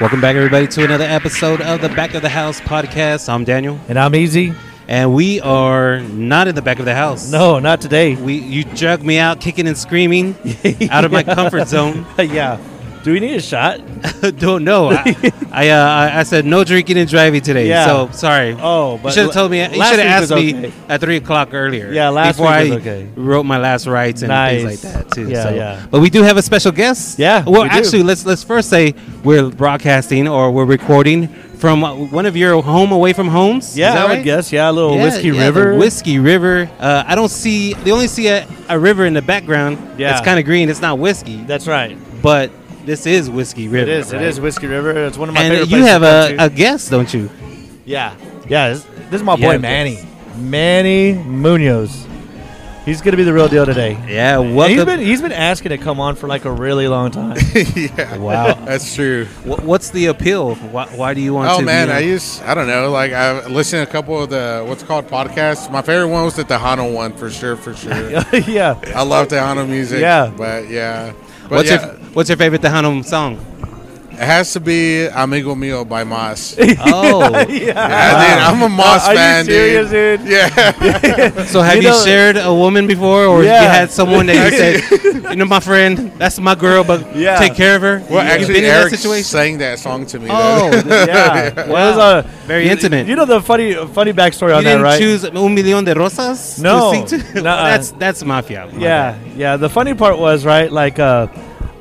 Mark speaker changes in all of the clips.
Speaker 1: Welcome back, everybody, to another episode of the Back of the House podcast. I'm Daniel,
Speaker 2: And I'm easy.
Speaker 1: and we are not in the back of the house.
Speaker 2: No, not today.
Speaker 1: we you drug me out kicking and screaming out of my comfort zone.
Speaker 2: yeah. Do we need a shot?
Speaker 1: Don't know. I I, uh, I- I said no drinking and driving today.
Speaker 2: Yeah.
Speaker 1: So sorry.
Speaker 2: Oh,
Speaker 1: you
Speaker 2: but
Speaker 1: should have told me. You should
Speaker 2: last
Speaker 1: have
Speaker 2: week
Speaker 1: asked
Speaker 2: was
Speaker 1: me
Speaker 2: okay.
Speaker 1: at three o'clock earlier.
Speaker 2: Yeah, last
Speaker 1: before
Speaker 2: week
Speaker 1: I
Speaker 2: was okay.
Speaker 1: wrote my last rites and
Speaker 2: Nice.
Speaker 1: things like that too.
Speaker 2: Yeah,
Speaker 1: so.
Speaker 2: yeah.
Speaker 1: But we do have a special guest.
Speaker 2: Yeah,
Speaker 1: Well,
Speaker 2: we do.
Speaker 1: actually, let's let's first say we're broadcasting or we're recording from uh, one of your home away from homes.
Speaker 2: Yeah,
Speaker 1: Is that
Speaker 2: I
Speaker 1: right?
Speaker 2: would guess. Yeah, a little
Speaker 1: Yeah,
Speaker 2: whiskey
Speaker 1: yeah, the
Speaker 2: river.
Speaker 1: Whiskey River. Uh, I don't see. They only see a, a river in the background.
Speaker 2: Yeah.
Speaker 1: It's kind of green. It's not whiskey,
Speaker 2: That's right.
Speaker 1: but this is Whiskey River.
Speaker 2: It is.
Speaker 1: right?
Speaker 2: It is whiskey river. It's one of my favorite
Speaker 1: And you
Speaker 2: places.
Speaker 1: have
Speaker 2: to
Speaker 1: a,
Speaker 2: go
Speaker 1: a
Speaker 2: to.
Speaker 1: guest, don't you?
Speaker 2: yeah. Yeah. This, this is my
Speaker 1: Yeah,
Speaker 2: boy Manny. Manny Munoz. He's gonna be the real deal today.
Speaker 1: Yeah.
Speaker 2: And He's
Speaker 1: Welcome.
Speaker 2: been he's been asking to come on for like a really long time.
Speaker 3: yeah,
Speaker 1: wow.
Speaker 3: that's true.
Speaker 1: Wh- What's the appeal? Why, why do you want
Speaker 3: Oh
Speaker 1: to?
Speaker 3: man,
Speaker 1: be uh,
Speaker 3: I used I don't know. Like I listened to a couple of the what's called podcasts. My favorite one was the Tejano one for sure, for sure.
Speaker 2: yeah.
Speaker 3: I love Tejano music.
Speaker 2: Yeah.
Speaker 3: but yeah, but
Speaker 1: what's
Speaker 3: yeah,
Speaker 1: your What's your favorite Tejano song?
Speaker 3: it has to be Amigo Mio by Moss. yeah,
Speaker 1: Oh,
Speaker 2: yeah.
Speaker 3: dude, I'm a Moss
Speaker 2: Are you
Speaker 3: fan,
Speaker 2: serious,
Speaker 3: dude.
Speaker 2: dude?
Speaker 3: Yeah,
Speaker 1: so have you,
Speaker 2: You know-
Speaker 1: shared a woman before, or
Speaker 2: Yeah.
Speaker 1: you had someone that you said, you know, my friend, that's my girl, but
Speaker 2: Yeah.
Speaker 1: take care of her.
Speaker 3: well,
Speaker 1: You've
Speaker 3: actually,
Speaker 1: been in
Speaker 3: Eric
Speaker 1: that situation.
Speaker 3: sang that song to me.
Speaker 1: Oh,
Speaker 3: though.
Speaker 1: th-
Speaker 2: Yeah.
Speaker 1: Wow.
Speaker 2: It was a-
Speaker 1: Very
Speaker 2: you-
Speaker 1: intimate.
Speaker 2: You know the funny funny backstory
Speaker 1: You
Speaker 2: on that,
Speaker 1: didn't
Speaker 2: right?
Speaker 1: choose Un Millón de Rosas.
Speaker 2: No.
Speaker 1: to sing to?
Speaker 2: Nuh-uh.
Speaker 1: that's that's mafia. my
Speaker 2: yeah yeah the funny part was right like uh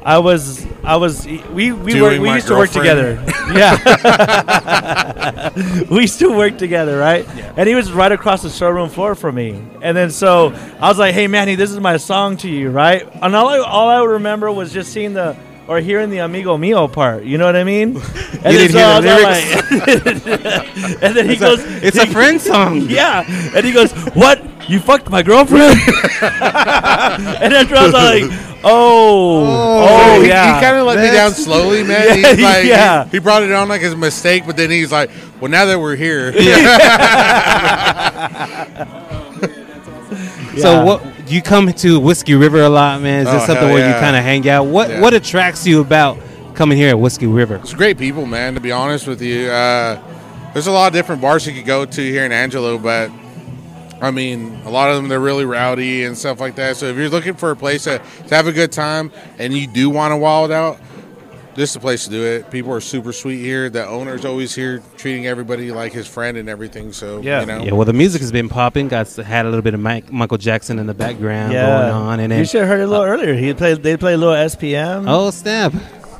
Speaker 2: i was i was e, we we, were,
Speaker 3: Doing
Speaker 2: we
Speaker 3: my
Speaker 2: used to work together
Speaker 3: girlfriend.
Speaker 2: yeah we used to work together right and he was right across the showroom floor from me and then so i was like hey manny this is my song to you right and all i all i remember was just seeing the or hearing the amigo mio part you know what i mean and
Speaker 1: didn't hear
Speaker 2: so the like, and then he goes
Speaker 1: bad. It's a
Speaker 2: he-
Speaker 1: friend song.
Speaker 2: yeah. And he goes, What? You fucked my girlfriend? and after I was like, Oh, oh,
Speaker 3: he,
Speaker 2: yeah.
Speaker 3: He kind of let me down
Speaker 2: That's-
Speaker 3: slowly, man.
Speaker 2: Yeah,
Speaker 3: He's like,
Speaker 2: yeah.
Speaker 3: He, he brought it on like his mistake, but then he's like, well, now that we're here,
Speaker 1: So
Speaker 2: Yeah.
Speaker 1: what you come to Whiskey River a lot, man? Is
Speaker 3: Oh,
Speaker 1: this something
Speaker 3: hell
Speaker 1: where you
Speaker 3: yeah.
Speaker 1: kind of hang out? What
Speaker 3: Yeah.
Speaker 1: What attracts you about coming here at Whiskey River?
Speaker 3: It's great people, man. To be honest with you, uh, there's a lot of different bars you could go to here in Angelo, but I mean, a lot of them they're really rowdy and stuff like that. So if you're looking for a place to, to have a good time and you do want to wild out, this is the place to do it. People are super sweet here. The owner's always here, treating everybody like his friend and everything. So
Speaker 2: Yeah.
Speaker 3: you know,
Speaker 1: Yeah, well, the music has been popping. Got had a little bit of Mike, Michael Jackson in the background going on, and
Speaker 2: you
Speaker 1: then
Speaker 2: should have heard it a little earlier. He played. They played a little SPM.
Speaker 1: oh snap!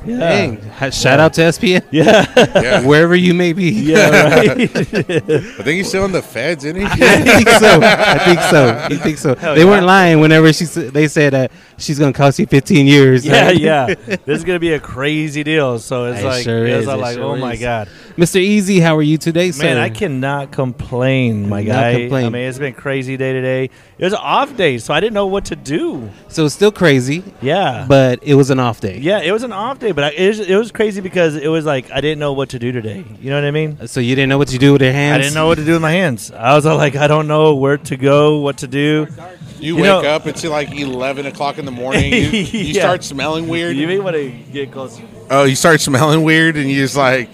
Speaker 2: Yeah.
Speaker 1: Dang! Ha- Shout out to SPN
Speaker 2: yeah,
Speaker 3: yeah.
Speaker 1: wherever you may be.
Speaker 2: yeah, right.
Speaker 3: I think he's still in the feds, isn't he?
Speaker 1: I think so. I think so. You think so?
Speaker 2: Hell
Speaker 1: they
Speaker 2: yeah.
Speaker 1: weren't lying whenever she s- they said that she's gonna cost you 15 years.
Speaker 2: yeah,
Speaker 1: right?
Speaker 2: yeah. This is gonna be a crazy deal. So it's
Speaker 1: It
Speaker 2: like,
Speaker 1: sure
Speaker 2: it's
Speaker 1: is, it
Speaker 2: like,
Speaker 1: sure
Speaker 2: oh my
Speaker 1: is.
Speaker 2: god,
Speaker 1: Mr. Easy, how are you today, sir?
Speaker 2: man, I cannot complain, my
Speaker 1: Not
Speaker 2: guy.
Speaker 1: complain.
Speaker 2: I mean, it's been a crazy day today. It was an off day, so I didn't know what to do.
Speaker 1: So it's still crazy,
Speaker 2: Yeah,
Speaker 1: but it was an off day.
Speaker 2: Yeah, it was an off day, but I, it, was, it was crazy because it was like I didn't know what to do today. You know what I mean?
Speaker 1: So you didn't know what to do with your hands.
Speaker 2: I didn't know what to do with my hands. I was all like, I don't know where to go, what to do. You
Speaker 3: You, wake
Speaker 2: know-
Speaker 3: up it's like 11 o'clock in the morning. You, you
Speaker 2: Yeah.
Speaker 3: start smelling weird.
Speaker 2: You may want to get closer.
Speaker 3: oh, you start smelling weird, and you just like,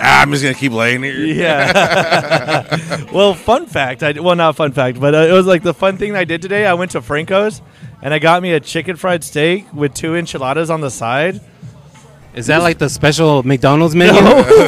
Speaker 3: ah, I'm just gonna keep laying here.
Speaker 2: Yeah. well, fun fact. I, well, not fun fact, but uh, it was like the fun thing I did today. I went to Franco's and I got me a chicken fried steak with two enchiladas on the side.
Speaker 1: Is that like the special McDonald's menu?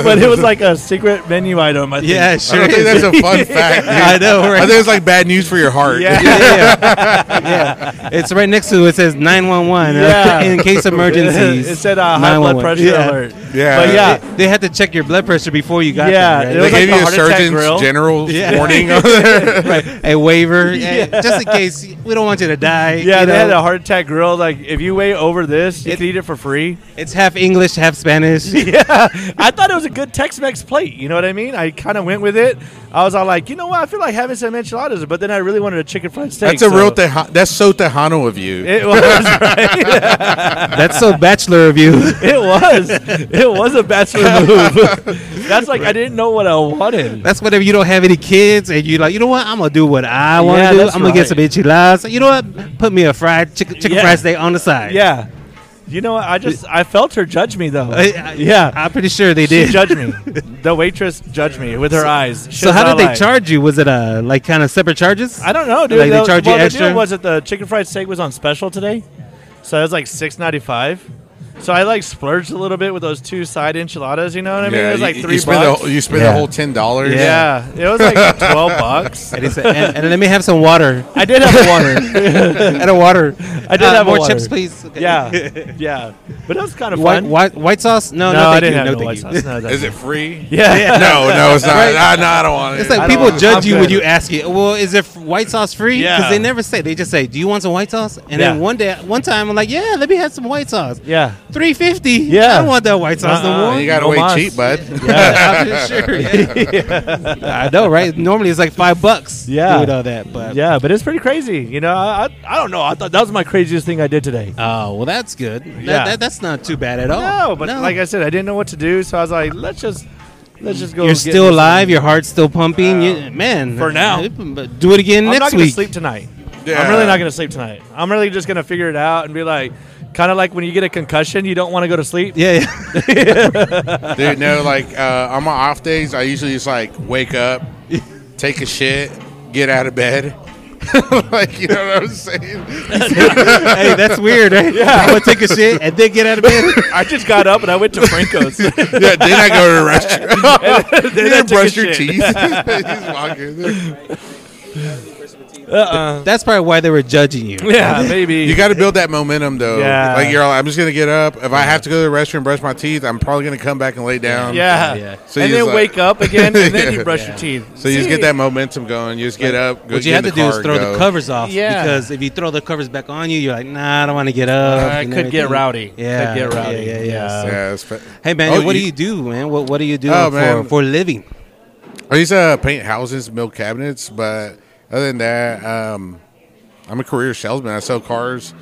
Speaker 2: but it was like a secret menu item. I think.
Speaker 1: Yeah,
Speaker 3: I
Speaker 1: sure.
Speaker 3: don't think
Speaker 1: is.
Speaker 3: that's a fun fact. dude.
Speaker 1: I know,
Speaker 3: I
Speaker 1: right?
Speaker 3: think it's like bad news for your heart.
Speaker 2: Yeah.
Speaker 1: yeah, yeah. Yeah. It's right next to it. It says 911
Speaker 2: Yeah.
Speaker 1: uh, in case emergencies.
Speaker 2: it said uh, high blood
Speaker 1: 911.
Speaker 2: pressure
Speaker 1: Yeah. Uh,
Speaker 2: alert.
Speaker 3: Yeah.
Speaker 2: But yeah,
Speaker 1: They, they had to check your blood pressure before you got
Speaker 2: Yeah,
Speaker 1: there.
Speaker 2: it
Speaker 3: They
Speaker 1: Right?
Speaker 2: was like
Speaker 3: gave
Speaker 2: the
Speaker 3: you a
Speaker 2: heart attack grill.
Speaker 3: surgeon's general
Speaker 1: Yeah.
Speaker 3: warning over there.
Speaker 1: Right. A waiver. Yeah, Just in case. We don't want you to die.
Speaker 2: Yeah,
Speaker 1: you
Speaker 2: they had
Speaker 1: know?
Speaker 2: a heart attack grill. Like, if you weigh over this, you
Speaker 1: It-
Speaker 2: can eat it for free.
Speaker 1: It's half English, half Spanish.
Speaker 2: yeah, I thought it was a good Tex-Mex plate. You know what I mean? I kind of went with it. I was all like, you know what? I feel like having some enchiladas, but then I really wanted a chicken fried steak.
Speaker 3: That's a real
Speaker 2: thing.
Speaker 3: Teja- That's so Tejano of you.
Speaker 2: It was right.
Speaker 1: That's so bachelor of you.
Speaker 2: it was. It was a bachelor move. That's like I didn't know what I wanted.
Speaker 1: That's whenever you don't have any kids and you like, you know what? I'm gonna do what I want to
Speaker 2: Yeah,
Speaker 1: do. I'm
Speaker 2: that's
Speaker 1: gonna get
Speaker 2: right.
Speaker 1: some enchiladas. You know what? Put me a fried chicken, chicken
Speaker 2: Yeah.
Speaker 1: fried steak on the side.
Speaker 2: Yeah. You know what? I just I felt her judge me though.
Speaker 1: I- I-
Speaker 2: yeah,
Speaker 1: I'm pretty sure they
Speaker 2: she
Speaker 1: did.
Speaker 2: judged me. The waitress judged me with her eyes. She
Speaker 1: so
Speaker 2: does
Speaker 1: how
Speaker 2: not
Speaker 1: did they
Speaker 2: lie.
Speaker 1: charge you? Was it uh like kind of separate charges?
Speaker 2: I don't know, dude.
Speaker 1: Like, they
Speaker 2: The-
Speaker 1: charge you
Speaker 2: well, the
Speaker 1: extra?
Speaker 2: deal was that the chicken fried steak was on special today, so it was like six ninety five. So I like splurged a little bit with those two side enchiladas. You know what I mean? it was like
Speaker 3: you,
Speaker 2: three
Speaker 3: you spend
Speaker 2: bucks.
Speaker 3: The, you spend
Speaker 1: Yeah.
Speaker 3: the whole ten dollars.
Speaker 2: yeah. it was like twelve bucks.
Speaker 1: and, he said, and, and let me have some water.
Speaker 2: I did have a water.
Speaker 1: and a water.
Speaker 2: I did
Speaker 1: Uh,
Speaker 2: have a
Speaker 1: more
Speaker 2: water.
Speaker 1: chips, please. Okay.
Speaker 2: Yeah, yeah. But that was kind of
Speaker 1: White,
Speaker 2: fun.
Speaker 1: white, white sauce? No,
Speaker 2: no,
Speaker 1: no,
Speaker 2: I
Speaker 1: thank
Speaker 2: didn't
Speaker 1: you.
Speaker 2: have
Speaker 1: no,
Speaker 2: no white
Speaker 1: thank you.
Speaker 2: sauce. No,
Speaker 3: Is
Speaker 2: that's-
Speaker 3: it free?
Speaker 2: Yeah.
Speaker 3: No, no, it's not.
Speaker 1: Right.
Speaker 3: I, no, I don't want it.
Speaker 1: It's
Speaker 2: I
Speaker 1: like
Speaker 2: don't
Speaker 1: people
Speaker 2: know.
Speaker 1: judge
Speaker 2: I'm
Speaker 1: you when
Speaker 2: good.
Speaker 1: you ask it. Well, is it f- white sauce free? Because
Speaker 2: Yeah.
Speaker 1: they never say. They just say, "Do you want some white sauce?" And
Speaker 2: Yeah.
Speaker 1: then one day, one time, I'm like, "Yeah, let me have some white sauce."
Speaker 2: Yeah.
Speaker 1: Three fifty.
Speaker 2: Yeah.
Speaker 1: I don't want that white sauce
Speaker 2: Uh-uh.
Speaker 1: no more.
Speaker 3: And you got to
Speaker 2: No
Speaker 3: wait
Speaker 2: mas.
Speaker 3: cheap, bud.
Speaker 1: Yeah, I'm sure. yeah. I know, right? Normally it's like five bucks.
Speaker 2: Yeah.
Speaker 1: doing all that, but
Speaker 2: Yeah, but it's pretty crazy. You know, I, I, I don't know. I thought that was my craziest thing I did today.
Speaker 1: Oh well, that's good. That,
Speaker 2: Yeah.
Speaker 1: that- that's not too bad at all.
Speaker 2: No, but like I said, I didn't know what to do, so I was like, let's just let's just go.
Speaker 1: you're
Speaker 2: get
Speaker 1: still
Speaker 2: this
Speaker 1: alive.
Speaker 2: thing.
Speaker 1: Your heart's still pumping. You, man,
Speaker 2: For now.
Speaker 1: uh, but do it again
Speaker 2: I'm
Speaker 1: next
Speaker 2: not gonna
Speaker 1: week.
Speaker 2: sleep tonight. I'm
Speaker 3: Yeah.
Speaker 2: really not gonna sleep tonight. I'm really just gonna figure it out and be like, kind of like when you get a concussion, you don't want to go to sleep.
Speaker 1: Yeah, yeah,
Speaker 3: Dude, no, like uh, on my off days, I usually just like wake up, take a shit, get out of bed. like you know what I'm saying?
Speaker 1: hey, that's weird. Right? Yeah, I'm gonna take a shit and then get out of bed.
Speaker 2: I just got up and I went to Franco's.
Speaker 3: yeah, then I go to the restaurant.
Speaker 2: then
Speaker 3: then
Speaker 2: I
Speaker 3: I
Speaker 2: took a
Speaker 3: brush your
Speaker 2: shit.
Speaker 3: teeth. He's walking.
Speaker 2: Uh-uh.
Speaker 1: That's probably why they were judging you.
Speaker 2: Yeah, maybe.
Speaker 3: You got to build that momentum though.
Speaker 2: Yeah.
Speaker 3: Like you're all, I'm just gonna get up. If I have to go to the restroom and brush my teeth, I'm probably gonna come back and lay down.
Speaker 2: yeah.
Speaker 1: Yeah.
Speaker 3: So
Speaker 2: and
Speaker 3: you
Speaker 2: then
Speaker 3: just like-
Speaker 2: wake up again, and then
Speaker 3: Yeah.
Speaker 2: you brush your
Speaker 1: Yeah.
Speaker 2: teeth.
Speaker 3: So you just get that momentum going. You just get up. Go
Speaker 1: What
Speaker 3: get
Speaker 1: you have
Speaker 3: in the
Speaker 1: to do is
Speaker 3: car,
Speaker 1: throw the
Speaker 3: go.
Speaker 1: covers off.
Speaker 2: Yeah.
Speaker 1: Because if you throw the covers back on you, you're like, nah, I don't want to get up.
Speaker 2: I
Speaker 1: and
Speaker 2: Uh, could get
Speaker 1: everything.
Speaker 2: rowdy.
Speaker 1: Yeah.
Speaker 2: Could get rowdy.
Speaker 1: Yeah, yeah, yeah.
Speaker 2: Yeah.
Speaker 3: Yeah, it's fa-
Speaker 1: Hey man,
Speaker 3: Oh,
Speaker 1: what do
Speaker 3: you-
Speaker 1: you do, man? What what do you do
Speaker 3: Oh,
Speaker 1: for,
Speaker 3: man.
Speaker 1: for a living?
Speaker 3: I used to paint houses, build cabinets, but other than that, um, I'm a career salesman. I sell cars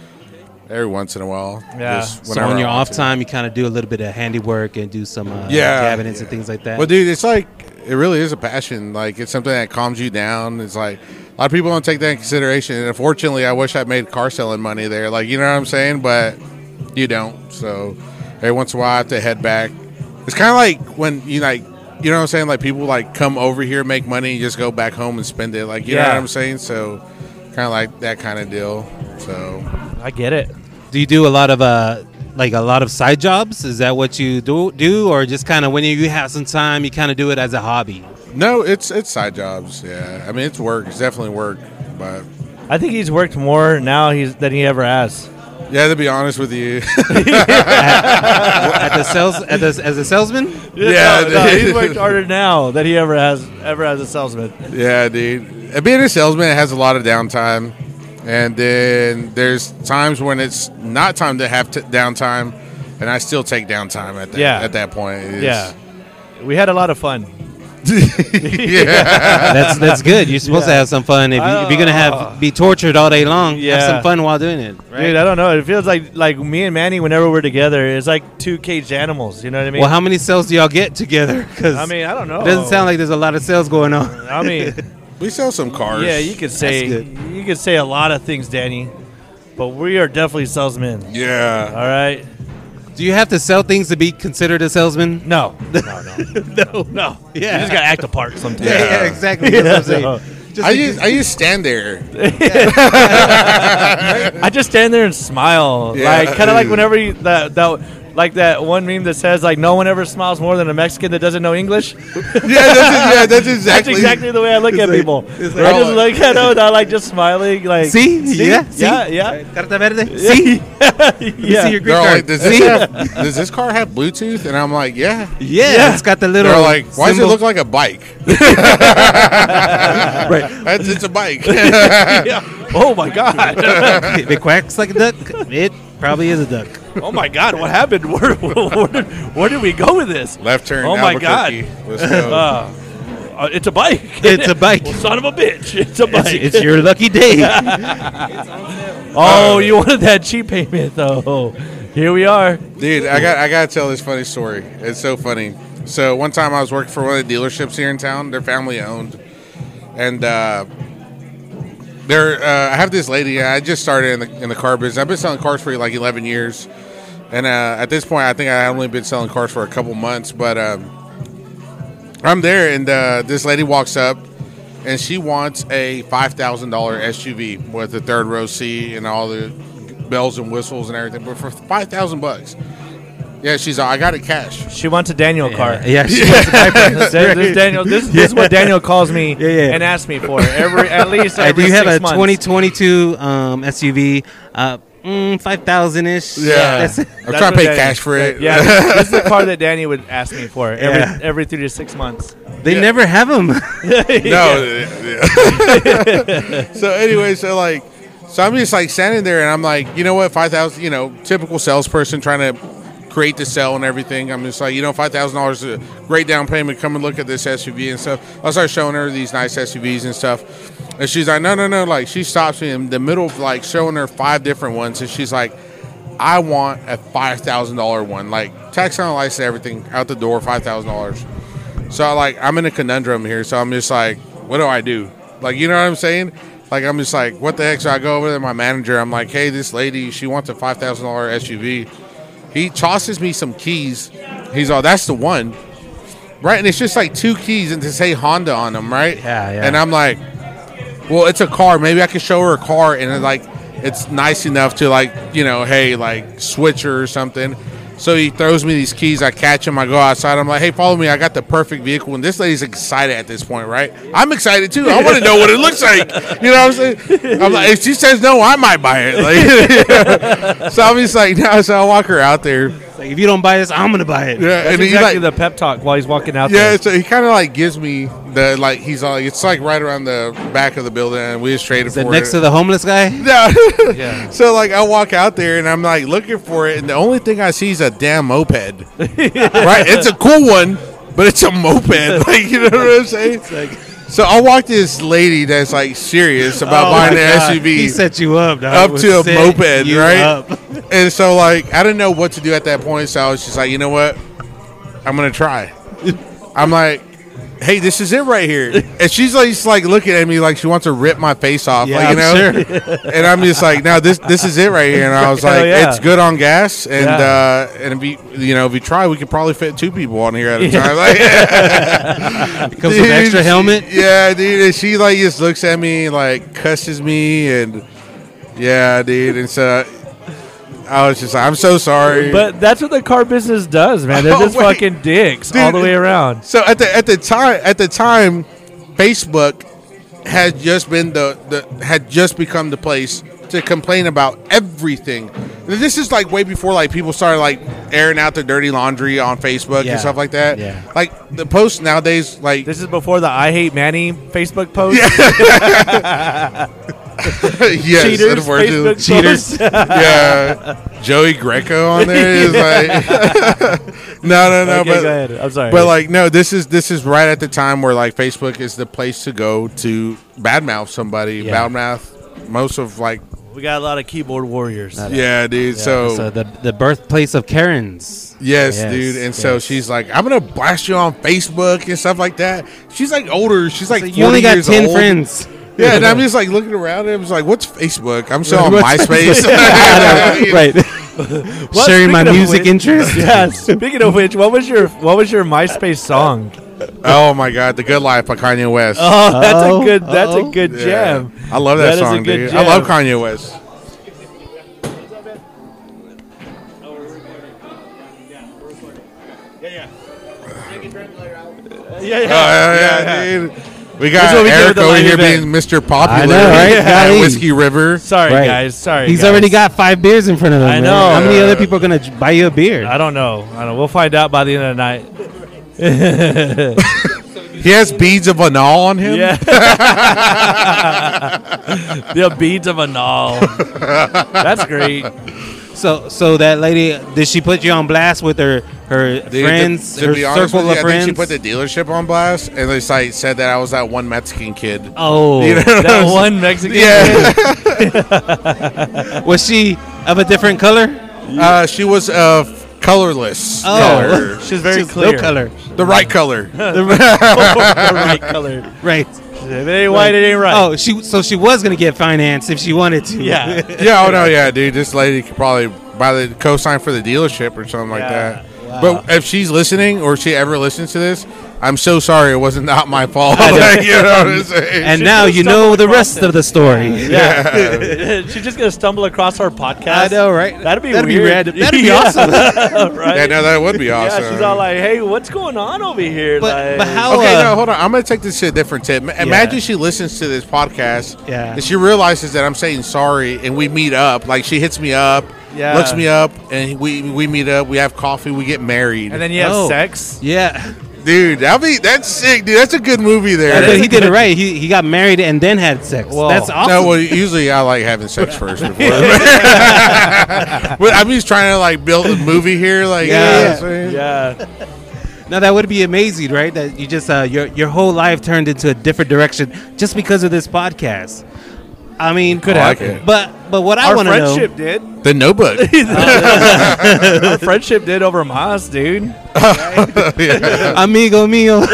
Speaker 3: every once in a while.
Speaker 2: Yeah.
Speaker 1: So
Speaker 3: whenever
Speaker 1: on your
Speaker 3: I want
Speaker 1: off
Speaker 3: to.
Speaker 1: time, you kind of do a little bit of handiwork and do some uh,
Speaker 3: Yeah.
Speaker 1: cabinets and things like that.
Speaker 3: Well, dude, it's like it really is a passion. Like it's something that calms you down. It's like a lot of people don't take that in consideration. And unfortunately, I wish I made car selling money there. Like you know what I'm saying, but you don't. So every once in a while, I have to head back. It's kind of like when you like. You know what I'm saying? Like people like come over here, make money, and just go back home and spend it. Like you know
Speaker 2: Yeah.
Speaker 3: what I'm saying? So kind of like that kind of deal. So
Speaker 2: I get it.
Speaker 1: do you do a lot of uh like a lot of side jobs? Is that what you do do, or just kind of when you have some time, you kind of do it as a hobby?
Speaker 3: no, it's it's side jobs. Yeah, I mean it's work. It's definitely work, but
Speaker 2: I think he's worked more now he's than he ever has.
Speaker 3: yeah, to be honest with you.
Speaker 1: at the sales at the, as a salesman?
Speaker 3: Yeah,
Speaker 2: no, no,
Speaker 3: dude.
Speaker 2: he's worked harder now than he ever has ever as a salesman.
Speaker 3: Yeah, dude. And Being a salesman has a lot of downtime, and then there's times when it's not time to have t- downtime, and I still take downtime at that
Speaker 2: Yeah.
Speaker 3: at that point. It's-
Speaker 2: Yeah, we had a lot of fun.
Speaker 1: That's that's good. You're supposed to
Speaker 2: Yeah. Oh.
Speaker 1: have some fun. If, you, if you're gonna have be tortured all day long, have
Speaker 2: Yeah.
Speaker 1: some fun while doing it. Right?
Speaker 2: Dude, I don't know. It feels like like me and Manny, whenever we're together, it's like two caged animals. You know what I mean?
Speaker 1: well, how many sales do y'all get together? Because
Speaker 2: I mean, oh. I don't know.
Speaker 1: it doesn't sound like there's a lot of sales going on.
Speaker 2: I mean,
Speaker 3: we sell some cars.
Speaker 2: yeah, you could say
Speaker 1: good.
Speaker 2: you could say a lot of things, Danny, but we are definitely salesmen.
Speaker 3: yeah.
Speaker 2: All right?
Speaker 1: Do you have to sell things to be considered a salesman?
Speaker 2: No, no, no, no, no.
Speaker 1: Yeah.
Speaker 2: you just gotta act a part sometimes.
Speaker 3: Yeah.
Speaker 1: exactly.
Speaker 2: Yeah,
Speaker 1: That's what
Speaker 2: no.
Speaker 1: I'm saying. Just
Speaker 3: I
Speaker 1: to-
Speaker 3: just I just stand there.
Speaker 2: I just stand there and smile,
Speaker 3: Yeah.
Speaker 2: like kind of like whenever you that that like that one meme that says like no one ever smiles more than a Mexican that doesn't know English.
Speaker 3: yeah, that's, yeah, that's
Speaker 2: That's
Speaker 3: exactly.
Speaker 2: exactly the way I look at
Speaker 1: like-
Speaker 2: people.
Speaker 1: it's
Speaker 2: I
Speaker 3: like-
Speaker 2: just look at them, and I like just smiling, like
Speaker 1: see? yeah, see?
Speaker 2: yeah, yeah,
Speaker 1: Carta verde. See,
Speaker 2: yeah.
Speaker 1: see your green
Speaker 3: They're all
Speaker 1: card.
Speaker 3: like, does this, have, does this car have Bluetooth? And I'm like, yeah.
Speaker 1: yeah, it's got the little.
Speaker 3: They're like, why does it
Speaker 1: symbol.
Speaker 3: look like a bike?
Speaker 1: Right.
Speaker 3: That's, it's a bike.
Speaker 2: Yeah. Oh my god!
Speaker 1: if it quacks like a duck, it probably is a duck.
Speaker 2: Oh my god! What happened? Where, where, did, where did we go with this?
Speaker 3: Left turn.
Speaker 2: Oh my
Speaker 3: Albuquerque. Let's go.
Speaker 2: Uh, uh, it's a bike.
Speaker 1: It's a bike.
Speaker 2: Son of a bitch! It's a bike.
Speaker 1: It's your lucky day.
Speaker 2: oh, you wanted that cheap payment though. Here we are.
Speaker 3: Dude, I got I gotta tell this funny story. It's so funny. So one time I was working for one of the dealerships here in town. They're family owned, and uh, they're uh, I have this lady. I just started in the in the car business. I've been selling cars for like eleven years, And uh, at this point, I think I only been selling cars for a couple months, but um, I'm there, and uh, this lady walks up, and she wants a five thousand dollar SUV with a third row seat and all the bells and whistles and everything, but for five thousand bucks. Yeah, she's. all, I got it cash.
Speaker 2: She wants a Daniel car.
Speaker 1: Yeah, she
Speaker 2: This, this Daniel, this, this is what Daniel calls me
Speaker 1: Yeah, yeah.
Speaker 2: and asks me for every at least
Speaker 1: I
Speaker 2: every
Speaker 1: do have
Speaker 2: six
Speaker 1: a
Speaker 2: months.
Speaker 1: 2022 um, SUV, uh, mm, five thousand ish. that's it.
Speaker 3: I'm trying to
Speaker 2: what
Speaker 3: pay
Speaker 2: Danny-
Speaker 3: cash for it.
Speaker 2: Yeah, this is the car that Danny would ask me for every
Speaker 1: Yeah.
Speaker 2: every three to six months.
Speaker 1: they
Speaker 3: Yeah.
Speaker 1: never have them.
Speaker 3: no. yeah. so anyway, so like, so I'm just like standing there, and I'm like, you know what, five thousand, you know, typical salesperson trying to create the sell and everything. I'm just like, you know, five thousand dollars is a great down payment. Come and look at this SUV and stuff. I start showing her these nice SUVs and stuff, and she's like, no, no, no. Like she stops me in the middle of like showing her five different ones, and she's like. I want a five thousand dollar one, like tax on license, everything out the door, five thousand dollars. So like I'm in a conundrum here. So I'm just like, what do I do? Like you know what I'm saying? Like I'm just like, what the heck? So I go over to my manager. I'm like, hey, this lady, she wants a five thousand dollar SUV. He tosses me some keys. He's all, that's the one, right? And it's just like two keys and to say Honda on them, right?
Speaker 1: Yeah, yeah.
Speaker 3: And I'm like, well, it's a car. Maybe I can show her a car and it's like it's nice enough to like, you know, hey, like switch her or something. So he throws me these keys. I catch him. I go outside. I'm like, hey, follow me. I got the perfect vehicle. And this lady's excited at this point, right? I'm excited too. I want to know what it looks like. You know what I'm saying? I'm like, if she says no, I might buy it. Like, so I'm just like, no. So I walk her out there.
Speaker 1: It's like, if you don't buy this, I'm gonna buy it.
Speaker 3: Yeah,
Speaker 2: That's
Speaker 3: and he's
Speaker 2: exactly
Speaker 3: like,
Speaker 2: the pep talk while he's walking out
Speaker 3: yeah,
Speaker 2: there.
Speaker 3: so he kind of like gives me the like he's like it's like right around the back of the building, and we just traded
Speaker 1: Is that
Speaker 3: for
Speaker 1: next
Speaker 3: it.
Speaker 1: to the homeless guy?
Speaker 3: no.
Speaker 2: Yeah.
Speaker 3: So like I walk out there and I'm like looking for it, and the only thing I see is a damn moped. right? It's a cool one, but it's a moped. Like you know what I'm saying? so I walk to this lady that's like serious about
Speaker 1: Oh
Speaker 3: buying
Speaker 1: my
Speaker 3: an
Speaker 1: God.
Speaker 3: SUV
Speaker 1: He set you up, dog.
Speaker 3: up
Speaker 1: Would
Speaker 3: to a
Speaker 1: set
Speaker 3: moped,
Speaker 1: you
Speaker 3: right?
Speaker 1: up.
Speaker 3: And so like I didn't know what to do at that point, so I was just like, you know what? I'm gonna try. I'm like, hey, this is it right here. And she's like, she's like looking at me like she wants to rip my face off,
Speaker 1: Yeah,
Speaker 3: like, you know.
Speaker 1: I'm
Speaker 3: And I'm just like, no, this this is it right here. And I was
Speaker 2: Hell
Speaker 3: like,
Speaker 2: yeah.
Speaker 3: it's good on gas, and
Speaker 2: Yeah.
Speaker 3: uh, and if we, you know, if we try, we could probably fit two people on here at a time. Like,
Speaker 1: Comes with
Speaker 3: Dude,
Speaker 1: extra
Speaker 3: she-
Speaker 1: helmet.
Speaker 3: Yeah, dude. And she like just looks at me, like cusses me, and yeah, dude. And so I was just like, I'm so sorry.
Speaker 2: But that's what the car business does, man. They're
Speaker 3: Oh,
Speaker 2: just
Speaker 3: wait.
Speaker 2: fucking dicks all
Speaker 3: Dude.
Speaker 2: the way around.
Speaker 3: so at the at the time at the time, Facebook had just been the, the had just become the place to complain about everything. This is like way before like people started like airing out their dirty laundry on Facebook
Speaker 1: Yeah.
Speaker 3: and stuff like that.
Speaker 1: Yeah.
Speaker 3: Like the posts nowadays, like
Speaker 2: This is before the "I hate Manny" Facebook post.
Speaker 3: yes,
Speaker 2: cheaters,
Speaker 3: unfortunately.
Speaker 2: Facebook
Speaker 1: Cheaters.
Speaker 2: post.
Speaker 3: yeah, Joey Greco on there is like, no, no, no,
Speaker 2: okay,
Speaker 3: but
Speaker 2: go ahead. I'm sorry.
Speaker 3: but like no, this is this is right at the time where like Facebook is the place to go to badmouth somebody,
Speaker 1: Yeah.
Speaker 3: badmouth most of like
Speaker 2: we got a lot of keyboard warriors.
Speaker 3: yeah, dude. so,
Speaker 1: So the the birthplace of Karens.
Speaker 3: yes,
Speaker 1: Yes,
Speaker 3: dude, and so
Speaker 1: yes.
Speaker 3: she's like, I'm gonna blast you on Facebook and stuff like that. She's like older. She's like
Speaker 1: So you only
Speaker 3: 40
Speaker 1: got
Speaker 3: years
Speaker 1: ten
Speaker 3: old.
Speaker 1: friends.
Speaker 3: Yeah, and I'm just like looking around and I'm just like, what's Facebook? I'm still on
Speaker 1: What's
Speaker 3: MySpace.
Speaker 1: right.
Speaker 2: Well,
Speaker 1: Sharing my
Speaker 2: speaking of
Speaker 1: music
Speaker 2: which-
Speaker 1: interests.
Speaker 2: Yeah. Speaking of which, what was your what was your MySpace song?
Speaker 3: Oh my god, The Good Life by Kanye West.
Speaker 2: Oh, that's
Speaker 1: Uh-oh,
Speaker 2: a good. That's a
Speaker 1: uh-oh.
Speaker 2: good gem.
Speaker 3: oh. I love
Speaker 2: That
Speaker 3: that,
Speaker 2: is a
Speaker 3: song,
Speaker 2: good
Speaker 3: dude. I
Speaker 2: jam.
Speaker 3: love Kanye West.
Speaker 2: Yeah,
Speaker 3: Oh, yeah, yeah, dude. We got
Speaker 2: That's what we do at
Speaker 3: Eric
Speaker 2: the
Speaker 3: over
Speaker 2: live
Speaker 3: here
Speaker 2: event.
Speaker 3: being Mr. Popular
Speaker 1: I know, right?
Speaker 3: at
Speaker 1: Golly.
Speaker 3: Whiskey River.
Speaker 2: Sorry,
Speaker 1: Right.
Speaker 2: guys. Sorry.
Speaker 1: He's
Speaker 2: guys.
Speaker 1: already got five beers in front of him.
Speaker 2: I
Speaker 1: man.
Speaker 2: know.
Speaker 1: How many other people are gonna j- buy you a beer?
Speaker 2: I don't know. I don't know. We'll find out by the end of the night.
Speaker 3: He has beads of anal on him.
Speaker 2: Yeah. the beads of a null. That's great.
Speaker 1: So, so that lady, did she put you on blast with her her
Speaker 3: Dude, to-
Speaker 1: friends,
Speaker 3: to,
Speaker 1: her
Speaker 3: be honest
Speaker 1: circle
Speaker 3: with
Speaker 1: of
Speaker 3: you, I
Speaker 1: friends?
Speaker 3: think she put the dealership on blast, and they like, said that I was that one Mexican kid.
Speaker 1: oh,
Speaker 3: You know what I'm
Speaker 2: That
Speaker 3: saying?
Speaker 2: one Mexican.
Speaker 3: Yeah,
Speaker 1: was she of a different color?
Speaker 3: uh, she was uh, colorless.
Speaker 1: Oh.
Speaker 3: Color.
Speaker 2: She's very
Speaker 1: She's
Speaker 2: clear.
Speaker 1: No color,
Speaker 3: the right color.
Speaker 2: The right color.
Speaker 1: right?
Speaker 2: If it ain't white, it ain't right.
Speaker 1: Oh, she. So she was gonna get financed if she wanted to.
Speaker 2: yeah.
Speaker 3: yeah, oh no, yeah, dude. This lady could probably buy the cosign for the dealership or something like
Speaker 2: Yeah.
Speaker 3: that. But if she's listening or she ever listens to this, I'm so sorry. It wasn't not my fault. Like, you know what I'm saying?
Speaker 1: And
Speaker 2: She's
Speaker 1: now
Speaker 2: gonna
Speaker 1: you know
Speaker 2: stumble
Speaker 1: the
Speaker 2: across
Speaker 1: rest
Speaker 2: it.
Speaker 1: of the story.
Speaker 2: Yeah, she's just gonna stumble across our podcast.
Speaker 1: I know, right?
Speaker 2: That'd be
Speaker 1: That'd be
Speaker 2: weird.
Speaker 1: random. That'd be
Speaker 2: Yeah.
Speaker 1: awesome.
Speaker 2: right?
Speaker 3: yeah, no, that would be awesome.
Speaker 2: Yeah, she's all like, "Hey, what's going on over here?"
Speaker 1: But-
Speaker 2: like,
Speaker 1: but how-
Speaker 3: Okay,
Speaker 1: uh,
Speaker 3: no, hold on. I'm gonna take this to a different tip. Ma- Imagine she listens to this podcast,
Speaker 1: Yeah.
Speaker 3: and she realizes that I'm saying sorry, and we meet up. Like she hits me up,
Speaker 2: Yeah.
Speaker 3: looks me up, and we we meet up. We have coffee. We get married,
Speaker 2: And then you have
Speaker 1: Oh.
Speaker 2: sex.
Speaker 1: Yeah.
Speaker 3: dude, that be that's sick, dude. That's a good movie there.
Speaker 1: but he
Speaker 2: a
Speaker 1: did it
Speaker 2: good-
Speaker 1: right. He, he got married and then had sex.
Speaker 2: Whoa.
Speaker 1: That's
Speaker 2: No,
Speaker 1: awesome.
Speaker 3: No, well, usually I like having sex first. Before. but I'm just trying to like build a movie here. Like,
Speaker 1: Yeah.
Speaker 3: you know what I'm saying?
Speaker 2: Yeah,
Speaker 1: Now that would be amazing, right? That you just uh, your your whole life turned into a different direction just because of this podcast. I mean, could
Speaker 3: I like happen. it.
Speaker 1: But but what I
Speaker 2: our
Speaker 1: want to know,
Speaker 2: friendship did.
Speaker 3: the Notebook.
Speaker 2: Our friendship did over Moss, dude.
Speaker 3: Yeah.
Speaker 1: amigo mio,
Speaker 2: Dude,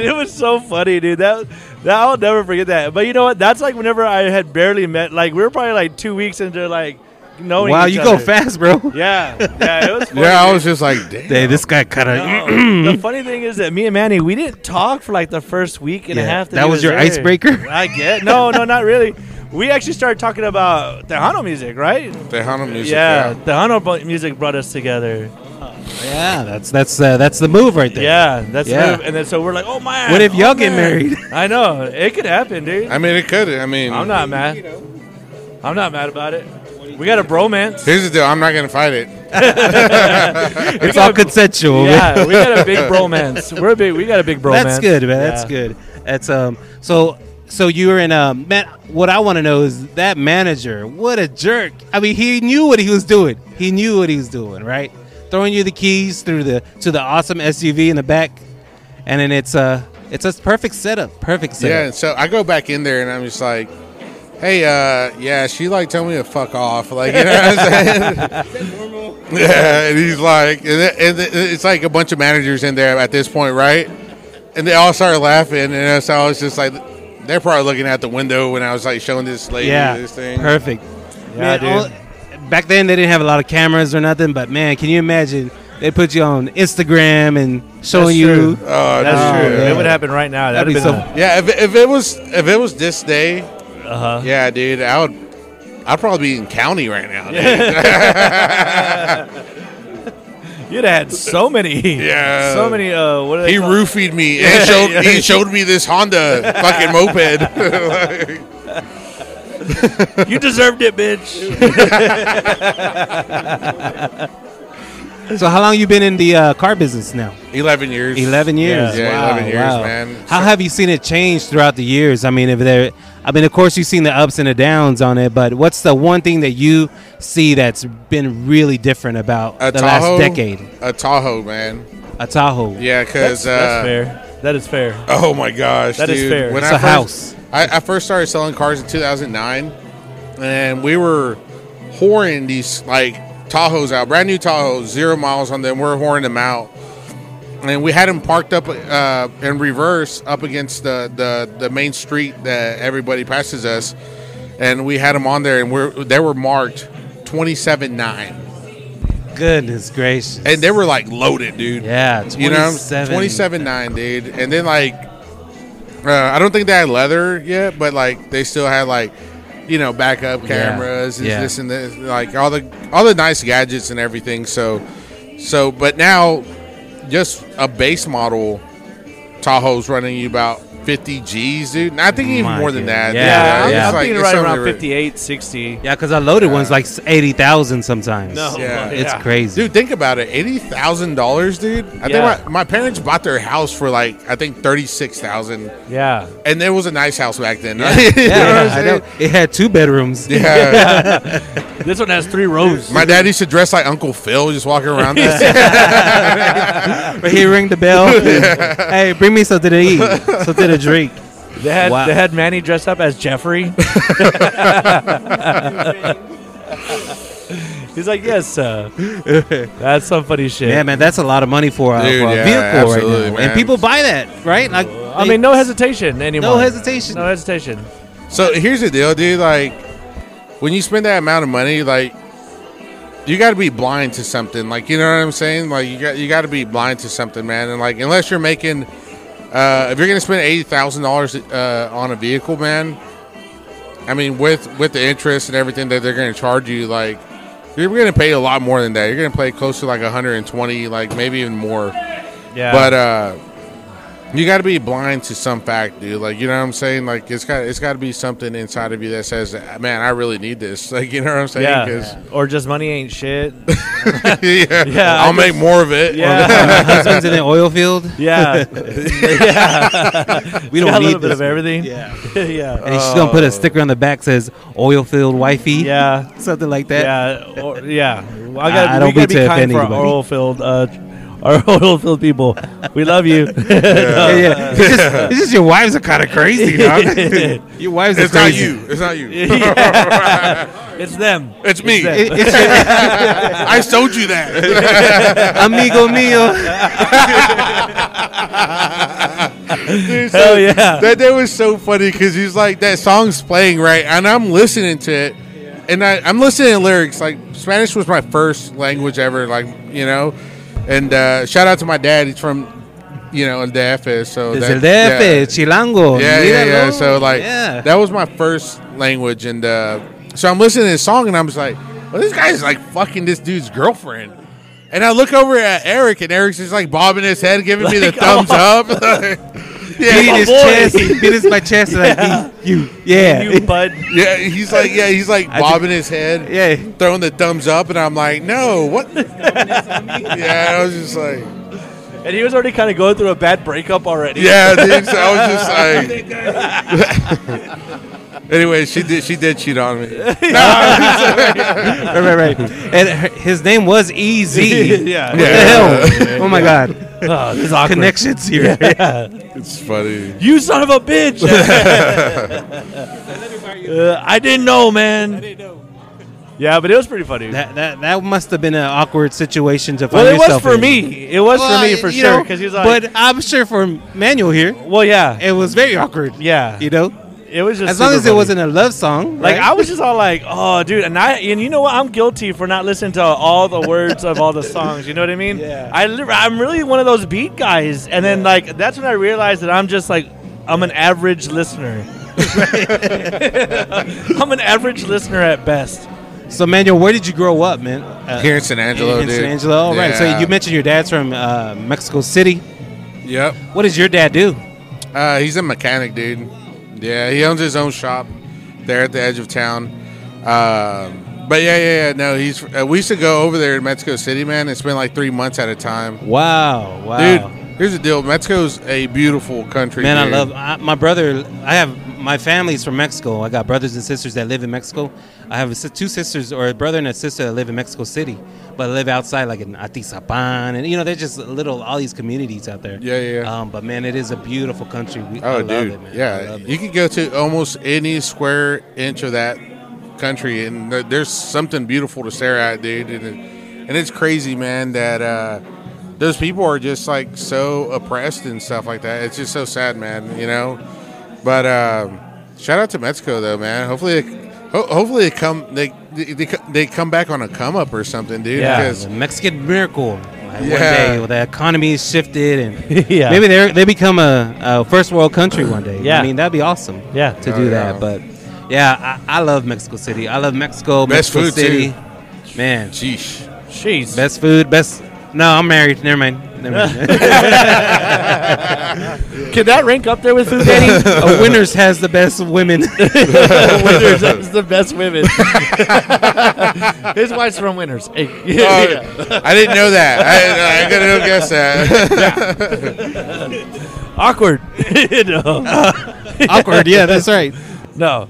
Speaker 2: it was so funny, dude. That, that I'll never forget that. But you know what? That's like whenever I had barely met. Like we were probably like two weeks into like knowing.
Speaker 1: wow,
Speaker 2: each
Speaker 1: you go
Speaker 2: other.
Speaker 1: fast, bro.
Speaker 2: Yeah, yeah, it was. Funny,
Speaker 3: Yeah, I
Speaker 2: dude.
Speaker 3: was just like, damn.
Speaker 1: Hey, this guy kind of.
Speaker 2: No, the funny thing is that me and Manny, we didn't talk for like the first week and a
Speaker 1: Yeah,
Speaker 2: half.
Speaker 1: that
Speaker 2: he
Speaker 1: was your
Speaker 2: there.
Speaker 1: icebreaker?
Speaker 2: I get. No, no, not really. We actually started talking about Tejano music, right?
Speaker 3: The Hana music.
Speaker 2: yeah,
Speaker 3: Yeah.
Speaker 2: Tejano bu- music brought us together.
Speaker 1: Yeah, that's that's uh, that's the move right there.
Speaker 2: Yeah, that's
Speaker 1: Yeah.
Speaker 2: yeah. And then so we're like, oh man.
Speaker 1: What if
Speaker 2: oh,
Speaker 1: y'all get
Speaker 2: man."
Speaker 1: married?
Speaker 2: I know it could happen, dude.
Speaker 3: I mean, it could. I mean,
Speaker 2: I'm not mad. I'm not mad about it. We got a bromance.
Speaker 3: Here's the deal. I'm not gonna fight it.
Speaker 1: It's all consensual. man.
Speaker 2: Yeah, we got a big bromance. We're a big. We got a big bromance.
Speaker 1: That's good, man. That's
Speaker 2: Yeah.
Speaker 1: good. That's um. So so you were in um. Man, what I want to know is that manager. What a jerk! I mean, he knew what he was doing. He knew what he was doing, right? Throwing you the keys through the to the awesome SUV in the back, and then it's uh it's a perfect setup. Perfect
Speaker 3: Yeah.
Speaker 1: setup.
Speaker 3: and So I go back in there and I'm just like, hey, uh, yeah, she like told me to fuck off. Like, you know what I'm saying? Yeah, and he's like, and, it- and it- it's like a bunch of managers in there at this point, right? And they all started laughing, and so I was just like, they're probably looking out the window when I was like showing this lady
Speaker 1: Yeah.
Speaker 3: this thing.
Speaker 1: Perfect.
Speaker 2: Yeah, dude.
Speaker 1: all- back then they didn't have a lot of cameras or nothing, but man, can you imagine? They put you on Instagram and showing
Speaker 2: That's
Speaker 1: you.
Speaker 2: true.
Speaker 3: Oh,
Speaker 2: That's
Speaker 3: dude.
Speaker 2: true. It would happen right now. That'd,
Speaker 1: That'd
Speaker 2: be
Speaker 1: be
Speaker 2: been
Speaker 1: so-
Speaker 2: a-
Speaker 3: Yeah, if, if it was if it was this day, uh-huh. yeah, dude, I would. I'd probably be in county right now. Dude.
Speaker 2: You'd have had so many.
Speaker 3: Yeah.
Speaker 2: So many. Uh, what are they
Speaker 3: he
Speaker 2: called?
Speaker 3: roofied me and showed he showed me this Honda fucking moped. Like,
Speaker 2: You deserved it, bitch.
Speaker 1: So how long you been in the uh, car business now?
Speaker 3: Eleven years.
Speaker 1: 11 years.
Speaker 3: Yeah,
Speaker 1: Wow,
Speaker 3: 11 years,
Speaker 1: wow.
Speaker 3: man.
Speaker 1: How have you seen it change throughout the years? I mean, if there, I mean, of course, you've seen the ups and the downs on it, but what's the one thing that you see that's been really different about
Speaker 3: A
Speaker 1: the
Speaker 3: Tahoe.
Speaker 1: last decade?
Speaker 3: A Tahoe, man.
Speaker 1: A Tahoe.
Speaker 3: Yeah, because
Speaker 2: That's
Speaker 3: uh,
Speaker 2: fair. That is fair.
Speaker 3: oh my gosh,
Speaker 2: That
Speaker 3: dude.
Speaker 2: is fair.
Speaker 1: It's a house.
Speaker 3: I, I first started selling cars in 2009, and we were whoring these like Tahoes out, brand new Tahoes, zero miles on them. We're whoring them out, and we had them parked up uh, in reverse up against the, the the main street that everybody passes us, and we had them on there, and we're they were marked 27 nine,
Speaker 1: Goodness gracious.
Speaker 3: and they were like loaded, dude.
Speaker 1: yeah, 27.
Speaker 3: You know, 27 9, dude. And then, like, uh, I don't think they had leather yet, but, like, they still had, like, you know, backup cameras and
Speaker 1: yeah.
Speaker 3: this and this, like, all the all the nice gadgets and everything. So, so, but now, just a base model Tahoe's running you about 50 G's, dude. And I think even
Speaker 1: My
Speaker 3: more than
Speaker 1: goodness.
Speaker 3: that.
Speaker 1: Yeah,
Speaker 2: I'm,
Speaker 3: dude.
Speaker 1: yeah.
Speaker 3: It's
Speaker 2: I'm
Speaker 3: like-
Speaker 2: thinking
Speaker 3: it's
Speaker 2: right
Speaker 3: something
Speaker 2: around
Speaker 3: re-
Speaker 2: 58, 60.
Speaker 1: Yeah, because a loaded one's like 80,000 sometimes.
Speaker 2: No.
Speaker 3: Yeah.
Speaker 1: It's
Speaker 2: Yeah.
Speaker 1: crazy.
Speaker 3: Dude, think about it. Eighty thousand dollars, dude. I
Speaker 2: Yeah.
Speaker 3: think my, my parents bought their house for like I think thirty six thousand.
Speaker 2: Yeah.
Speaker 3: and it was a nice house back then.
Speaker 1: yeah,
Speaker 3: You know what
Speaker 1: I
Speaker 3: I'm
Speaker 1: know. It had two bedrooms.
Speaker 3: saying? Yeah.
Speaker 2: This one has three rows.
Speaker 3: my dad used to dress like Uncle Phil, just walking around. This.
Speaker 1: But he ring the bell. hey, bring me something to eat, something to drink.
Speaker 2: They had,
Speaker 1: Wow.
Speaker 2: they had Manny dressed up as Jeffrey. He's like, yes, sir. That's some funny shit.
Speaker 1: Yeah, man, that's a lot of money for, uh,
Speaker 3: Dude,
Speaker 1: for a
Speaker 3: yeah,
Speaker 1: vehicle right
Speaker 3: absolutely,
Speaker 1: now, and
Speaker 3: man.
Speaker 1: people buy that, right? Like,
Speaker 2: I mean, no hesitation anymore.
Speaker 1: no hesitation.
Speaker 2: No hesitation.
Speaker 3: so here's the deal, dude. Like, when you spend that amount of money, like you got to be blind to something. Like you know what I'm saying? Like you got you got to be blind to something, man. And like unless you're making, uh, if you're gonna spend eighty thousand uh, dollars on a vehicle, man. I mean, with with the interest and everything that they're gonna charge you, like you're gonna pay a lot more than that. You're gonna pay close to like 120, like maybe even more.
Speaker 2: Yeah.
Speaker 3: But uh, you got to be blind to some fact, dude. Like you know what I'm saying? Like it's got it's got to be something inside of you that says, "Man, I really need this." Like you know what I'm saying?
Speaker 2: yeah. Or just money ain't shit.
Speaker 3: 'Cause- yeah,
Speaker 2: Yeah, I
Speaker 3: I'll make
Speaker 2: just-
Speaker 3: more of it.
Speaker 2: Yeah.
Speaker 1: Husband's uh, in the oil field.
Speaker 2: yeah. yeah.
Speaker 1: We don't
Speaker 2: Got a
Speaker 1: need
Speaker 2: little bit
Speaker 1: this.
Speaker 2: of everything.
Speaker 1: Yeah.
Speaker 2: yeah.
Speaker 1: And he's just gonna
Speaker 3: Oh.
Speaker 1: put a sticker on the back says oil field wifey.
Speaker 2: Yeah.
Speaker 1: Something like that.
Speaker 2: Yeah, or, yeah. Well, I
Speaker 1: I-
Speaker 2: gotta,
Speaker 1: I
Speaker 2: we
Speaker 1: don't
Speaker 2: gotta
Speaker 1: mean
Speaker 2: be
Speaker 1: to
Speaker 2: kind
Speaker 1: offend
Speaker 2: for our
Speaker 1: anybody.
Speaker 2: oil filled, uh, our oil filled people. We love you.
Speaker 1: Yeah, yeah. It's just, it's just your wives are kind of crazy, dog. your wives
Speaker 3: It's
Speaker 1: are
Speaker 3: not
Speaker 1: crazy.
Speaker 3: you. It's not you.
Speaker 2: It's them.
Speaker 3: It's me.
Speaker 2: them.
Speaker 1: It- it's your-
Speaker 3: I sold you that.
Speaker 1: amigo mio.
Speaker 3: Dude, so
Speaker 2: Hell yeah.
Speaker 3: That day was so funny because he's like, that song's playing right, and I'm listening to it, and I, I'm listening to lyrics. Like Spanish was my first language ever, like you know. And uh, shout out to my dad. He's from, you know, in DF, so
Speaker 1: Desde el
Speaker 3: that-
Speaker 1: DF,
Speaker 3: yeah.
Speaker 1: Chilango.
Speaker 3: Yeah, yeah,
Speaker 1: míralo.
Speaker 3: yeah. So like
Speaker 1: yeah.
Speaker 3: that was my first language, and uh, so I'm listening to this song, and I'm just like, well, this guy's like fucking this dude's girlfriend. And I look over at Eric, and Eric's just like bobbing his head, giving me the
Speaker 2: Like,
Speaker 3: thumbs
Speaker 2: oh.
Speaker 3: up.
Speaker 1: beat
Speaker 3: yeah,
Speaker 1: his
Speaker 2: boy.
Speaker 1: chest. He beat his my chest like he- you. Yeah.
Speaker 2: You bud.
Speaker 3: yeah, he's like, yeah, he's like
Speaker 1: think-
Speaker 3: bobbing his head,
Speaker 1: yeah.
Speaker 3: throwing the thumbs up, and I'm like, no, what? yeah, I was just like,
Speaker 2: And he was already kind of going through a bad breakup already.
Speaker 3: yeah, dude. So I was just like. anyway, she did. She did cheat on me.
Speaker 1: Right, right, right. And her, his name was EZ.
Speaker 2: Yeah.
Speaker 1: What the hell? oh my god.
Speaker 2: Oh, this is awkward.
Speaker 1: Connections here.
Speaker 3: It's funny.
Speaker 2: You son of a bitch. Uh, I didn't know, man. I didn't know. Yeah, but it was pretty funny.
Speaker 1: That, that that must have been an awkward situation to find
Speaker 2: well, it was
Speaker 1: yourself
Speaker 2: for
Speaker 1: in.
Speaker 2: me. It was
Speaker 1: Well,
Speaker 2: for me
Speaker 1: I-
Speaker 2: for
Speaker 1: you
Speaker 2: sure.
Speaker 1: know,
Speaker 2: Because he was like,
Speaker 1: but I'm sure for Manuel here,
Speaker 2: well, yeah,
Speaker 1: it was very awkward.
Speaker 2: yeah.
Speaker 1: You know,
Speaker 2: It was just
Speaker 1: as long
Speaker 2: super
Speaker 1: as it
Speaker 2: funny.
Speaker 1: wasn't a love song,
Speaker 2: Like
Speaker 1: right?
Speaker 2: I was just all like, "Oh, dude," and I and you know what? I'm guilty for not listening to all the words of all the songs. You know what I mean?
Speaker 1: Yeah.
Speaker 2: I li- I'm really one of those beat guys, and then like that's when I realized that I'm just like I'm an average listener. I'm an average listener at best.
Speaker 1: So, Manuel, where did you grow up, man? Uh,
Speaker 3: Here in San Angelo,
Speaker 1: in
Speaker 3: dude.
Speaker 1: San Angelo. All right.
Speaker 3: Yeah.
Speaker 1: So you mentioned your dad's from uh, Mexico City.
Speaker 3: Yep.
Speaker 1: What does your dad do?
Speaker 3: Uh, he's a mechanic, dude. Yeah, he owns his own shop there at the edge of town. Um, but yeah, yeah, yeah. No, he's. Uh, we used to go over there in Mexico City, man, and spend like three months at a time.
Speaker 1: Wow, wow.
Speaker 3: Dude, here's the deal. Mexico's a beautiful country.
Speaker 1: Man, I
Speaker 3: dude.
Speaker 1: love I, my brother. I have my family's from Mexico. I got brothers and sisters that live in Mexico. I have a, sis- two sisters, or a brother and a sister that live in Mexico City, but live outside, like in Atizapan, and you know, there's just little all these communities out there.
Speaker 3: Yeah, yeah, yeah.
Speaker 1: Um, but man, it is a beautiful country. We, I
Speaker 3: Oh,
Speaker 1: love
Speaker 3: dude.
Speaker 1: it, man. I
Speaker 3: Yeah,
Speaker 1: love it.
Speaker 3: you could go to almost any square inch of that country, and th- there's something beautiful to stare at, dude. And, it- and it's crazy, man, that uh, those people are just like so oppressed and stuff like that. It's just so sad, man. You know. But um, shout out to Mexico, though, man. Hopefully, they, ho- hopefully they come they, they they co- they come back on a come up or something, dude.
Speaker 2: Yeah.
Speaker 3: because-
Speaker 1: The Mexican miracle. Like One
Speaker 3: Yeah.
Speaker 1: day, well, the economy is shifted, and
Speaker 2: Yeah.
Speaker 1: maybe they they become a, a first world country one day.
Speaker 2: Yeah.
Speaker 1: I mean that'd be awesome.
Speaker 2: Yeah.
Speaker 1: to
Speaker 3: Oh,
Speaker 1: do
Speaker 3: yeah.
Speaker 1: that, but yeah, I, I love Mexico City. I love Mexico,
Speaker 3: Best
Speaker 1: Mexico
Speaker 3: food,
Speaker 1: City. Man,
Speaker 3: sheesh.
Speaker 2: Jeez.
Speaker 1: best food, best. No, I'm married. Never mind. Never mind.
Speaker 2: Can that rank up there with food, Danny?
Speaker 1: a winner's has the best women.
Speaker 2: Winners is the best women. His wife's from Winners. Hey.
Speaker 3: Oh, I didn't know that. I, I gotta guess that.
Speaker 2: Awkward. no.
Speaker 1: Awkward. Yeah, that's right.
Speaker 2: No.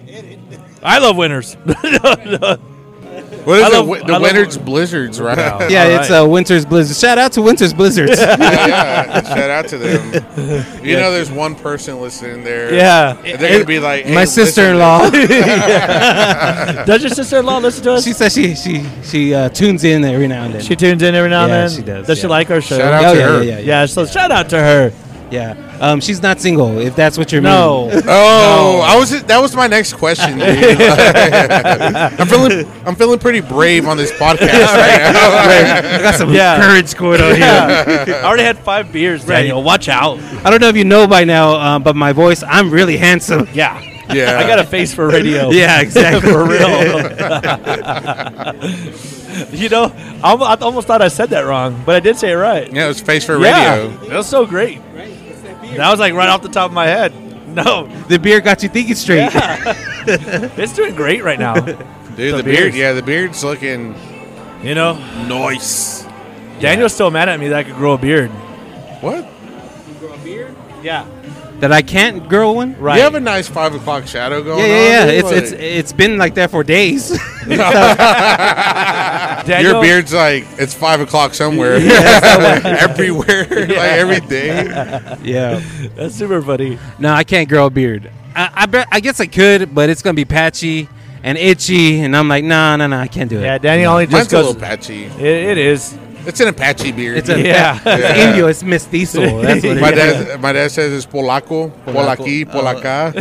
Speaker 2: I love winners.
Speaker 3: What is
Speaker 2: I
Speaker 3: it?
Speaker 2: love-
Speaker 3: Wi-
Speaker 2: I
Speaker 3: the
Speaker 2: love-
Speaker 3: Winter's Blizzards, right?
Speaker 2: Wow.
Speaker 1: Yeah,
Speaker 2: All
Speaker 1: it's uh, Winter's Blizzards. Shout out to Winter's Blizzards.
Speaker 3: yeah, yeah. Shout out to them. You know, there's one person listening there.
Speaker 2: yeah.
Speaker 3: And they're gonna be like hey,
Speaker 1: My
Speaker 3: listen-
Speaker 1: sister-in-law.
Speaker 2: Does your sister-in-law listen to us?
Speaker 1: she says she she she uh, tunes in every now and then.
Speaker 2: she tunes in every now and
Speaker 1: Yeah,
Speaker 2: then.
Speaker 1: she does,
Speaker 2: Does she
Speaker 1: yeah.
Speaker 2: like our show?
Speaker 3: Shout out
Speaker 1: Oh,
Speaker 3: to
Speaker 1: yeah,
Speaker 3: her.
Speaker 1: yeah, yeah,
Speaker 2: Yeah, so shout out to her.
Speaker 1: Yeah. Um, she's not single, if that's what you're
Speaker 2: No.
Speaker 3: Oh, I was. That was my next question. Dude. I'm feeling. I'm feeling pretty brave on this podcast right now.
Speaker 1: I got some
Speaker 2: Yeah.
Speaker 1: courage going on here.
Speaker 2: I already had five beers, Daniel. Watch out.
Speaker 1: I don't know if you know by now, um, but my voice, I'm really handsome.
Speaker 2: Yeah.
Speaker 3: Yeah.
Speaker 2: I got a face for radio.
Speaker 1: Yeah, exactly.
Speaker 2: For real. you know, I almo- I almost thought I said that wrong, but I did say it right.
Speaker 3: yeah, it was face for radio.
Speaker 2: Yeah, that was so great. That was like right off the top of my head. No,
Speaker 1: the beer got you thinking straight.
Speaker 2: it's doing great right now.
Speaker 3: Dude,
Speaker 2: The
Speaker 3: the, beard.
Speaker 2: beers.
Speaker 3: Yeah, the beard's looking
Speaker 2: You know,
Speaker 3: nice.
Speaker 2: Daniel's still mad at me that I could grow a beard.
Speaker 3: What?
Speaker 2: Yeah,
Speaker 1: That I can't grow one.
Speaker 2: right.
Speaker 3: You have a nice five o'clock shadow going.
Speaker 1: Yeah,
Speaker 3: on,
Speaker 1: yeah, yeah.
Speaker 3: dude,
Speaker 1: It's
Speaker 3: like-
Speaker 1: it's it's been like that for days.
Speaker 2: Daniel,
Speaker 3: your beard's like it's five o'clock somewhere. Everywhere, like every day.
Speaker 1: yeah.
Speaker 2: That's super funny.
Speaker 1: No, I can't grow a beard. I I, bet, I guess I could, but it's gonna be patchy and itchy, and I'm like, nah, nah, nah, I can't do it.
Speaker 2: Yeah, Daniel only just
Speaker 3: Mine's a
Speaker 2: goes.
Speaker 3: little patchy.
Speaker 2: It, it is.
Speaker 3: It's an Apache beard.
Speaker 1: It's a
Speaker 2: Yeah.
Speaker 1: it's Indio. It's mestizo. That's what it
Speaker 3: my
Speaker 1: is.
Speaker 3: dad, my dad says it's polaco, polaki, polaca.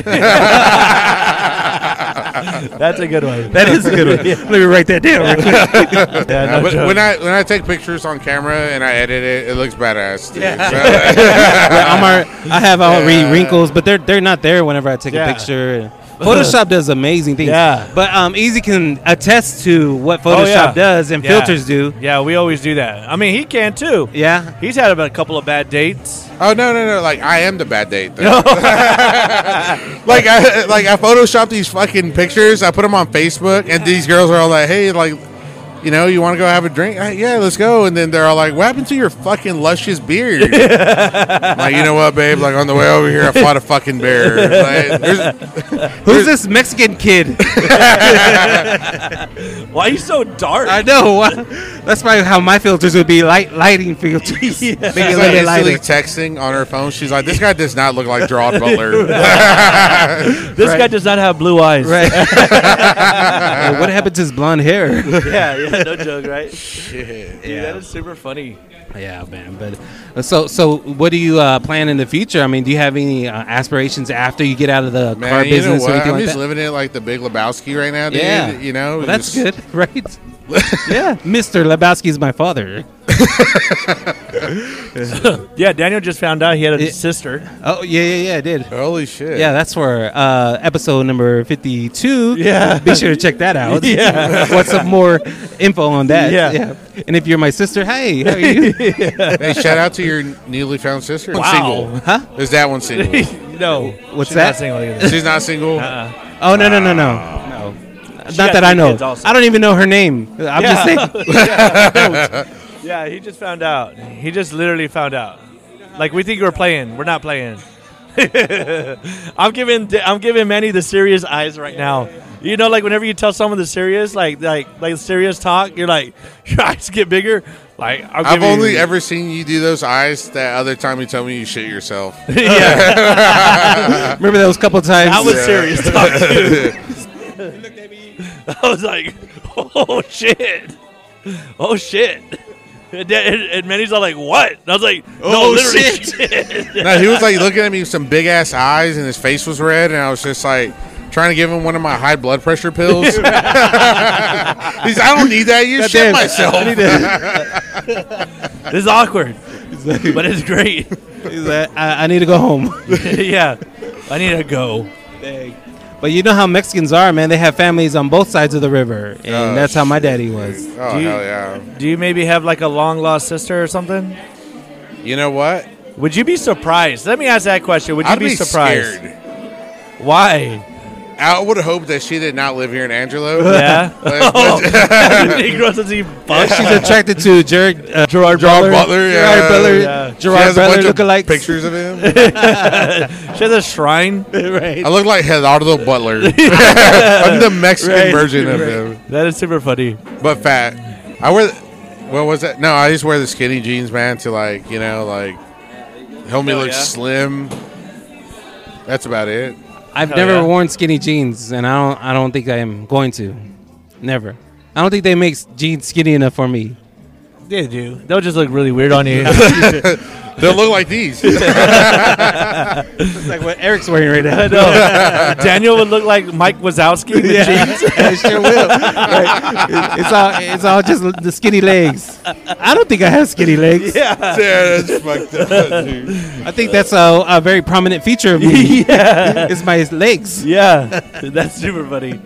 Speaker 2: That's a good one.
Speaker 1: That is a good one. Let me write that down. Real quick.
Speaker 2: Yeah, no
Speaker 3: but
Speaker 2: joke.
Speaker 3: when I when I take pictures on camera and I edit it, it looks badass. Dude.
Speaker 1: I'm alre- I have already wrinkles, but they're they're not there whenever I take
Speaker 2: Yeah.
Speaker 1: a picture. Photoshop does amazing things.
Speaker 2: Yeah.
Speaker 1: But um, Easy can attest to what Photoshop
Speaker 2: Oh, yeah.
Speaker 1: does and
Speaker 2: Yeah.
Speaker 1: filters do.
Speaker 2: Yeah, we always do that. I mean, he can too.
Speaker 1: Yeah.
Speaker 2: He's had about a couple of bad dates.
Speaker 3: So- oh no no no! Like I am the bad date. Though. like I like I photoshopped these fucking pictures. I put them on Facebook, and these girls are all like, "Hey, like." You know, you want to go have a drink? Uh, yeah, let's go. And then they're all like, "What happened to your fucking luscious beard?" I'm like, you know what, babe? Like on the way over here, I fought a fucking bear. Like, there's-
Speaker 1: Who's this Mexican kid?
Speaker 2: Why are you so dark?
Speaker 1: I know. That's probably how my filters would be light lighting filters. Make it a
Speaker 3: She's
Speaker 1: little
Speaker 3: like
Speaker 1: bit
Speaker 3: instantly
Speaker 1: lighter.
Speaker 3: texting on her phone. She's like, "This guy does not look like Gerard Butler."
Speaker 2: this guy does not have blue eyes.
Speaker 1: Right. Well, what happened to his blonde hair?
Speaker 2: yeah, yeah, no joke, right? Dude, that is super funny.
Speaker 1: yeah, man. But uh, so so, what do you uh, plan in the future? I mean, do you have any uh, aspirations after you get out of the
Speaker 3: Man,
Speaker 1: car
Speaker 3: you know
Speaker 1: business
Speaker 3: what?
Speaker 1: or anything
Speaker 3: I'm
Speaker 1: like
Speaker 3: just
Speaker 1: that?
Speaker 3: living it like the Big Lebowski right now, dude.
Speaker 1: Yeah.
Speaker 3: You know,
Speaker 1: Well, that's
Speaker 3: just-
Speaker 1: good, right? yeah, Mr. Lebowski is my father.
Speaker 2: Yeah, Daniel just found out he had a
Speaker 1: It-
Speaker 2: sister.
Speaker 1: Oh yeah, yeah, yeah, I did.
Speaker 3: Holy shit!
Speaker 1: Yeah, that's for uh, episode number fifty-two.
Speaker 2: Yeah.
Speaker 1: be sure to check that out.
Speaker 2: Yeah.
Speaker 1: want some more info on that?
Speaker 2: Yeah.
Speaker 1: and if you're my sister, hey, how are you?
Speaker 3: Hey, shout out to your newly found sister.
Speaker 2: Wow.
Speaker 3: Single?
Speaker 1: huh?
Speaker 3: Is that one single?
Speaker 2: no,
Speaker 1: What's
Speaker 2: she's
Speaker 1: that?
Speaker 2: Not single either.
Speaker 3: She's not single.
Speaker 1: Oh no, no, no, no, no.
Speaker 2: got
Speaker 1: Not that I
Speaker 2: two
Speaker 1: know.
Speaker 2: kids also.
Speaker 1: I don't even know her name. I'm just
Speaker 2: Yeah.
Speaker 1: saying.
Speaker 2: yeah, he just found out. He just literally found out. Like we think we're playing, we're not playing. I'm giving I'm giving Manny the serious eyes right now. You know, like whenever you tell someone the serious, like like like serious talk, you're like your eyes get bigger. Like i
Speaker 3: I've only ever seen you do those eyes that other time you told me you shit yourself.
Speaker 2: yeah,
Speaker 1: Remember those couple times?
Speaker 2: that was
Speaker 3: Yeah.
Speaker 2: serious talk too. I was like, oh shit, oh shit. And, then- and Manny's all like, "What?" And I was like, "No,
Speaker 1: Oh,
Speaker 2: literally,
Speaker 1: shit.
Speaker 2: shit.
Speaker 3: no, he was like looking at me with some big ass eyes, and his face was red, and I was just like trying to give him one of my high blood pressure pills. He's, I don't need that. You
Speaker 1: God
Speaker 3: shit
Speaker 1: damn.
Speaker 3: myself.
Speaker 1: I need to,
Speaker 2: This is awkward, but it's great.
Speaker 1: he's like, I, I need to go home.
Speaker 2: yeah, I need to go.
Speaker 1: But you know how Mexicans are, man. They have families on both sides of the river, and
Speaker 3: Oh,
Speaker 1: that's how my daddy was.
Speaker 3: Oh
Speaker 2: Do you-
Speaker 3: hell yeah!
Speaker 2: Do you maybe have like a long lost sister or something?
Speaker 3: You know what?
Speaker 2: Would you be surprised? Let me ask that question. Would you
Speaker 3: I'd
Speaker 2: be,
Speaker 3: be
Speaker 2: surprised?
Speaker 3: scared.
Speaker 2: Why?
Speaker 3: I would hope that she did not live here in Angelo.
Speaker 2: Yeah.
Speaker 3: But-
Speaker 2: oh,
Speaker 3: but-
Speaker 2: he grows as he bucks.
Speaker 1: Oh, She's attracted to Gerard, uh, Gerard, Butler.
Speaker 3: Gerard Butler,
Speaker 1: Gerard
Speaker 3: yeah.
Speaker 1: Butler.
Speaker 2: Yeah.
Speaker 3: she
Speaker 1: Gerard
Speaker 3: has a
Speaker 1: Butler
Speaker 3: bunch of
Speaker 1: lookalikes.
Speaker 3: pictures of him.
Speaker 2: She has a shrine.
Speaker 1: right.
Speaker 3: I look like Gerardo Butler. I'm the Mexican
Speaker 2: Right.
Speaker 3: version of him,
Speaker 2: That is super funny.
Speaker 3: but fat. I wear. The, what was that? No, I just wear the skinny jeans, man, to like you know, like help me
Speaker 2: Hell
Speaker 3: look
Speaker 2: yeah.
Speaker 3: slim. That's about it.
Speaker 1: I've
Speaker 2: Hell
Speaker 1: never
Speaker 2: yeah.
Speaker 1: worn skinny jeans, and I don't. I don't think I am going to. Never. I don't think they make s- jeans skinny enough for me.
Speaker 2: They do. They'll just look really weird on you.
Speaker 3: They'll look like these.
Speaker 1: It's like what Eric's wearing right now.
Speaker 2: No. Daniel would look like Mike Wazowski. in the jeans.
Speaker 1: it sure will. Like, it- it's all it's all just l- the skinny legs. I don't think I have skinny legs.
Speaker 2: Yeah.
Speaker 3: Yeah, that's fucked up, dude.
Speaker 1: I think that's a, a very prominent feature of me.
Speaker 2: yeah.
Speaker 1: It's my legs.
Speaker 2: Yeah. That's super funny.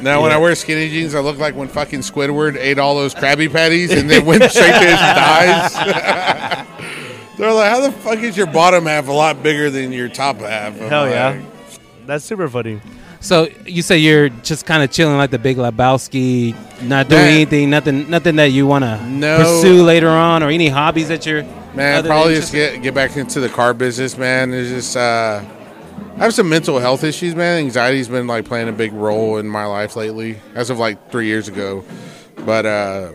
Speaker 3: Now, when I wear skinny jeans, I look like when fucking Squidward ate all those Krabby Patties and then went straight to his thighs. They're like, how the fuck is your bottom half a lot bigger than your top half? I'm
Speaker 2: Hell yeah.
Speaker 3: like,
Speaker 2: That's super funny.
Speaker 1: So you say you're just kind of chilling like the Big Lebowski, not doing
Speaker 3: Man.
Speaker 1: anything, nothing, nothing that you want to
Speaker 3: No.
Speaker 1: pursue later on, or any hobbies that you're.
Speaker 3: Man,
Speaker 1: other
Speaker 3: probably
Speaker 1: than
Speaker 3: just get get back into the car business, man. It's just uh, I have some mental health issues, man. Anxiety's been like playing a big role in my life lately, as of like three years ago. But uh,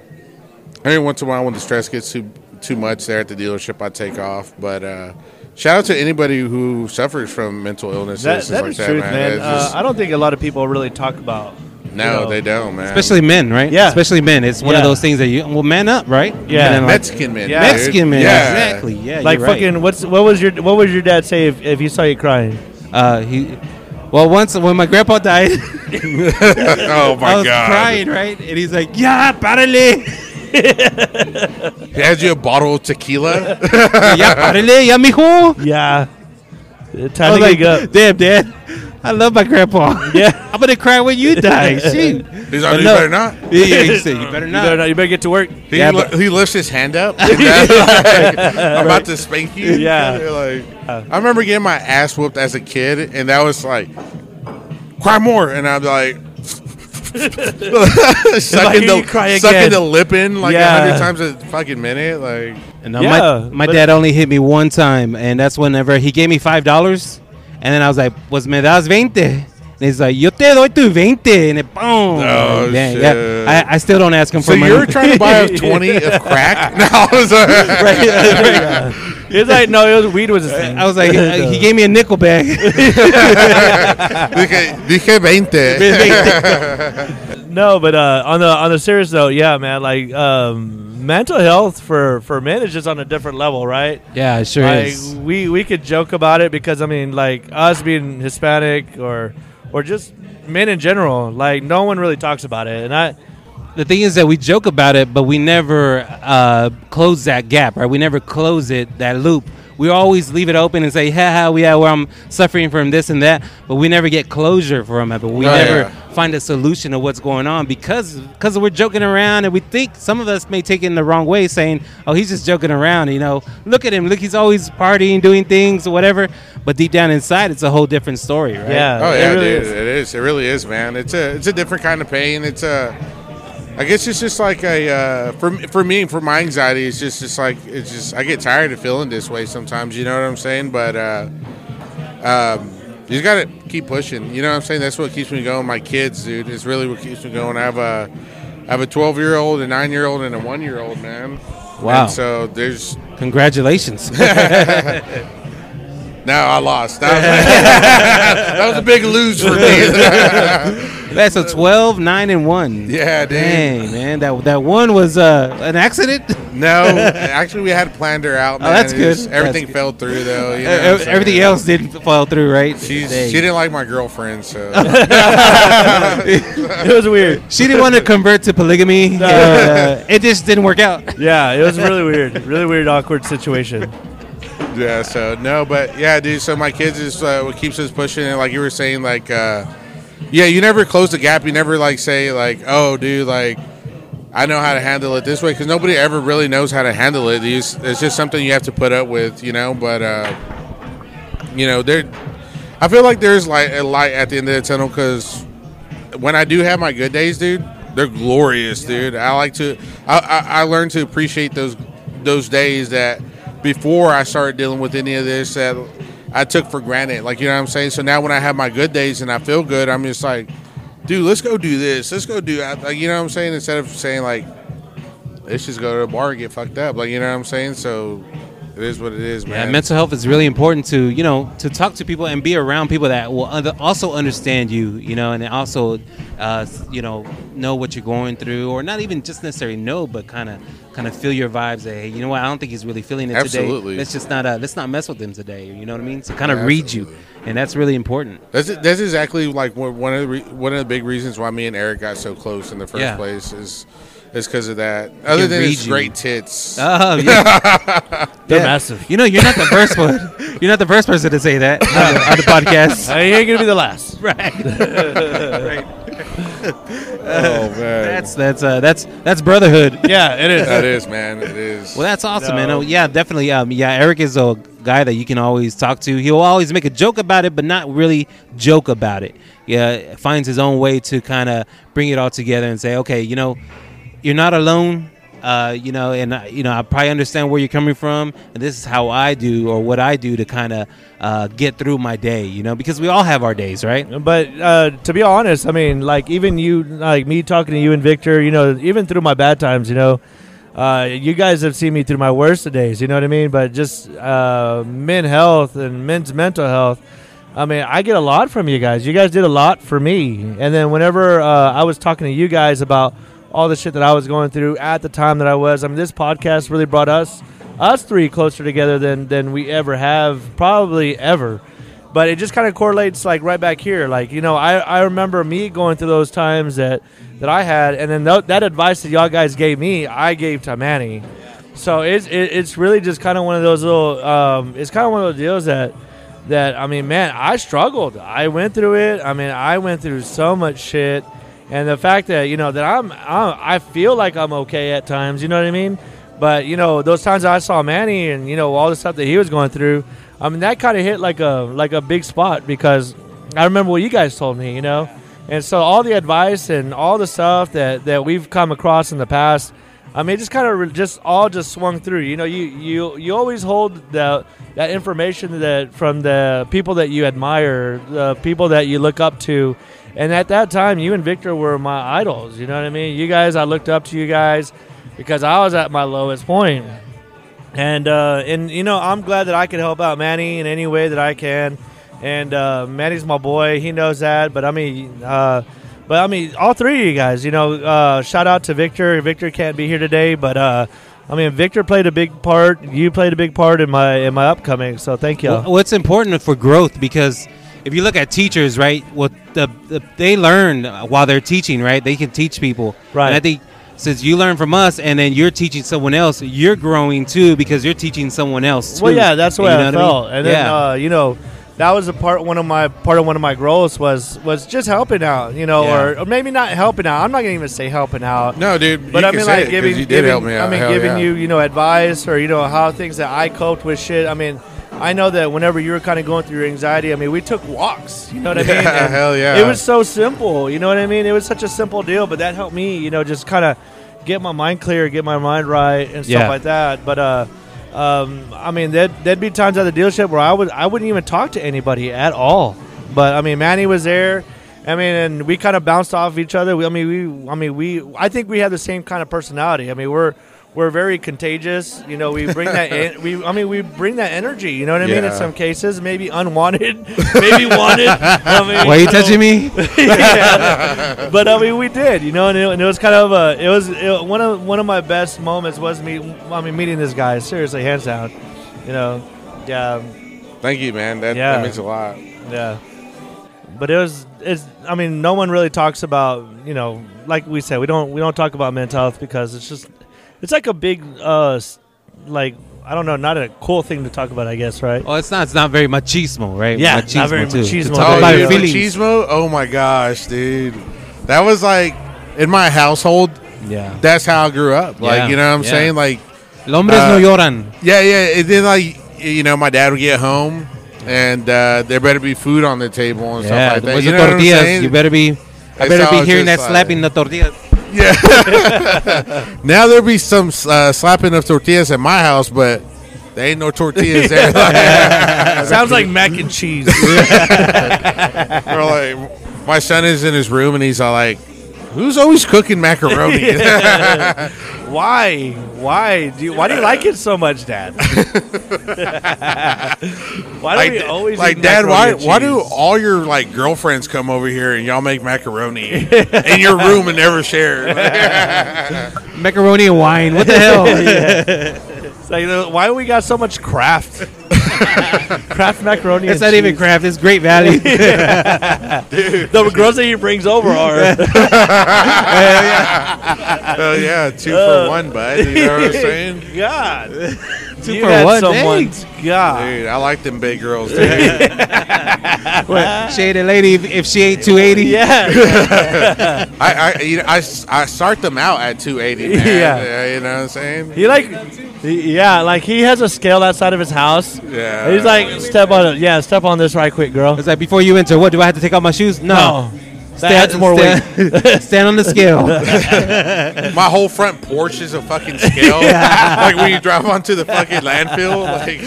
Speaker 3: every once in a while, when the stress gets too too much there at the dealership, I take off. But uh, shout out to anybody who suffers from mental illnesses
Speaker 2: That,
Speaker 3: and
Speaker 2: that
Speaker 3: like
Speaker 2: is
Speaker 3: that,
Speaker 2: truth,
Speaker 3: man.
Speaker 2: man.
Speaker 3: It's
Speaker 2: Uh,
Speaker 3: just-
Speaker 2: I don't think a lot of people really talk about.
Speaker 3: no,
Speaker 2: know.
Speaker 3: they don't, man.
Speaker 1: especially men, right?
Speaker 2: Yeah.
Speaker 1: especially men. It's one of
Speaker 2: Yeah.
Speaker 1: those things that you well, man up, right?
Speaker 2: Yeah.
Speaker 1: And then, like,
Speaker 3: Mexican men,
Speaker 2: Yeah.
Speaker 3: dude.
Speaker 1: Mexican men,
Speaker 3: Yeah.
Speaker 1: exactly. Yeah,
Speaker 2: Like
Speaker 1: you're right.
Speaker 2: fucking what's what was your what would your dad say if, if he saw you crying?
Speaker 1: Uh, he, well, once when my grandpa died,
Speaker 3: oh my
Speaker 1: I was
Speaker 3: god!
Speaker 1: crying, right? And he's like, "Yeah, parale,
Speaker 3: He hands you a bottle of tequila.
Speaker 1: yeah, parale, yeah, mijo."
Speaker 2: Yeah.
Speaker 1: I
Speaker 2: Time
Speaker 1: was
Speaker 2: to
Speaker 1: Oh, like,
Speaker 2: wake up.
Speaker 1: "Damn, dad, I love my grandpa.
Speaker 2: Yeah.
Speaker 1: I'm gonna cry when you die." Shoot.
Speaker 3: He's like,
Speaker 1: But
Speaker 3: "You
Speaker 1: no.
Speaker 3: better not."
Speaker 1: Yeah, yeah, he said, "You better not."
Speaker 2: You better, not- you better get to work.
Speaker 3: He,
Speaker 1: Yeah,
Speaker 3: li-
Speaker 1: but-
Speaker 3: he lifts his hand up. and that's like, I'm about to spank you.
Speaker 2: Yeah.
Speaker 3: They're like, I remember getting my ass whooped as a kid, and that was like, cry more. And I'm like, sucking,
Speaker 2: you
Speaker 3: the,
Speaker 2: cry
Speaker 3: sucking
Speaker 2: again.
Speaker 3: the lip in like a
Speaker 2: Yeah.
Speaker 3: hundred times a fucking minute. Like,
Speaker 1: And now
Speaker 2: Yeah,
Speaker 1: my, my
Speaker 2: but-
Speaker 1: dad only hit me one time, and that's whenever he gave me five dollars, and then I was like, "Was me das 20? And he's like, "Yo te doy tu 20. and it boom.
Speaker 3: Oh,
Speaker 1: Dang,
Speaker 3: shit.
Speaker 1: Yeah, I, I still don't ask him
Speaker 3: so
Speaker 1: for money.
Speaker 3: you're trying to buy a 20 of crack? No, I was like,
Speaker 2: It's like no, it was weed was his thing.
Speaker 1: I was like, uh, he gave me a nickel bag.
Speaker 3: dije, dije 20.
Speaker 2: No, but uh, on the on the serious though, yeah, man. Like um, mental health for for men is just on a different level, right?
Speaker 1: yeah, it sure
Speaker 2: Like
Speaker 1: is.
Speaker 2: we we could joke about it because I mean, like us being Hispanic or or just men in general, like no one really talks about it, and I
Speaker 1: The thing is that we joke about it, but we never uh, close that gap, right? We never close it that loop. We always leave it open and say, "Ha ha, we are where I'm suffering from this and that," but we never get closure from it. But we
Speaker 3: Oh,
Speaker 1: never
Speaker 3: yeah.
Speaker 1: find a solution to what's going on because because we're joking around and we think some of us may take it in the wrong way, saying, "Oh, he's just joking around." You know, look at him. Look, he's always partying, doing things, whatever. But deep down inside, it's a whole different story, right?
Speaker 2: yeah,
Speaker 3: Oh
Speaker 2: Uh, it
Speaker 3: yeah,
Speaker 2: really
Speaker 3: dude,
Speaker 2: is.
Speaker 3: it is. It really is, man. It's a it's a different kind of pain. It's a I guess it's just like a uh, for for me for my anxiety. It's just it's like it's just I get tired of feeling this way sometimes. You know what I'm saying? But uh, um, you just gotta keep pushing. You know what I'm saying? That's what keeps me going. My kids, dude, it's really what keeps me going. I have a I have a 12 year old, a nine year old, and a one year old, man.
Speaker 1: Wow.
Speaker 3: And so there's
Speaker 1: Congratulations.
Speaker 3: no, I lost. That was, that was a big lose for me.
Speaker 1: That's a 12, 9, and 1.
Speaker 3: yeah, dude.
Speaker 1: Dang, man. That that one was uh, an accident.
Speaker 3: No, actually, we had planned her out. Man.
Speaker 1: Oh, that's
Speaker 3: It
Speaker 1: good.
Speaker 3: just- everything
Speaker 1: That's good.
Speaker 3: fell through though. You know what I'm
Speaker 1: Ev-
Speaker 3: saying?
Speaker 1: e-, Everything else didn't fall through, right?
Speaker 3: She's,
Speaker 1: Dang.
Speaker 3: she didn't like my girlfriend, so
Speaker 2: It was weird.
Speaker 1: She didn't want to convert to polygamy. Uh, it just didn't work out.
Speaker 2: Yeah, it was really weird. Really weird, awkward situation.
Speaker 3: yeah, so no, but yeah, dude. So my kids is uh, what keeps us pushing, and like you were saying, like uh, yeah, you never close the gap. You never like say like, oh, dude, like I know how to handle it this way because nobody ever really knows how to handle it. You just- It's just something you have to put up with, you know. But uh, you know, there, I feel like there's like a light at the end of the tunnel because when I do have my good days, dude, they're glorious, dude. I like to. I, I, I learned to appreciate those those days that before I started dealing with any of this that I took for granted. Like you know what I'm saying. So now when I have my good days and I feel good, I'm just like, dude, let's go do this. Let's go do. that." Like you know what I'm saying. Instead of saying like, let's just go to the bar and get fucked up. Like you know what I'm saying. So It is what it is,
Speaker 1: Yeah,
Speaker 3: man.
Speaker 1: mental health is really important to you know to talk to people and be around people that will other- also understand you, you know, and also uh, you know know what you're going through, or not even just necessarily know, but kind of kind of feel your vibes. That hey, you know what, I don't think he's really feeling it
Speaker 3: Absolutely.
Speaker 1: today. Let's just not uh, let's not mess with him today. You know what I mean? So kind of
Speaker 3: Yeah,
Speaker 1: read you,
Speaker 3: absolutely.
Speaker 1: and that's really important.
Speaker 3: That's that's exactly like one one of the re- one of the big reasons why me and Eric got so close in the first
Speaker 1: Yeah.
Speaker 3: place is is because of that. Other than
Speaker 1: read
Speaker 3: his
Speaker 1: you.
Speaker 3: great tits,
Speaker 1: Oh yeah,
Speaker 2: They're
Speaker 1: Yeah.
Speaker 2: massive.
Speaker 1: You know, you're not the first one. You're not the first person to say that on the, on the podcast.
Speaker 2: I ain't gonna be the last.
Speaker 3: oh man,
Speaker 1: That's that's uh, that's that's brotherhood.
Speaker 2: Yeah, it is.
Speaker 3: that is man, it is.
Speaker 1: Well, that's awesome, man.
Speaker 2: No.
Speaker 1: Oh, yeah, definitely. Um, yeah, Eric is a guy that you can always talk to. He'll always make a joke about it, but not really joke about it. Yeah, finds his own way to kind of bring it all together and say, okay, you know, you're not alone. Uh, you know, and uh, you know, I probably understand where you're coming from, and this is how I do or what I do to kind of uh, get through my day. You know, because we all have our days, right?
Speaker 2: But uh, to be honest, I mean, like even you, like me talking to you and Victor, you know, even through my bad times, you know, uh, you guys have seen me through my worst of days. You know what I mean? But just uh, men health and men's mental health. I mean, I get a lot from you guys. You guys did a lot for me. And then whenever uh, I was talking to you guys about all the shit that I was going through at the time that I was, I mean, this podcast really brought us us three closer together than than we ever have probably ever but it just kind of correlates like right back here like you know i, I remember me going through those times that that i had and then th- that advice that y'all guys gave me i gave to manny so it's it, it's really just kind of one of those little um, it's kind of one of those deals that that i mean man i struggled i went through it i mean i went through so much shit and the fact that you know that i'm, I'm i feel like i'm okay at times you know what i mean but you know those times i saw manny and you know all the stuff that he was going through I mean, that kind of hit like a like a big spot because I remember what you guys told me, you know, and so all the advice and all the stuff that that we've come across in the past. I mean, it just kind of re- just all just swung through. You know, you you you always hold the that information that from the people that you admire, the people that you look up to, and at that time, you and Victor were my idols. You know what I mean? You guys, I looked up to you guys because I was at my lowest point and uh, and you know I'm glad that I could help out Manny in any way that I can, and uh, Manny's my boy. He knows that. But I mean, uh, but I mean, all three of you guys. You know, uh, shout out to Victor. Victor can't be here today, but uh, I mean, Victor played a big part. You played a big part in my in my upcoming. So thank you.
Speaker 1: Well, What's important for growth because if you look at teachers, right? What the, the they learn while they're teaching, right? They can teach people,
Speaker 2: Right.
Speaker 1: And I think since you learn from us and then you're teaching someone else, you're growing too because you're teaching someone else. Too.
Speaker 2: Well, yeah, that's
Speaker 1: You
Speaker 2: what
Speaker 1: know
Speaker 2: I
Speaker 1: what mean?
Speaker 2: felt, and then
Speaker 1: Yeah.
Speaker 2: uh, you know, that was a part one of my part of one of my goals was was just helping out, you know,
Speaker 1: Yeah.
Speaker 2: or, or maybe not helping out. I'm not gonna even say helping out.
Speaker 3: no, dude.
Speaker 2: But
Speaker 3: you
Speaker 2: I
Speaker 3: can
Speaker 2: mean,
Speaker 3: say it
Speaker 2: like
Speaker 3: 'cause
Speaker 2: giving,
Speaker 3: you did
Speaker 2: giving
Speaker 3: help me out.
Speaker 2: I mean,
Speaker 3: Hell
Speaker 2: giving
Speaker 3: yeah.
Speaker 2: you, you know, advice or you know how things that I coped with shit. I mean, I know that whenever you were kind of going through your anxiety, I mean, we took walks. You know what I mean?
Speaker 3: Yeah,
Speaker 2: And
Speaker 3: hell yeah.
Speaker 2: It was so simple. You know what I mean? It was such a simple deal, but that helped me. You know, just kind of get my mind clear, get my mind right, and stuff
Speaker 1: Yeah.
Speaker 2: like that. But uh. Um, I mean, there'd, there'd be times at the dealership where I would I wouldn't even talk to anybody at all. But I mean, Manny was there. I mean, and we kind of bounced off each other. We, I mean, we I mean we I think we have the same kind of personality. I mean, we're we're very contagious. You know, we bring that in, we I mean we bring that energy. You know what I mean? In
Speaker 3: Yeah.
Speaker 2: some cases, maybe unwanted, maybe wanted. I mean,
Speaker 1: Why are you
Speaker 2: know.
Speaker 1: touching me?
Speaker 2: Yeah. but I mean, we did, you know, and it, and it was kind of a, it was it, one of one of my best moments was me, I mean, meeting this guy. Seriously, hands down, you know, yeah,
Speaker 3: Thank you, man. That,
Speaker 2: Yeah.
Speaker 3: that means a lot.
Speaker 2: yeah. But it was, it's, I mean, no one really talks about, you know, like we said, we don't we don't talk about mental health because it's just, it's like a big, uh, s- like I don't know, not a cool thing to talk about, I guess, right?
Speaker 1: Oh, it's not. It's not very machismo, right?
Speaker 2: Yeah, not
Speaker 1: Machismo,
Speaker 2: very
Speaker 1: too.
Speaker 2: machismo.
Speaker 1: To
Speaker 2: Oh,
Speaker 1: Talk about
Speaker 3: dude,
Speaker 1: your
Speaker 2: yeah.
Speaker 1: feelings.
Speaker 3: machismo? Oh my gosh, dude. That was like in my household.
Speaker 1: Yeah.
Speaker 3: That's how I grew up. Like
Speaker 1: Yeah,
Speaker 3: you know what I'm
Speaker 1: yeah.
Speaker 3: saying? Like
Speaker 1: Los hombres no
Speaker 3: Uh,
Speaker 1: lloran.
Speaker 3: yeah, yeah. And then like you know, my dad would get home and uh, there better be food on the table and
Speaker 1: Yeah,
Speaker 3: stuff like that.
Speaker 1: where's
Speaker 3: You
Speaker 1: the
Speaker 3: know what I'm
Speaker 1: tortillas?
Speaker 3: saying?
Speaker 1: You better be. I
Speaker 3: It's
Speaker 1: better
Speaker 3: all
Speaker 1: be hearing that
Speaker 3: just uh, like-
Speaker 1: slapping the tortillas.
Speaker 3: Yeah. now there'll be some uh, slapping of tortillas at my house, but there ain't no tortillas there.
Speaker 2: Sounds like mac and cheese.
Speaker 3: We're like, my son is in his room and he's all like, Who's always cooking macaroni?
Speaker 2: Why? Why do you, why do you like it so much, Dad? why do we always
Speaker 3: like
Speaker 2: eat
Speaker 3: Dad,
Speaker 2: macaroni
Speaker 3: why
Speaker 2: and
Speaker 3: why do
Speaker 2: cheese?
Speaker 3: all your like girlfriends come over here and y'all make macaroni in your room and never share?
Speaker 1: Macaroni and wine. What the hell?
Speaker 2: It's like, uh, why we got so much craft? craft macaroni.
Speaker 1: It's
Speaker 2: and
Speaker 1: not even
Speaker 2: cheese.
Speaker 1: craft. It's great value.
Speaker 2: The girls that he brings over are
Speaker 3: Oh yeah, two
Speaker 2: Uh.
Speaker 3: for one, bud. You know what I'm saying?
Speaker 2: God.
Speaker 1: Two
Speaker 2: you
Speaker 1: for
Speaker 2: had
Speaker 1: one,
Speaker 2: someone's God.
Speaker 3: Dude, I like them big girls. Dude.
Speaker 1: what, shaded lady. If, if she ate two eighty,
Speaker 2: Yeah.
Speaker 3: I I, you know, I s- I start them out at 280. Man.
Speaker 2: Yeah.
Speaker 3: you know what I'm saying?
Speaker 2: he like he- yeah, like he has a scale outside of his house.
Speaker 3: Yeah.
Speaker 2: And he's like, step on it. Yeah, step on this right quick, girl.
Speaker 1: it's like before you enter. What do I have to take off my shoes? No.
Speaker 2: That adds more weight.
Speaker 1: weight. Stand on the scale.
Speaker 3: My whole front porch is a fucking scale. Like when you drive onto the fucking landfill. Like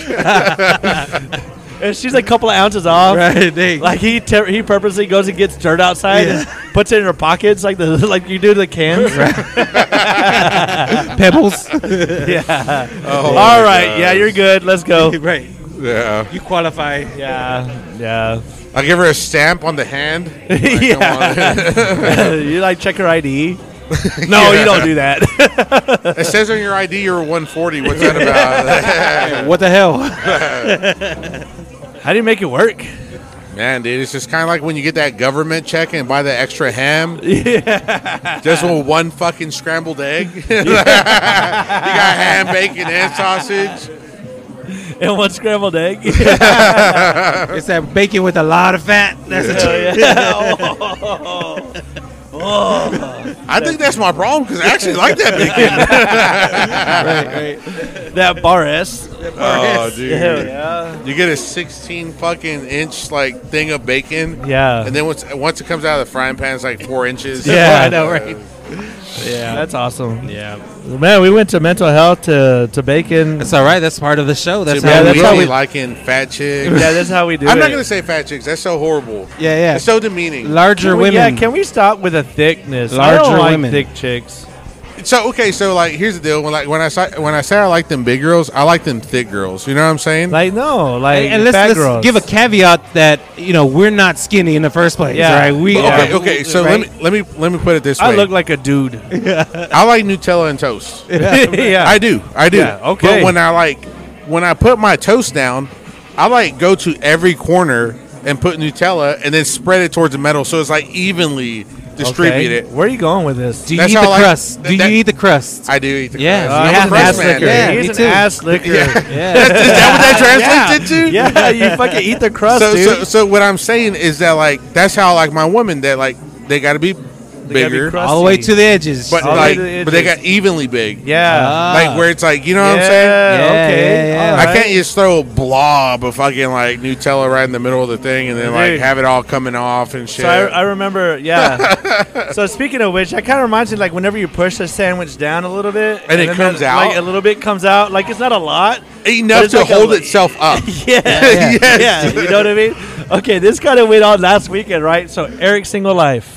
Speaker 2: And she's a couple of ounces off.
Speaker 1: right. They,
Speaker 2: Like he ter- he purposely goes and gets dirt outside and puts it in her pockets like the like you do to the cans.
Speaker 1: pebbles.
Speaker 2: yeah.
Speaker 3: oh my
Speaker 2: All right.
Speaker 3: gosh.
Speaker 2: Yeah, you're good. Let's go.
Speaker 1: right.
Speaker 3: Yeah.
Speaker 1: You qualify.
Speaker 2: Yeah. Yeah.
Speaker 3: I give her a stamp on the hand. Like, come on.
Speaker 2: you like check her ID? No, you don't do that.
Speaker 3: it says on your ID you're 140. What's that about?
Speaker 1: What the hell?
Speaker 2: How do you make it work?
Speaker 3: Man, dude, it's just kind of like when you get that government check and buy the extra ham. Just want one fucking scrambled egg. you got ham, bacon, and sausage.
Speaker 2: And one scrambled egg.
Speaker 1: It's that bacon with a lot of fat. That's a
Speaker 2: Oh, yeah.
Speaker 3: I think that's my problem because I actually like that bacon.
Speaker 1: right, right.
Speaker 2: that bar S.
Speaker 3: Oh,
Speaker 2: Hell
Speaker 3: dude.
Speaker 2: yeah.
Speaker 3: You get a 16 fucking inch like thing of bacon.
Speaker 2: Yeah.
Speaker 3: And then once once it comes out of the frying pan, it's like four inches.
Speaker 2: Yeah.
Speaker 1: Oh, I know, right?
Speaker 2: Yeah. That's awesome.
Speaker 1: Yeah.
Speaker 2: Man, we went to mental health to, to bacon.
Speaker 1: That's all right. That's part of the show. That's
Speaker 3: That's
Speaker 1: how
Speaker 3: yeah,
Speaker 1: we
Speaker 3: that's
Speaker 2: that's how
Speaker 1: roll.
Speaker 2: we-
Speaker 3: liking fat chicks.
Speaker 2: yeah, that's how we do
Speaker 3: I'm
Speaker 2: it.
Speaker 3: not gonna say fat chicks. That's so horrible.
Speaker 1: Yeah, yeah.
Speaker 3: It's so demeaning.
Speaker 1: Larger
Speaker 2: Can we-
Speaker 1: women.
Speaker 2: Yeah, can we stop with the thickness? I
Speaker 1: Larger
Speaker 2: don't like
Speaker 1: women.
Speaker 2: thick chicks.
Speaker 3: So okay, so like here's the deal. When like when I say when I say I like them big girls, I like them thick girls. You know what I'm saying?
Speaker 2: Like no, like
Speaker 1: and let's,
Speaker 2: fat
Speaker 1: let's
Speaker 2: girls.
Speaker 1: give a caveat that you know we're not skinny in the first place,
Speaker 2: Yeah.
Speaker 1: right? We
Speaker 2: Yeah.
Speaker 3: okay,
Speaker 1: are,
Speaker 3: okay. So
Speaker 1: right?
Speaker 3: let me let me let me put it this way.
Speaker 2: I look like a dude.
Speaker 3: I like Nutella and toast.
Speaker 2: yeah.
Speaker 3: I do, I do.
Speaker 2: Yeah, okay.
Speaker 3: But when I like when I put my toast down, I like go to every corner and put Nutella and then spread it towards the metal so it's like evenly distributed.
Speaker 2: Okay. Where are you going with this? Uh,
Speaker 1: do you
Speaker 3: that's
Speaker 1: eat the
Speaker 3: how I like-
Speaker 1: crust?
Speaker 3: that-
Speaker 1: do you
Speaker 3: that-
Speaker 1: eat the crust?
Speaker 3: I do eat the
Speaker 1: Yeah,
Speaker 3: crust.
Speaker 1: you
Speaker 3: I'm a
Speaker 1: have an
Speaker 3: crust
Speaker 1: ass
Speaker 3: man,
Speaker 1: licker.
Speaker 3: dude.
Speaker 1: Yeah, me
Speaker 2: He's an
Speaker 1: too.
Speaker 2: ass licker.
Speaker 1: yeah.
Speaker 3: Is that what that translates
Speaker 2: yeah.
Speaker 3: into?
Speaker 2: yeah, you fucking eat the crust,
Speaker 3: so,
Speaker 2: dude.
Speaker 3: so so what I'm saying is that like that's how like my women that like they got to be
Speaker 2: gotta be
Speaker 3: bigger,
Speaker 2: crusty.
Speaker 1: All the way to the edges.
Speaker 3: but
Speaker 2: All the way
Speaker 3: like
Speaker 2: to the
Speaker 3: but they
Speaker 2: edges.
Speaker 3: got evenly big.
Speaker 2: yeah.
Speaker 1: Ah.
Speaker 3: like where it's like you know what I'm saying.
Speaker 2: yeah,
Speaker 1: Yeah,
Speaker 2: okay.
Speaker 1: yeah, yeah.
Speaker 2: all
Speaker 3: I
Speaker 2: right.
Speaker 3: can't just throw a blob of fucking like Nutella right in the middle of the thing and then like
Speaker 2: Dude.
Speaker 3: have it all coming off and shit.
Speaker 2: So I, I remember, yeah. so speaking of which, that kind of reminds me, like whenever you push the sandwich down a little bit,
Speaker 3: And it
Speaker 2: then
Speaker 3: comes
Speaker 2: that-
Speaker 3: out?
Speaker 2: like a little bit comes out, like it's not a lot. but
Speaker 3: Enough
Speaker 2: it's
Speaker 3: to
Speaker 2: like a
Speaker 3: hold
Speaker 2: li-
Speaker 3: itself up.
Speaker 2: Yeah,
Speaker 1: Yeah.
Speaker 3: Yes.
Speaker 2: yeah. You know what I mean? Okay, this kind of went on last weekend, right? So Eric's single life.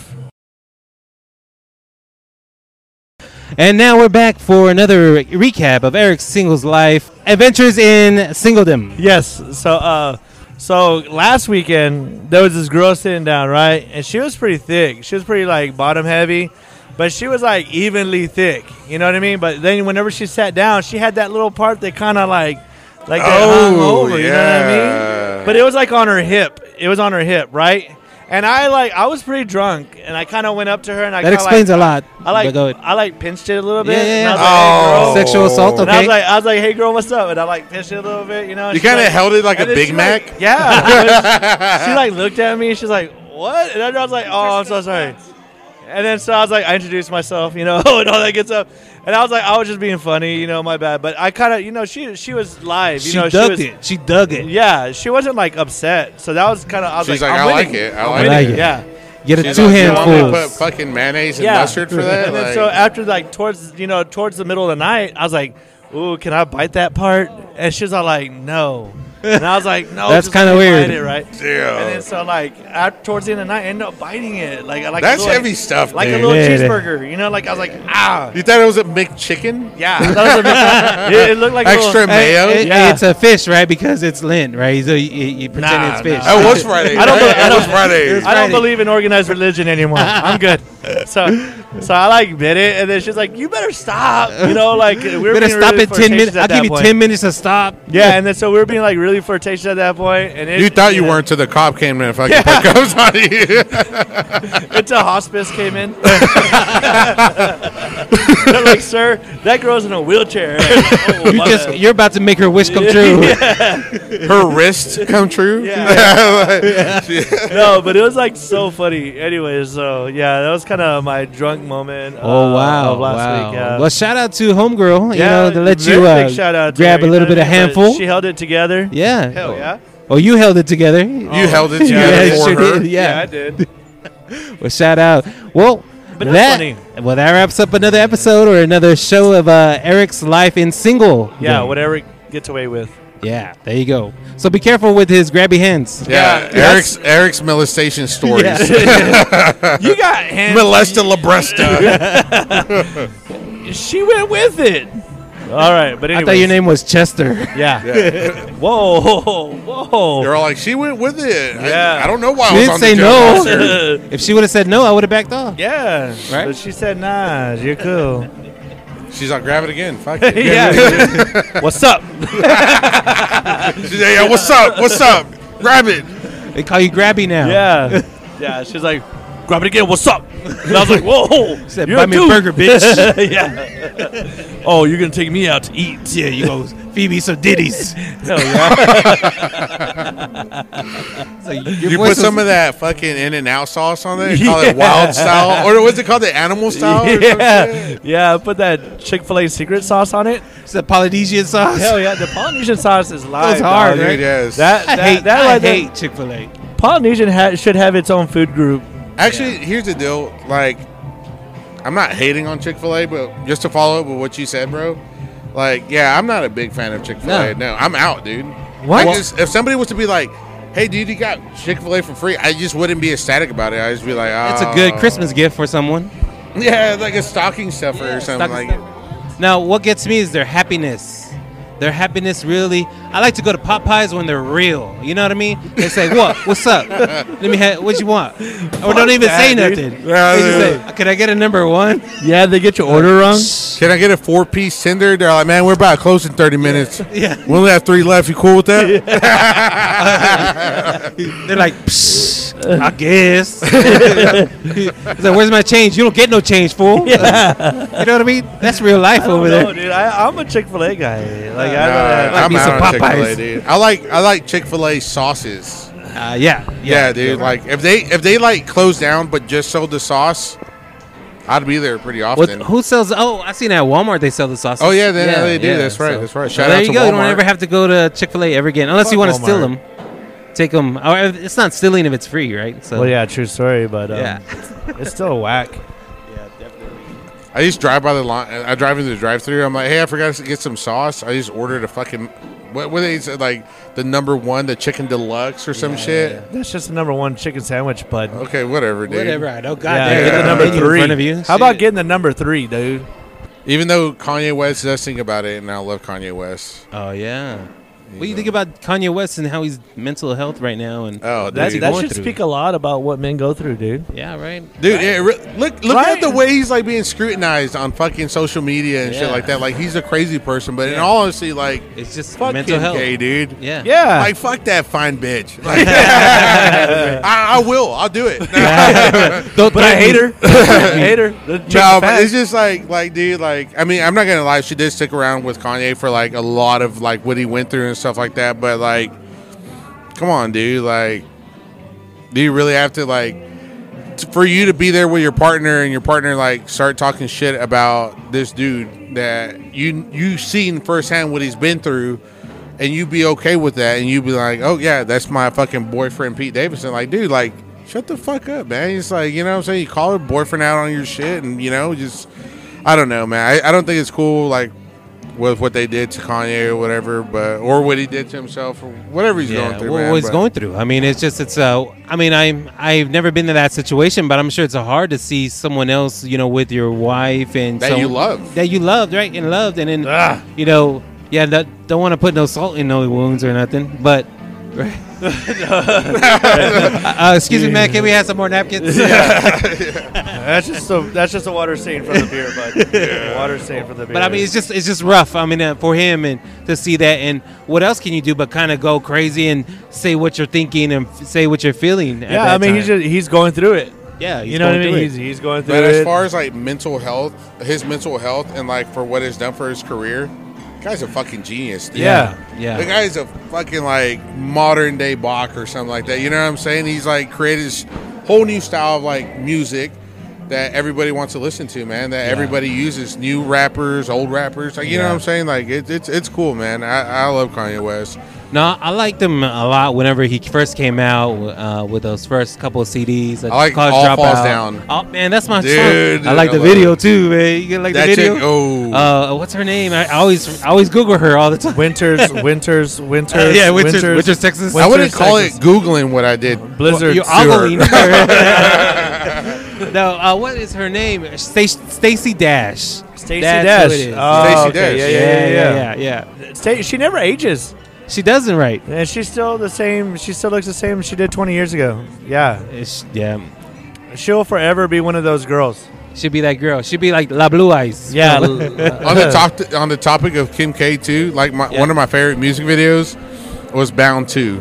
Speaker 1: And now we're back for another re- recap of Eric Single's life, adventures in singledom.
Speaker 2: Yes. So, uh, so last weekend there was this girl sitting down, right, and she was pretty thick. She was pretty like bottom heavy, but she was like evenly thick. You know what I mean? But then whenever she sat down, she had that little part that kind of like, like that
Speaker 3: Oh,
Speaker 2: hung over. You know what I
Speaker 3: yeah.
Speaker 2: mean? But it was like on her hip. It was on her hip, right? And I like I was pretty drunk, and I kind of went up to her and I
Speaker 1: That
Speaker 2: kinda,
Speaker 1: explains
Speaker 2: like,
Speaker 1: a lot.
Speaker 2: I like
Speaker 1: But go ahead.
Speaker 2: I like pinched it a little bit.
Speaker 1: Yeah, yeah,
Speaker 2: and I was
Speaker 1: yeah.
Speaker 2: like, hey, girl.
Speaker 3: Oh.
Speaker 1: Sexual assault.
Speaker 2: And
Speaker 1: Okay.
Speaker 2: I was like, I was like, hey girl, what's up? And I like pinched it a little bit, you know. and
Speaker 3: You
Speaker 2: she,
Speaker 3: kinda
Speaker 2: like-
Speaker 3: held it like
Speaker 2: and
Speaker 3: a
Speaker 2: then
Speaker 3: Big
Speaker 2: she,
Speaker 3: Mac?
Speaker 2: like- yeah. she like looked at me. and She's like, what? And then I was like, oh, I'm so sorry. And then so I was like, I introduced myself, you know, and all that good stuff. And I was like, I was just being funny, you know, my bad. But I kind of, you know, she she was live, you
Speaker 1: she
Speaker 2: know,
Speaker 1: dug
Speaker 2: was,
Speaker 1: it. She dug it.
Speaker 2: Yeah, she wasn't like upset. So that was kind of. I was
Speaker 3: She's
Speaker 2: like,
Speaker 3: like,
Speaker 2: I'm
Speaker 3: I like
Speaker 2: winning.
Speaker 3: it. I
Speaker 2: I'm
Speaker 3: like
Speaker 2: winning."
Speaker 1: it.
Speaker 2: Yeah.
Speaker 1: Get a
Speaker 3: She's
Speaker 1: two
Speaker 3: like, you want me to put
Speaker 1: handfuls.
Speaker 3: fucking mayonnaise and mustard for that?
Speaker 2: And then
Speaker 3: Like,
Speaker 2: so after like towards you know towards the middle of the night, I was like, "Ooh, can I bite that part?" And she's all like, "No." And I was like, no,
Speaker 1: That's
Speaker 2: just
Speaker 1: kinda
Speaker 2: let me
Speaker 1: weird.
Speaker 2: bite It, right?
Speaker 3: Damn.
Speaker 2: And then so like at, towards the end of the night, I ended up biting it. Like I like a
Speaker 3: That's
Speaker 2: little-
Speaker 3: heavy stuff,
Speaker 2: Like
Speaker 3: dude.
Speaker 2: a little
Speaker 1: Yeah, it-
Speaker 2: cheeseburger, you know? Like I was like, ah,
Speaker 3: You thought it was a McChicken?
Speaker 2: yeah. I thought it, was a bit- it, it looked like a
Speaker 3: Extra
Speaker 2: little,
Speaker 3: mayo?
Speaker 1: It- it-
Speaker 2: Yeah.
Speaker 1: It's a fish, right? Because it's Lent, right? So you, you, you pretend
Speaker 2: Nah,
Speaker 1: it's fish.
Speaker 2: nah. Oh,
Speaker 3: That was Friday.
Speaker 2: I don't know-
Speaker 3: right?
Speaker 2: I
Speaker 3: That was
Speaker 2: don't-
Speaker 3: Friday.
Speaker 2: I don't
Speaker 1: Friday.
Speaker 2: believe in organized religion anymore. I'm good. So, so I like bit it, and then she's like, "You better stop." You know, like we were
Speaker 1: Better
Speaker 2: being
Speaker 1: stop
Speaker 2: really
Speaker 1: at ten minutes.
Speaker 2: flirtatious at
Speaker 1: I'll
Speaker 2: that
Speaker 1: give you
Speaker 2: point.
Speaker 1: ten minutes to stop.
Speaker 2: Yeah, and then so we were being like really flirtatious at that point, and it,
Speaker 3: You thought you
Speaker 2: know,
Speaker 3: weren't till the cop came and fucking put cuffs on you.
Speaker 2: Until hospice came in. They're like, "Sir, that girl's in a wheelchair." Oh,
Speaker 1: You
Speaker 2: my
Speaker 1: just
Speaker 2: bad.
Speaker 1: you're about to make her wish come true.
Speaker 3: Her wrist come true.
Speaker 2: Yeah. no, but it was like so funny. Anyway, so yeah, that was kind of my drunk moment.
Speaker 1: Oh
Speaker 2: uh,
Speaker 1: wow!
Speaker 2: of last
Speaker 1: wow.
Speaker 2: week. Yeah.
Speaker 1: Well, shout out to homegirl. You know to let
Speaker 2: very
Speaker 1: you uh,
Speaker 2: big shout out to
Speaker 1: grab
Speaker 2: her,
Speaker 1: a
Speaker 2: you
Speaker 1: little
Speaker 2: know
Speaker 1: bit of
Speaker 2: what I mean? But
Speaker 1: handful.
Speaker 2: She held it together.
Speaker 1: yeah.
Speaker 2: Hell yeah.
Speaker 1: Oh, you held it together.
Speaker 2: Oh.
Speaker 3: You held it
Speaker 1: yeah,
Speaker 3: together
Speaker 1: you
Speaker 3: for
Speaker 1: sure
Speaker 3: her.
Speaker 1: did. Yeah.
Speaker 2: I did.
Speaker 1: Well, shout out. Well,
Speaker 2: But
Speaker 1: that
Speaker 2: that's funny.
Speaker 1: well that wraps up another episode or another show of uh, Eric's life in single.
Speaker 2: Yeah,
Speaker 1: Day.
Speaker 2: whatever it gets away with.
Speaker 1: Yeah, there you go. So be careful with his grabby hands.
Speaker 3: Yeah,
Speaker 2: Yeah.
Speaker 3: Eric's Eric's molestation stories.
Speaker 2: You got hands.
Speaker 3: Molesta Labresta.
Speaker 2: She went with it. All right, but
Speaker 1: I
Speaker 2: anyway.
Speaker 1: thought your name was Chester.
Speaker 2: Yeah. Whoa, whoa, whoa.
Speaker 3: They're all like, she went with it. I-
Speaker 2: Yeah.
Speaker 3: I, don't know why
Speaker 1: She
Speaker 3: I was
Speaker 1: didn't
Speaker 3: on
Speaker 1: say
Speaker 3: the
Speaker 1: no.
Speaker 3: Joe Boxer.
Speaker 1: If she would have said no, I would have backed off.
Speaker 2: yeah.
Speaker 1: Right?
Speaker 2: But she said, nah, you're cool.
Speaker 3: She's like, grab it again. Fuck it.
Speaker 2: yeah. What's up?
Speaker 3: She's like, yeah. What's up? What's up? Grab it.
Speaker 1: They call you grabby now.
Speaker 2: Yeah. Yeah. She's like, grab it again. What's up? And I was like, whoa.
Speaker 1: She said,
Speaker 2: you're
Speaker 1: "Buy me a
Speaker 2: dude."
Speaker 1: burger, bitch.
Speaker 2: yeah. Oh, you're going to take me out to eat.
Speaker 1: yeah, you go Phoebe some ditties.
Speaker 2: Hell yeah.
Speaker 1: So your voice
Speaker 3: You put
Speaker 1: was-
Speaker 3: some of that fucking in and out sauce on there. Call it wild style, or what's it called? The animal
Speaker 2: Oh,
Speaker 3: style. or some shit?
Speaker 2: yeah. Yeah. I Put that Chick fil A secret sauce on it.
Speaker 1: the Polynesian sauce.
Speaker 2: Hell yeah. The Polynesian sauce is live.
Speaker 1: hard,
Speaker 2: dog.
Speaker 1: right?
Speaker 3: Dude, yes.
Speaker 2: That,
Speaker 1: I
Speaker 2: that,
Speaker 1: hate
Speaker 2: that,
Speaker 1: I
Speaker 2: like that-
Speaker 1: hate Chick Fil A.
Speaker 2: Polynesian ha- should have its own food group.
Speaker 3: Actually, here's the deal. Like, I'm not hating on Chick Fil A, but just to follow up with what you said, bro. Like, yeah, I'm not a big fan of Chick Fil A. No. I'm out, dude.
Speaker 1: What?
Speaker 3: I just, if somebody was to be like, "Hey, dude, you got Chick Fil A for free," I just wouldn't be ecstatic about it. I'd just be like, "Oh,
Speaker 1: That's a good Christmas gift for someone.
Speaker 3: Yeah, like a stocking stuffer or something
Speaker 1: Stocking
Speaker 3: like.
Speaker 1: stuffer. Now, what gets me is their happiness. Their happiness really. I like to go to Popeyes when they're real. You know what I mean? They say, "What? What's up? Let me. Ha- what you want?" Or don't even
Speaker 2: that,
Speaker 1: say
Speaker 2: dude.
Speaker 1: nothing.
Speaker 3: Yeah,
Speaker 1: they just
Speaker 3: dude.
Speaker 1: say, "Could I get a number one?"
Speaker 2: Yeah, they get your order wrong.
Speaker 3: Can I get a four piece tender? They're like, "Man, we're about to close in 30 minutes.
Speaker 1: Yeah.
Speaker 3: We only have three left. You cool with that?"
Speaker 1: They're like, Psh, "I guess." it's like, "Where's my change? You don't get no change, fool." you know what I mean? That's real life
Speaker 2: I don't
Speaker 1: over there.
Speaker 2: know, dude. I, I'm a Chick Fil A guy. Like,
Speaker 3: Nah,
Speaker 2: I don't
Speaker 1: Might
Speaker 3: I'm
Speaker 1: be some
Speaker 3: out of Chick-fil-A,
Speaker 1: Popeyes.
Speaker 3: dude. I like I like Chick Fil A sauces.
Speaker 1: Uh, yeah,
Speaker 3: Yeah, dude. Like if they if they like closed down but just sold the sauce, I'd be there pretty
Speaker 1: What,
Speaker 3: often.
Speaker 1: who sells? Oh, I seen at Walmart they sell the sauces.
Speaker 3: Oh, yeah, they- they do. That's right, that's right. Shout
Speaker 1: there
Speaker 3: out
Speaker 1: you
Speaker 3: to
Speaker 1: go. You don't
Speaker 3: Walmart.
Speaker 1: ever have to go to Chick Fil A ever again, unless
Speaker 2: Fuck
Speaker 1: you want to steal them.
Speaker 2: Walmart.
Speaker 1: Take them. It's not stealing if it's free, right? So
Speaker 2: Well, yeah, true story, but um,
Speaker 1: Yeah.
Speaker 2: it's still whack.
Speaker 3: I just drive by the line. I drive into the drive through. I'm like, hey, I forgot to get some sauce. I just ordered a fucking what were they like the number one, the chicken deluxe or some shit.
Speaker 2: That's just the number one chicken sandwich, bud.
Speaker 3: Okay, whatever, dude.
Speaker 1: whatever. I know. Oh, God
Speaker 2: yeah,
Speaker 1: damn,
Speaker 2: get
Speaker 1: it,
Speaker 2: the
Speaker 1: the
Speaker 2: number
Speaker 1: menu
Speaker 2: three.
Speaker 1: in front of you.
Speaker 2: How about getting the number three, dude?
Speaker 3: Even though Kanye West does think about it, and I love Kanye West.
Speaker 1: Oh yeah. What do you think about Kanye West and how he's mental health right now? And
Speaker 3: Oh,
Speaker 2: That,
Speaker 3: dude.
Speaker 2: that
Speaker 1: going
Speaker 2: should
Speaker 1: through.
Speaker 2: speak a lot about what men go through, dude.
Speaker 1: yeah, right.
Speaker 3: Dude, yeah, re- look look
Speaker 2: Right.
Speaker 3: at the way he's like being scrutinized on fucking social media and
Speaker 1: Yeah.
Speaker 3: shit like that. Like he's a crazy person, but in all honesty, like
Speaker 1: It's just
Speaker 3: fucking
Speaker 1: mental health.
Speaker 3: gay, dude.
Speaker 1: Yeah.
Speaker 2: Yeah.
Speaker 3: Like fuck that fine bitch. Like, I, I will. I'll do it.
Speaker 1: Don't
Speaker 2: but
Speaker 1: threaten
Speaker 2: I hate
Speaker 1: me.
Speaker 2: her. I hate her. The chicken's
Speaker 3: no, but
Speaker 2: fat.
Speaker 3: it's just like like dude, like I mean, I'm not gonna lie. She did stick around with Kanye for like a lot of like what he went through and stuff like that. But like, come on, dude. Like, do you really have to like t- for you to be there with your partner and your partner like start talking shit about this dude that you you seen firsthand what he's been through. And you be okay with that, and you be like, "Oh yeah, that's my fucking boyfriend, Pete Davidson." Like, dude, like, shut the fuck up, man. It's like, you know, what I'm saying, you call your boyfriend out on your shit, and you know, just, I don't know, man. I, I don't think it's cool. Like, with what they did to Kanye or whatever, but or what he did to himself or whatever he's
Speaker 1: yeah,
Speaker 3: going through.
Speaker 1: what-
Speaker 3: man,
Speaker 1: what he's
Speaker 3: but-
Speaker 1: going through. I mean, it's just it's uh, I mean, I'm I've never been to that situation, but I'm sure it's hard to see someone else, you know, with your wife and
Speaker 3: That
Speaker 1: some-
Speaker 3: you love.
Speaker 1: that you loved, right, and loved, and then
Speaker 2: Ah.
Speaker 1: you know, yeah, that, don't want to put no salt in no wounds or nothing, but. uh, excuse me, man. Can we have some more napkins?
Speaker 2: That's just a that's just a water stain from the beer, bud. Water stain from the beer.
Speaker 1: But I mean, it's just it's just rough. I mean, uh, for him and to see that, and what else can you do but kind of go crazy and say what you're thinking and f- say what you're feeling? at
Speaker 2: yeah.
Speaker 1: that
Speaker 2: I mean, he's
Speaker 1: time.
Speaker 2: just, he's going through it.
Speaker 1: yeah. He's
Speaker 2: you know what I
Speaker 1: going
Speaker 2: mean?
Speaker 1: through it.
Speaker 2: He's, he's going through
Speaker 3: But
Speaker 2: it.
Speaker 3: as far as like mental health, his mental health, and like for what it's done for his career, guy's a fucking genius. Dude.
Speaker 2: yeah.
Speaker 1: yeah.
Speaker 3: The guy's a fucking like modern day Bach or something like that. You know what I'm saying? He's like created this whole new style of like music that everybody wants to listen to, man. That everybody uses. New rappers, old rappers. Like you know
Speaker 1: Yeah.
Speaker 3: what I'm saying? Like it, it's it's cool, man. I, I love Kanye West.
Speaker 1: No, I liked him a lot whenever he first came out uh, with those first couple of CDs.
Speaker 3: I like
Speaker 1: College
Speaker 3: All Falls Down.
Speaker 1: Oh man, that's my
Speaker 3: Dude,
Speaker 1: song. I like
Speaker 3: I
Speaker 1: the
Speaker 3: love
Speaker 1: video too, man. You like
Speaker 3: That
Speaker 1: the
Speaker 3: chick,
Speaker 1: video?
Speaker 3: oh,
Speaker 1: Uh, what's her name? I I always I always Google her all the time.
Speaker 2: Winters, winters, winters.
Speaker 1: Uh, yeah, Winters, Winters, Texas.
Speaker 3: I
Speaker 2: Win-
Speaker 3: wouldn't
Speaker 2: Winter
Speaker 3: call it
Speaker 2: Texas.
Speaker 3: googling what I did.
Speaker 2: blizzards.
Speaker 1: You're ogling her. no, uh, what is her name? Stacy Dash.
Speaker 2: Stacey
Speaker 1: That's
Speaker 2: Dash.
Speaker 1: who it is.
Speaker 2: Oh,
Speaker 3: Stacey
Speaker 2: okay.
Speaker 3: Dash.
Speaker 2: Yeah, yeah, yeah. yeah,
Speaker 1: yeah, yeah, yeah.
Speaker 2: Sta- she never ages,
Speaker 1: She doesn't right.
Speaker 2: and she's still the same. She still looks the same she did 20 years ago. Yeah,
Speaker 1: It's- yeah.
Speaker 2: she'll forever be one of those girls.
Speaker 1: She'd be that girl. She'd be like La Blue Eyes.
Speaker 2: Yeah,
Speaker 3: on the top on the topic of Kim K too, like my, one of my favorite music videos was Bound Two.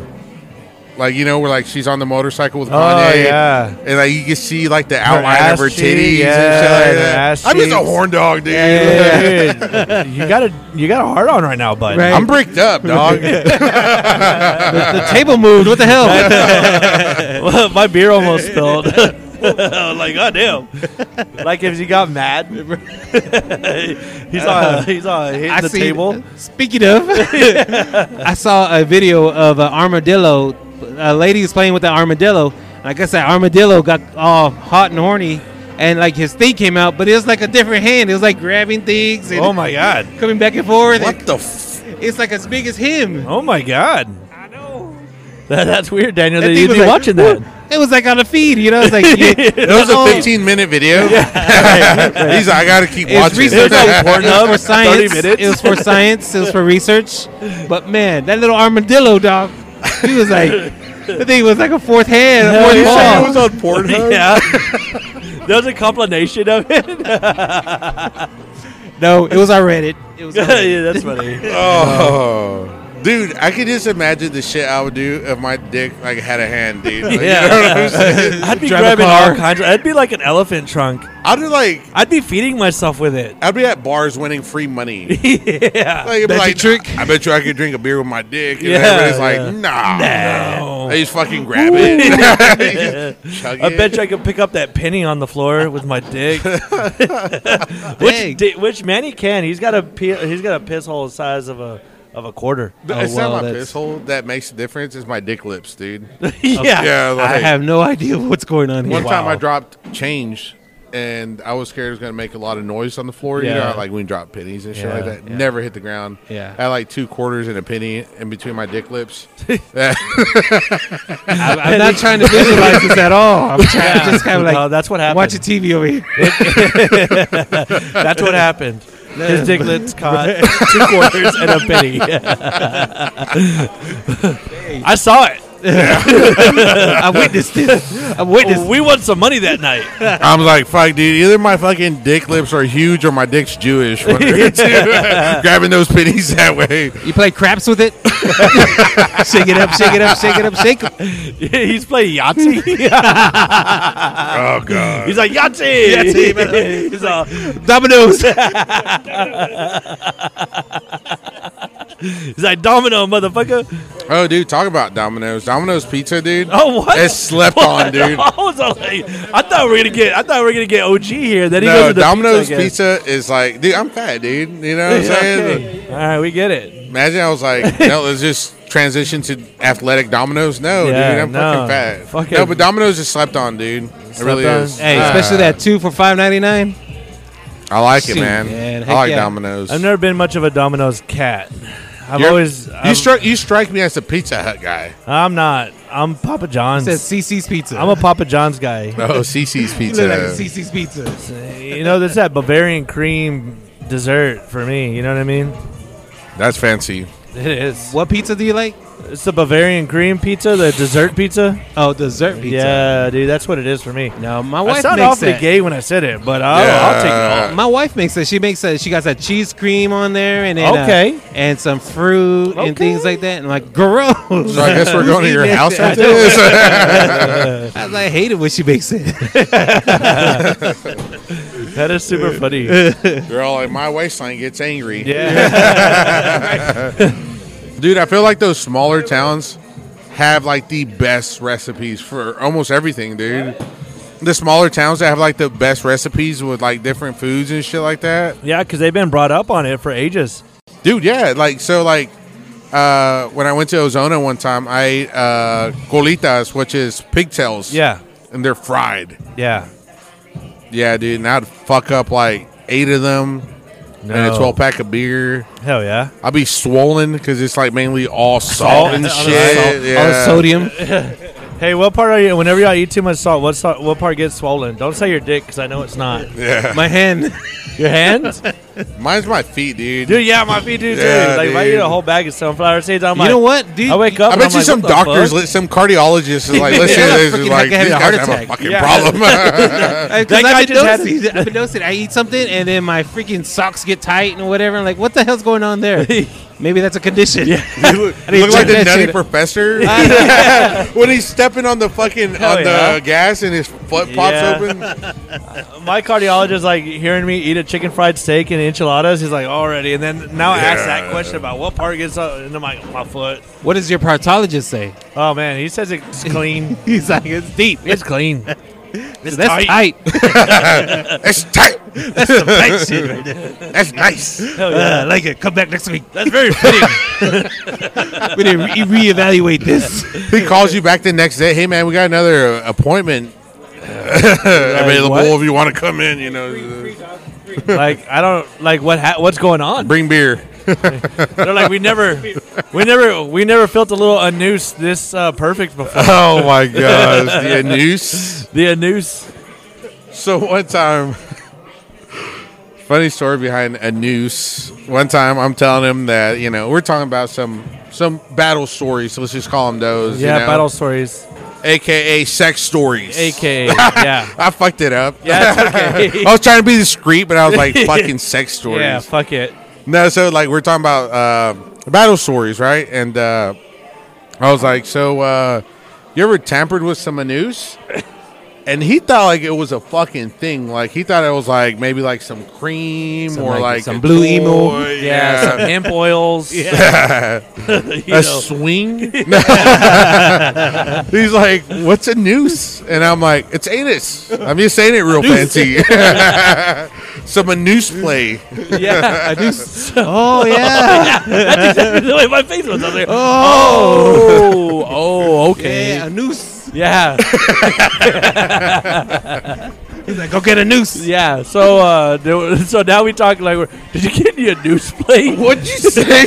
Speaker 3: Like you know, where like she's on the motorcycle with
Speaker 2: Oh,
Speaker 3: Kanye,
Speaker 2: yeah.
Speaker 3: and like you can see like the outline
Speaker 2: ass
Speaker 3: of her titties
Speaker 2: cheek,
Speaker 3: and shit
Speaker 2: yeah,
Speaker 3: like
Speaker 2: the
Speaker 3: that.
Speaker 2: ass
Speaker 3: I'm just a
Speaker 2: cheeks.
Speaker 3: horn dog, dude.
Speaker 2: Dude, you got a you got a hard on right now, bud.
Speaker 1: Right.
Speaker 3: I'm bricked up, dog.
Speaker 1: the table moved. What the hell?
Speaker 2: Well, My beer almost spilled.
Speaker 1: Oh,
Speaker 2: like goddamn. like if you got mad, he's
Speaker 1: Uh,
Speaker 2: on he's on hitting the
Speaker 1: seen-
Speaker 2: table.
Speaker 1: Speaking of, I saw a video of an armadillo. A lady was playing with an armadillo. And I guess that armadillo got all hot and horny, and like his thing came out, but it was like a different hand. It was like grabbing things and
Speaker 2: Oh my god.
Speaker 1: coming back and forth.
Speaker 3: what the? F-
Speaker 1: It's like as big as him.
Speaker 2: Oh my god. I know. that's weird, Daniel. That
Speaker 1: thing
Speaker 2: you'd
Speaker 1: was
Speaker 2: be
Speaker 1: like-
Speaker 2: watching that.
Speaker 1: It was like on the feed, you know. It's like you-
Speaker 3: it was
Speaker 1: oh,
Speaker 3: a 15 minute video. He's like, I gotta keep
Speaker 1: It was
Speaker 3: watching.
Speaker 1: research.
Speaker 2: There's no
Speaker 1: it was for
Speaker 2: Pornhub, 30
Speaker 1: science.
Speaker 2: minutes.
Speaker 1: It was for science. It was for research. But man, that little armadillo dog, he was like, the thing was like a fourth hand, a
Speaker 2: Hell
Speaker 1: fourth
Speaker 2: yeah.
Speaker 1: paw.
Speaker 2: It was
Speaker 3: on Pornhub.
Speaker 2: yeah. There was a compilation of it.
Speaker 1: No, it was on Reddit. It was on Reddit.
Speaker 2: yeah, that's funny.
Speaker 3: Oh. Dude, I could just imagine the shit I would do if my dick like had a hand, dude. Like,
Speaker 2: Yeah.
Speaker 3: you know what I'm saying?
Speaker 2: I'd be
Speaker 1: Drive a
Speaker 2: grabbing
Speaker 1: car.
Speaker 2: all kinds. Of, I'd be like an elephant trunk.
Speaker 3: I'd be like,
Speaker 2: I'd be feeding myself with it.
Speaker 3: I'd be at bars winning free money.
Speaker 2: yeah.
Speaker 3: Like, it'd be
Speaker 1: Magic
Speaker 3: like,
Speaker 1: trick.
Speaker 3: I bet you I could drink a beer with my dick. And
Speaker 2: Yeah,
Speaker 3: everybody's like,
Speaker 2: yeah.
Speaker 3: nah.
Speaker 2: Nah.
Speaker 3: They just fucking grab it. Chug
Speaker 2: I
Speaker 3: it.
Speaker 2: bet you I could pick up that penny on the floor with my dick.
Speaker 1: Dang.
Speaker 2: which, di- which Manny can. He's got a pi- he's got a piss hole the size of a of a quarter.
Speaker 1: Oh,
Speaker 3: it's
Speaker 1: wow,
Speaker 3: not my
Speaker 1: that's-
Speaker 3: piss hole that makes the difference. It's my dick lips, dude.
Speaker 2: yeah.
Speaker 3: Yeah, like,
Speaker 1: I have no idea what's going on here.
Speaker 3: one time
Speaker 2: Wow.
Speaker 3: I dropped change, and I was scared it was going to make a lot of noise on the floor. You know,
Speaker 2: Yeah.
Speaker 3: how, like when you drop pennies and shit
Speaker 2: Yeah,
Speaker 3: like that.
Speaker 2: yeah.
Speaker 3: Never hit the ground.
Speaker 1: Yeah.
Speaker 3: I had like two quarters and a penny in between my dick lips.
Speaker 1: I, I'm not trying to visualize this at all. I'm trying to just kind of like
Speaker 2: No, that's what happened.
Speaker 1: watching TV over here.
Speaker 2: That's what happened. His diglets caught two quarters and a penny. I saw it.
Speaker 1: I witnessed this. I witnessed.
Speaker 2: We won some money that night.
Speaker 3: I was like, fuck, dude. Either my fucking dick lips are huge or my dick's Jewish. One of the two. Grabbing those pennies that way.
Speaker 2: Oh.
Speaker 1: You play craps with it? shake it up, shake it up, shake it up, shake it.
Speaker 2: He's playing Yahtzee.
Speaker 3: Oh, God.
Speaker 2: He's like Yahtzee.
Speaker 1: Yahtzee,
Speaker 2: He's all,
Speaker 1: Dominoes.
Speaker 2: he's like Domino, motherfucker.
Speaker 3: Oh, dude, talk about Domino's. Domino's Pizza, dude.
Speaker 2: Oh what?
Speaker 3: It's slept on, dude.
Speaker 2: I was all like, I thought we were gonna get, I thought we were gonna get OG here. Then he goes
Speaker 3: No,
Speaker 2: to the
Speaker 3: Domino's
Speaker 2: pizza. again.
Speaker 3: pizza, is like, dude, I'm fat, dude. You know what I'm saying?
Speaker 2: Okay. All right, we get it.
Speaker 3: Imagine I was like, no, let's just transition to athletic Domino's. No,
Speaker 2: Yeah,
Speaker 3: dude, I'm
Speaker 2: no.
Speaker 3: fucking fat.
Speaker 2: Fuck
Speaker 3: no,
Speaker 2: it.
Speaker 3: but Domino's is slept on, dude. it really
Speaker 2: on.
Speaker 3: is.
Speaker 1: Hey,
Speaker 3: Ah.
Speaker 1: especially that two for five ninety nine.
Speaker 3: I like it,
Speaker 1: Shoot,
Speaker 3: man.
Speaker 1: man.
Speaker 3: I
Speaker 1: Heck
Speaker 3: like
Speaker 1: yeah.
Speaker 3: Domino's.
Speaker 2: I've never been much of a Domino's cat. I've
Speaker 3: You're-
Speaker 2: always.
Speaker 3: you
Speaker 2: I'm,
Speaker 3: strike you strike me as a Pizza Hut guy.
Speaker 2: I'm not. I'm Papa John's.
Speaker 1: Says CC's Pizza.
Speaker 2: I'm a Papa John's guy.
Speaker 3: Oh, CC's
Speaker 1: You look
Speaker 3: Pizza.
Speaker 1: like a CC's Pizza.
Speaker 2: you know, that's that Bavarian cream dessert for me. You know what I mean?
Speaker 3: That's fancy.
Speaker 2: It is.
Speaker 1: What pizza do you like?
Speaker 2: It's the Bavarian cream pizza, the dessert pizza.
Speaker 1: Oh, dessert pizza.
Speaker 2: Yeah, dude, that's what it is for me.
Speaker 1: No, my
Speaker 2: I
Speaker 1: wife
Speaker 2: sound
Speaker 1: makes
Speaker 2: awfully
Speaker 1: that.
Speaker 2: gay when I said it, but Oh, I'll, I'll take it all.
Speaker 3: Yeah.
Speaker 1: My wife makes it. She makes it. She got that cheese cream on there, and then, uh,
Speaker 2: Okay.
Speaker 1: and some fruit
Speaker 2: Okay.
Speaker 1: and things like that. And I'm like, gross.
Speaker 3: So I guess we're going to your
Speaker 1: Yes,
Speaker 3: house
Speaker 1: I
Speaker 3: after
Speaker 1: do.
Speaker 3: this.
Speaker 1: I, was like, I hate it when she makes it.
Speaker 2: That is super funny.
Speaker 3: They're all like, my waistline gets angry.
Speaker 2: Yeah.
Speaker 3: Dude, I feel like those smaller towns have like the best recipes for almost everything, dude. The smaller towns that have like the best recipes with like different foods and shit like that.
Speaker 2: yeah, because they've been brought up on it for ages.
Speaker 3: Dude, yeah, like so like uh when I went to Ozona one time, I ate uh colitas, which is pigtails.
Speaker 2: Yeah.
Speaker 3: And they're fried.
Speaker 2: Yeah.
Speaker 3: Yeah, dude, and I'd fuck up like eight of them and a
Speaker 2: No.
Speaker 3: twelve pack of beer.
Speaker 2: Hell yeah.
Speaker 3: I'd be swollen because it's like mainly all salt and
Speaker 2: All the
Speaker 3: shit.
Speaker 2: salt.
Speaker 3: yeah.
Speaker 1: All sodium.
Speaker 2: Hey, what part are you? Whenever y'all eat too much salt, what salt, what part gets swollen? Don't say your dick, because I know it's not.
Speaker 3: Yeah.
Speaker 1: My hand.
Speaker 2: Your hands,
Speaker 3: Mine's my feet, dude.
Speaker 2: dude. Yeah, my feet do too.
Speaker 3: Yeah,
Speaker 2: like if I eat
Speaker 3: dude.
Speaker 2: a whole bag of sunflower seeds, I'm
Speaker 1: You
Speaker 2: like,
Speaker 1: know what, dude?
Speaker 2: I wake up.
Speaker 3: I
Speaker 2: and
Speaker 3: bet
Speaker 2: I'm
Speaker 3: you
Speaker 2: like,
Speaker 3: some
Speaker 2: what the
Speaker 3: doctors,
Speaker 2: fuck?
Speaker 3: li- some cardiologists, is like, listen
Speaker 1: Yeah,
Speaker 3: to this,
Speaker 1: fucking
Speaker 3: is
Speaker 1: like
Speaker 3: like,
Speaker 1: I had a
Speaker 3: dude, I
Speaker 1: heart
Speaker 3: have a
Speaker 1: attack."
Speaker 3: fucking
Speaker 2: Yeah.
Speaker 3: problem.
Speaker 1: Because
Speaker 2: That guy
Speaker 1: Uh, I've, been
Speaker 2: just had-
Speaker 1: noticing- I've been noticing I eat something and then my freaking socks get tight and whatever. I'm like, what the hell's going on there? Maybe that's a condition.
Speaker 3: you look,
Speaker 1: I need
Speaker 3: you look
Speaker 1: to
Speaker 3: like the
Speaker 1: check that
Speaker 3: nutty
Speaker 1: shit.
Speaker 3: professor when he's stepping on the fucking
Speaker 2: Hell
Speaker 3: on
Speaker 2: yeah.
Speaker 3: the gas and his foot pops
Speaker 2: Yeah.
Speaker 3: open.
Speaker 2: My cardiologist like hearing me eat a chicken fried steak and enchiladas. He's like, already. And then now I ask that
Speaker 3: Yeah.
Speaker 2: question about what part gets up, and I'm like, my foot.
Speaker 1: What does your partologist say?
Speaker 2: Oh man, he says it's clean.
Speaker 1: He's like, it's deep.
Speaker 2: it's clean. It's
Speaker 1: that's tight.
Speaker 3: That's tight.
Speaker 1: that's some tight shit right there.
Speaker 3: That's nice.
Speaker 2: Hell yeah.
Speaker 1: Uh, I like it. Come back next week.
Speaker 2: That's very fitting.
Speaker 1: We need to re- reevaluate this.
Speaker 3: He calls you back the next day. Hey man, we got another uh, appointment available
Speaker 2: what?
Speaker 3: if you want to come in. You know,
Speaker 2: like I don't like what ha- what's going on.
Speaker 3: bring beer.
Speaker 2: They're like we never, we never, we never felt a little anus this uh, perfect before.
Speaker 3: Oh my gosh, the noose.
Speaker 2: The anus.
Speaker 3: So one time, funny story behind a noose. One time, I'm telling him that you know we're talking about some some battle stories. So let's just call them those. you
Speaker 2: Yeah,
Speaker 3: know,
Speaker 2: battle stories,
Speaker 3: aka sex stories.
Speaker 2: aka yeah,
Speaker 3: I fucked it up.
Speaker 2: yeah, it's okay.
Speaker 3: I was trying to be discreet, but I was like fucking sex stories.
Speaker 2: yeah, fuck it.
Speaker 3: No, so like we're talking about uh, battle stories, right? And uh, I was like, so uh, you ever tampered with some noose? And he thought like it was a fucking thing. Like he thought it was like maybe like some cream or
Speaker 1: like,
Speaker 3: like,
Speaker 1: some
Speaker 3: a
Speaker 1: blue emo.
Speaker 3: toy,
Speaker 2: Yeah, some hemp oils. Yeah, you
Speaker 3: a
Speaker 2: know.
Speaker 3: swing. He's like, "What's a noose?" And I'm like, "It's anus." I'm just saying it real fancy. some a noose play.
Speaker 2: yeah,
Speaker 1: Oh yeah.
Speaker 2: the way my face was. I was like, oh,
Speaker 1: Oh.
Speaker 2: oh, okay,
Speaker 1: Yeah, a noose.
Speaker 2: yeah.
Speaker 1: He's like, go get a noose.
Speaker 2: Yeah, so uh, there were- so now we talk like, we're, did you get you a noose plate?
Speaker 3: What'd you say?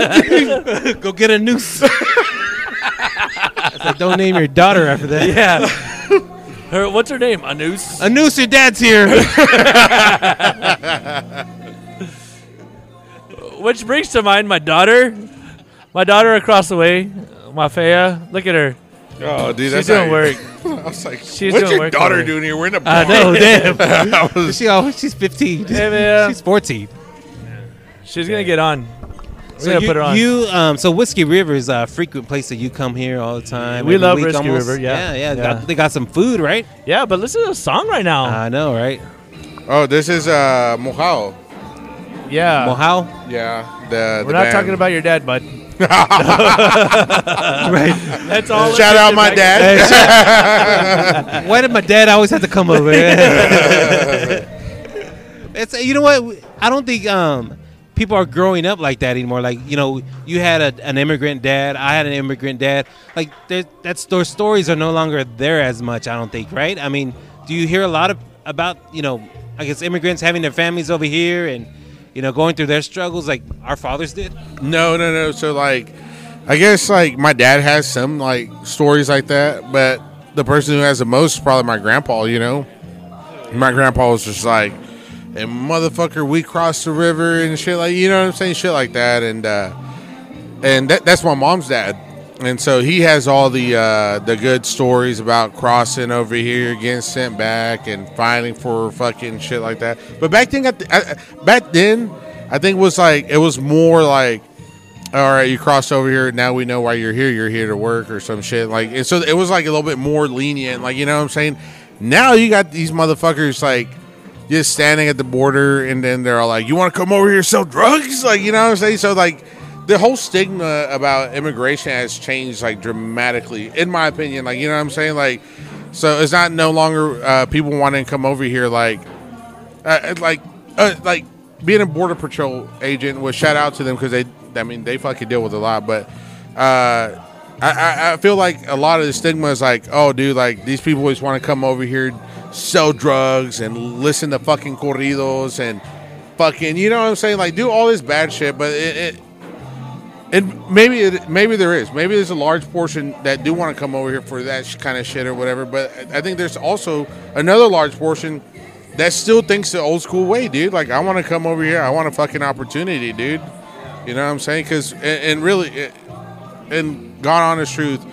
Speaker 1: go get a noose. I said, don't name your daughter after that.
Speaker 2: Yeah. Her, what's her name? A noose.
Speaker 1: A noose, your dad's here.
Speaker 2: Which brings to mind my daughter. My daughter across the way, Mafea. Look at her.
Speaker 3: oh, dude,
Speaker 2: She's
Speaker 3: that's
Speaker 2: doing
Speaker 3: how-
Speaker 2: work.
Speaker 3: I was like,
Speaker 2: She's
Speaker 3: "What's
Speaker 2: doing
Speaker 3: your
Speaker 2: work
Speaker 3: daughter
Speaker 2: already."
Speaker 3: doing here? We're in a
Speaker 2: I
Speaker 3: bar."
Speaker 2: know, damn.
Speaker 3: I was-
Speaker 1: she, oh, she's 15.
Speaker 2: Hey, man.
Speaker 1: She's 14.
Speaker 2: She's gonna get on. We're
Speaker 1: So
Speaker 2: gonna
Speaker 1: you,
Speaker 2: put her on.
Speaker 1: you, um, so Whiskey River is a frequent place that you come here all the time.
Speaker 2: We
Speaker 1: every
Speaker 2: love
Speaker 1: week
Speaker 2: Whiskey
Speaker 1: almost.
Speaker 2: River, yeah.
Speaker 1: yeah,
Speaker 2: Yeah. Uh-huh.
Speaker 1: They got some food, right?
Speaker 2: yeah, but listen to the song right now.
Speaker 1: I know, right?
Speaker 3: oh, this is uh, Mojao.
Speaker 2: yeah.
Speaker 1: well, how?
Speaker 3: Yeah, the,
Speaker 2: We're not talking about your dad, bud.
Speaker 1: right?
Speaker 2: That's all.
Speaker 3: Shout out my dad.
Speaker 1: Why did my dad always have to come over? it's you know what? I don't think um, people are growing up like that anymore. Like you know, you had a, an immigrant dad. I had an immigrant dad. Like there- that's those stories are no longer there as much. I don't think, right? I mean, do you hear a lot of about you know I guess immigrants having their families over here and you know going through their struggles like our fathers did.
Speaker 3: No, no, no. So like, I guess like my dad has some like stories like that, but the person who has the most is probably my grandpa. You know, my grandpa was just like, "And motherfucker, we crossed the river and shit like you know what I'm saying, shit like that." And uh, and that that's my mom's dad, and so he has all the uh, the good stories about crossing over here, getting sent back, and fighting for fucking shit like that. But back then, I th- I, I- back then, I think it was like it was more like all right, you crossed over here. Now we know why you're here. You're here to work or some shit. Like, and so it was like a little bit more lenient. Like, you know what I'm saying? Now you got these motherfuckers like just standing at the border, and then they're all like, "You want to come over here and sell drugs?" Like, you know what I'm saying? So like, the whole stigma about immigration has changed like dramatically, in my opinion. Like, you know what I'm saying? Like, so it's not no longer uh, people wanting to come over here like uh, and, like uh, like being a border patrol agent was shout out to them because they I mean they fucking deal with a lot, but uh, I, I I feel like a lot of the stigma is like oh dude like these people just want to come over here sell drugs and listen to fucking corridos and fucking you know what I'm saying like do all this bad shit, but it. it and maybe it, maybe there is maybe there's a large portion that do want to come over here for that sh- kind of shit or whatever but i I think there's also another large portion that still thinks the old school way dude like i want to come over here i want a fucking opportunity dude you know what i'm saying because and, and really it, and god honest truth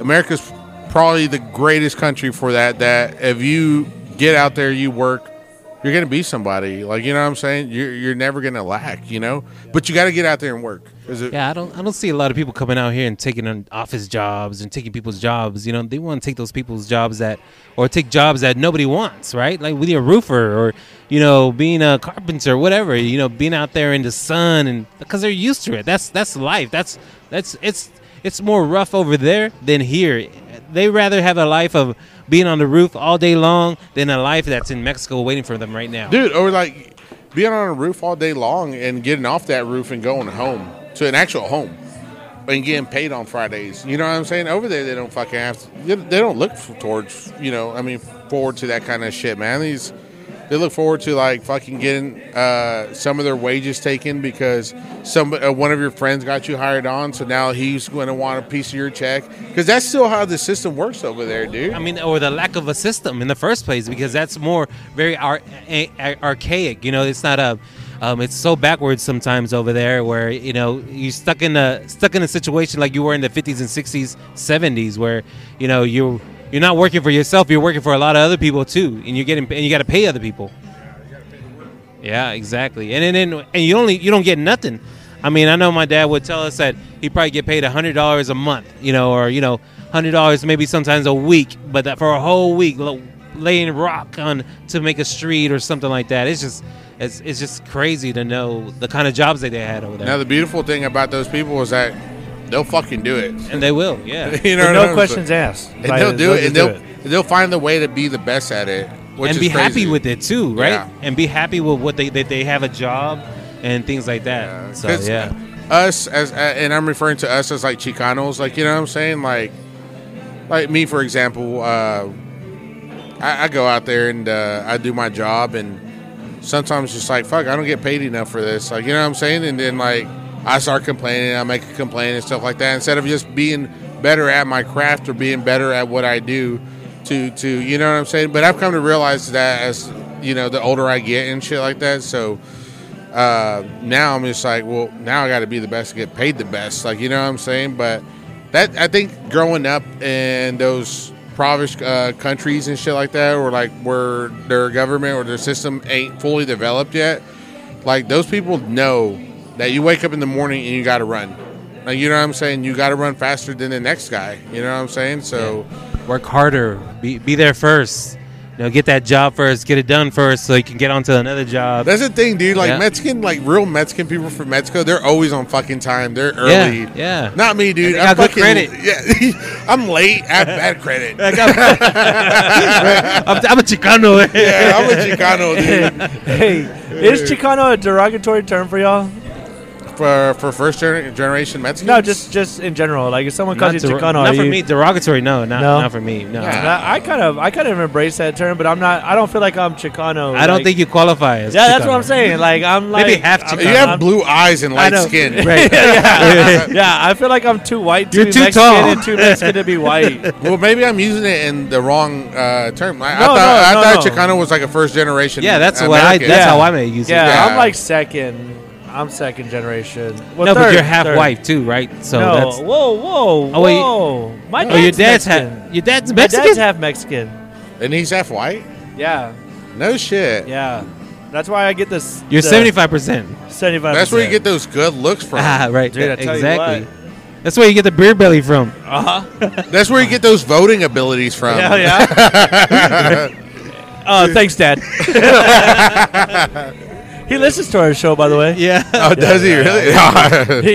Speaker 3: america's probably the greatest country for that that if you get out there you work you're gonna be somebody like you know what i'm saying you're, you're never gonna lack you know but you gotta get out there and work 'Cause it-
Speaker 1: Yeah, I don't I don't see a lot of people coming out here and taking on office jobs and taking people's jobs. You know, they want to take those people's jobs that or take jobs that nobody wants, right? Like being a roofer or you know being a carpenter, whatever. You know, being out there in the sun and because they're used to it. That's that's life. That's that's it's it's more rough over there than here. They rather have a life of being on the roof all day long than a life that's in Mexico waiting for them right now.
Speaker 3: dude or like being on a roof all day long and getting off that roof and going home to an actual home and getting paid on fridays you know what i'm saying over there they don't fucking have to, they- they don't look f- towards you know i mean forward to that kind of shit man these they look forward to like fucking getting uh, some of their wages taken because some uh, one of your friends got you hired on, so now he's going to want a piece of your check because that's still how the system works over there, dude.
Speaker 1: I mean, or the lack of a system in the first place, because that's more very ar- a- a- archaic. You know, it's not a, um, it's so backwards sometimes over there, where you know you stuck in a stuck in a situation like you were in the fifties and sixties, seventies, where you know you you're not working for yourself, you're working for a lot of other people too, and you're getting and you got to pay other people. Yeah, exactly. And then and, and you only you don't get nothing. I mean, I know my dad would tell us that he probably get paid hundred dollars a month, you know, or you know, hundred dollars maybe sometimes a week, but that for a whole week lo- laying rock on to make a street or something like that. It's just it's, it's just crazy to know the kind of jobs that they had over there,
Speaker 3: now the beautiful thing about those people is that they'll fucking do it.
Speaker 1: and they will. Yeah,
Speaker 3: you know,
Speaker 2: With
Speaker 3: what I'm
Speaker 2: no
Speaker 3: saying?
Speaker 2: questions asked.
Speaker 3: And
Speaker 2: Like,
Speaker 3: they'll do it, and
Speaker 2: just
Speaker 3: they'll they'll find the way to be the best at it, which
Speaker 1: and
Speaker 3: is
Speaker 1: be
Speaker 3: crazy.
Speaker 1: happy with it too, right?
Speaker 3: Yeah.
Speaker 1: And be happy with what they that they have a job and things like that. so
Speaker 3: 'Cause
Speaker 1: yeah.
Speaker 3: us as uh, and I'm referring to us as like Chicanos, like you know what I'm saying, like like me for example, uh, I, I go out there and uh, I do my job, and sometimes just like fuck, I don't get paid enough for this, like you know what I'm saying, and then like I start complaining, I make a complaint and stuff like that instead of just being better at my craft or being better at what I do. To, to you know what I'm saying, but I've come to realize that as you know the older I get and shit like that. So uh, now I'm just like, well, now I got to be the best to get paid the best. Like, you know what I'm saying? But that I think growing up in those province uh, countries and shit like that, or like where their government or their system ain't fully developed yet, like those people know that you wake up in the morning and you got to run. Like, you know what I'm saying? You got to run faster than the next guy. You know what I'm saying? So,
Speaker 1: work harder be, be there first you know get that job first get it done first so you can get on to another job
Speaker 3: That's the thing, dude. Like
Speaker 1: Yeah.
Speaker 3: Mexican, like real Mexican people from Mexico, they're always on fucking time. They're
Speaker 1: Yeah,
Speaker 3: early.
Speaker 1: yeah.
Speaker 3: Not me, dude.
Speaker 1: they
Speaker 3: I'm
Speaker 1: got good
Speaker 3: fucking
Speaker 1: credit.
Speaker 3: Yeah, I'm late. I have bad credit.
Speaker 1: Like, I'm, I'm, I'm a chicano eh?
Speaker 3: yeah, I'm a Chicano, dude.
Speaker 2: Hey, is Chicano a derogatory term for y'all?
Speaker 3: for for first gener- generation Mexicans?
Speaker 2: No, just just in general. Like if someone calls
Speaker 1: Not
Speaker 2: you
Speaker 1: der-
Speaker 2: Chicano,
Speaker 1: not
Speaker 2: are
Speaker 1: for
Speaker 2: you-
Speaker 1: me. Derogatory? No, not
Speaker 2: No?
Speaker 1: not for me. No,
Speaker 3: Yeah.
Speaker 2: I I kind of I kind of embrace that term, but I'm not. I don't feel like I'm Chicano.
Speaker 1: I don't
Speaker 2: like-
Speaker 1: think you qualify as.
Speaker 2: Yeah, that's what I'm
Speaker 1: Chicano.
Speaker 2: saying. Like I'm like
Speaker 1: Maybe half
Speaker 2: I'm-
Speaker 1: Chicano.
Speaker 3: you have
Speaker 2: I'm-
Speaker 3: blue eyes and
Speaker 2: I
Speaker 3: light
Speaker 2: know.
Speaker 3: skin.
Speaker 1: Right.
Speaker 2: yeah, yeah, I feel like I'm too white to
Speaker 1: You're
Speaker 2: be
Speaker 1: too
Speaker 2: Mexican
Speaker 1: tall.
Speaker 2: and too Mexican to be white.
Speaker 3: Well, maybe I'm using it in the wrong uh, term. I, I
Speaker 2: No,
Speaker 3: thought,
Speaker 2: no,
Speaker 3: I
Speaker 2: no,
Speaker 3: thought
Speaker 2: no.
Speaker 3: Chicano was like a first generation.
Speaker 1: Yeah, that's what I.
Speaker 3: American.
Speaker 1: That's
Speaker 2: Yeah.
Speaker 1: how I may use
Speaker 2: Yeah,
Speaker 1: it.
Speaker 3: Yeah.
Speaker 2: I'm like second. I'm second generation. Well,
Speaker 1: No, but
Speaker 2: third,
Speaker 1: you're half
Speaker 2: third.
Speaker 1: white too, right? So
Speaker 2: no,
Speaker 1: that's.
Speaker 2: whoa, whoa,
Speaker 1: Oh, wait.
Speaker 2: whoa! My
Speaker 1: Oh, your dad's
Speaker 2: Mexican.
Speaker 1: half. Your dad's
Speaker 2: My
Speaker 1: Mexican.
Speaker 2: dad's half Mexican.
Speaker 3: And he's half white?
Speaker 2: Yeah,
Speaker 3: No shit.
Speaker 2: yeah. That's why I get this.
Speaker 1: You're
Speaker 2: the
Speaker 1: seventy-five percent.
Speaker 2: 75.
Speaker 3: That's where you get those good looks from.
Speaker 1: Ah, right.
Speaker 2: Dude, I tell you
Speaker 1: exactly. That's where you get the beer belly from.
Speaker 2: Uh huh.
Speaker 3: That's where you get those voting abilities from.
Speaker 2: Yeah, yeah. uh, thanks, Dad. he listens to our show, by the way.
Speaker 1: Yeah.
Speaker 3: Oh, does he really?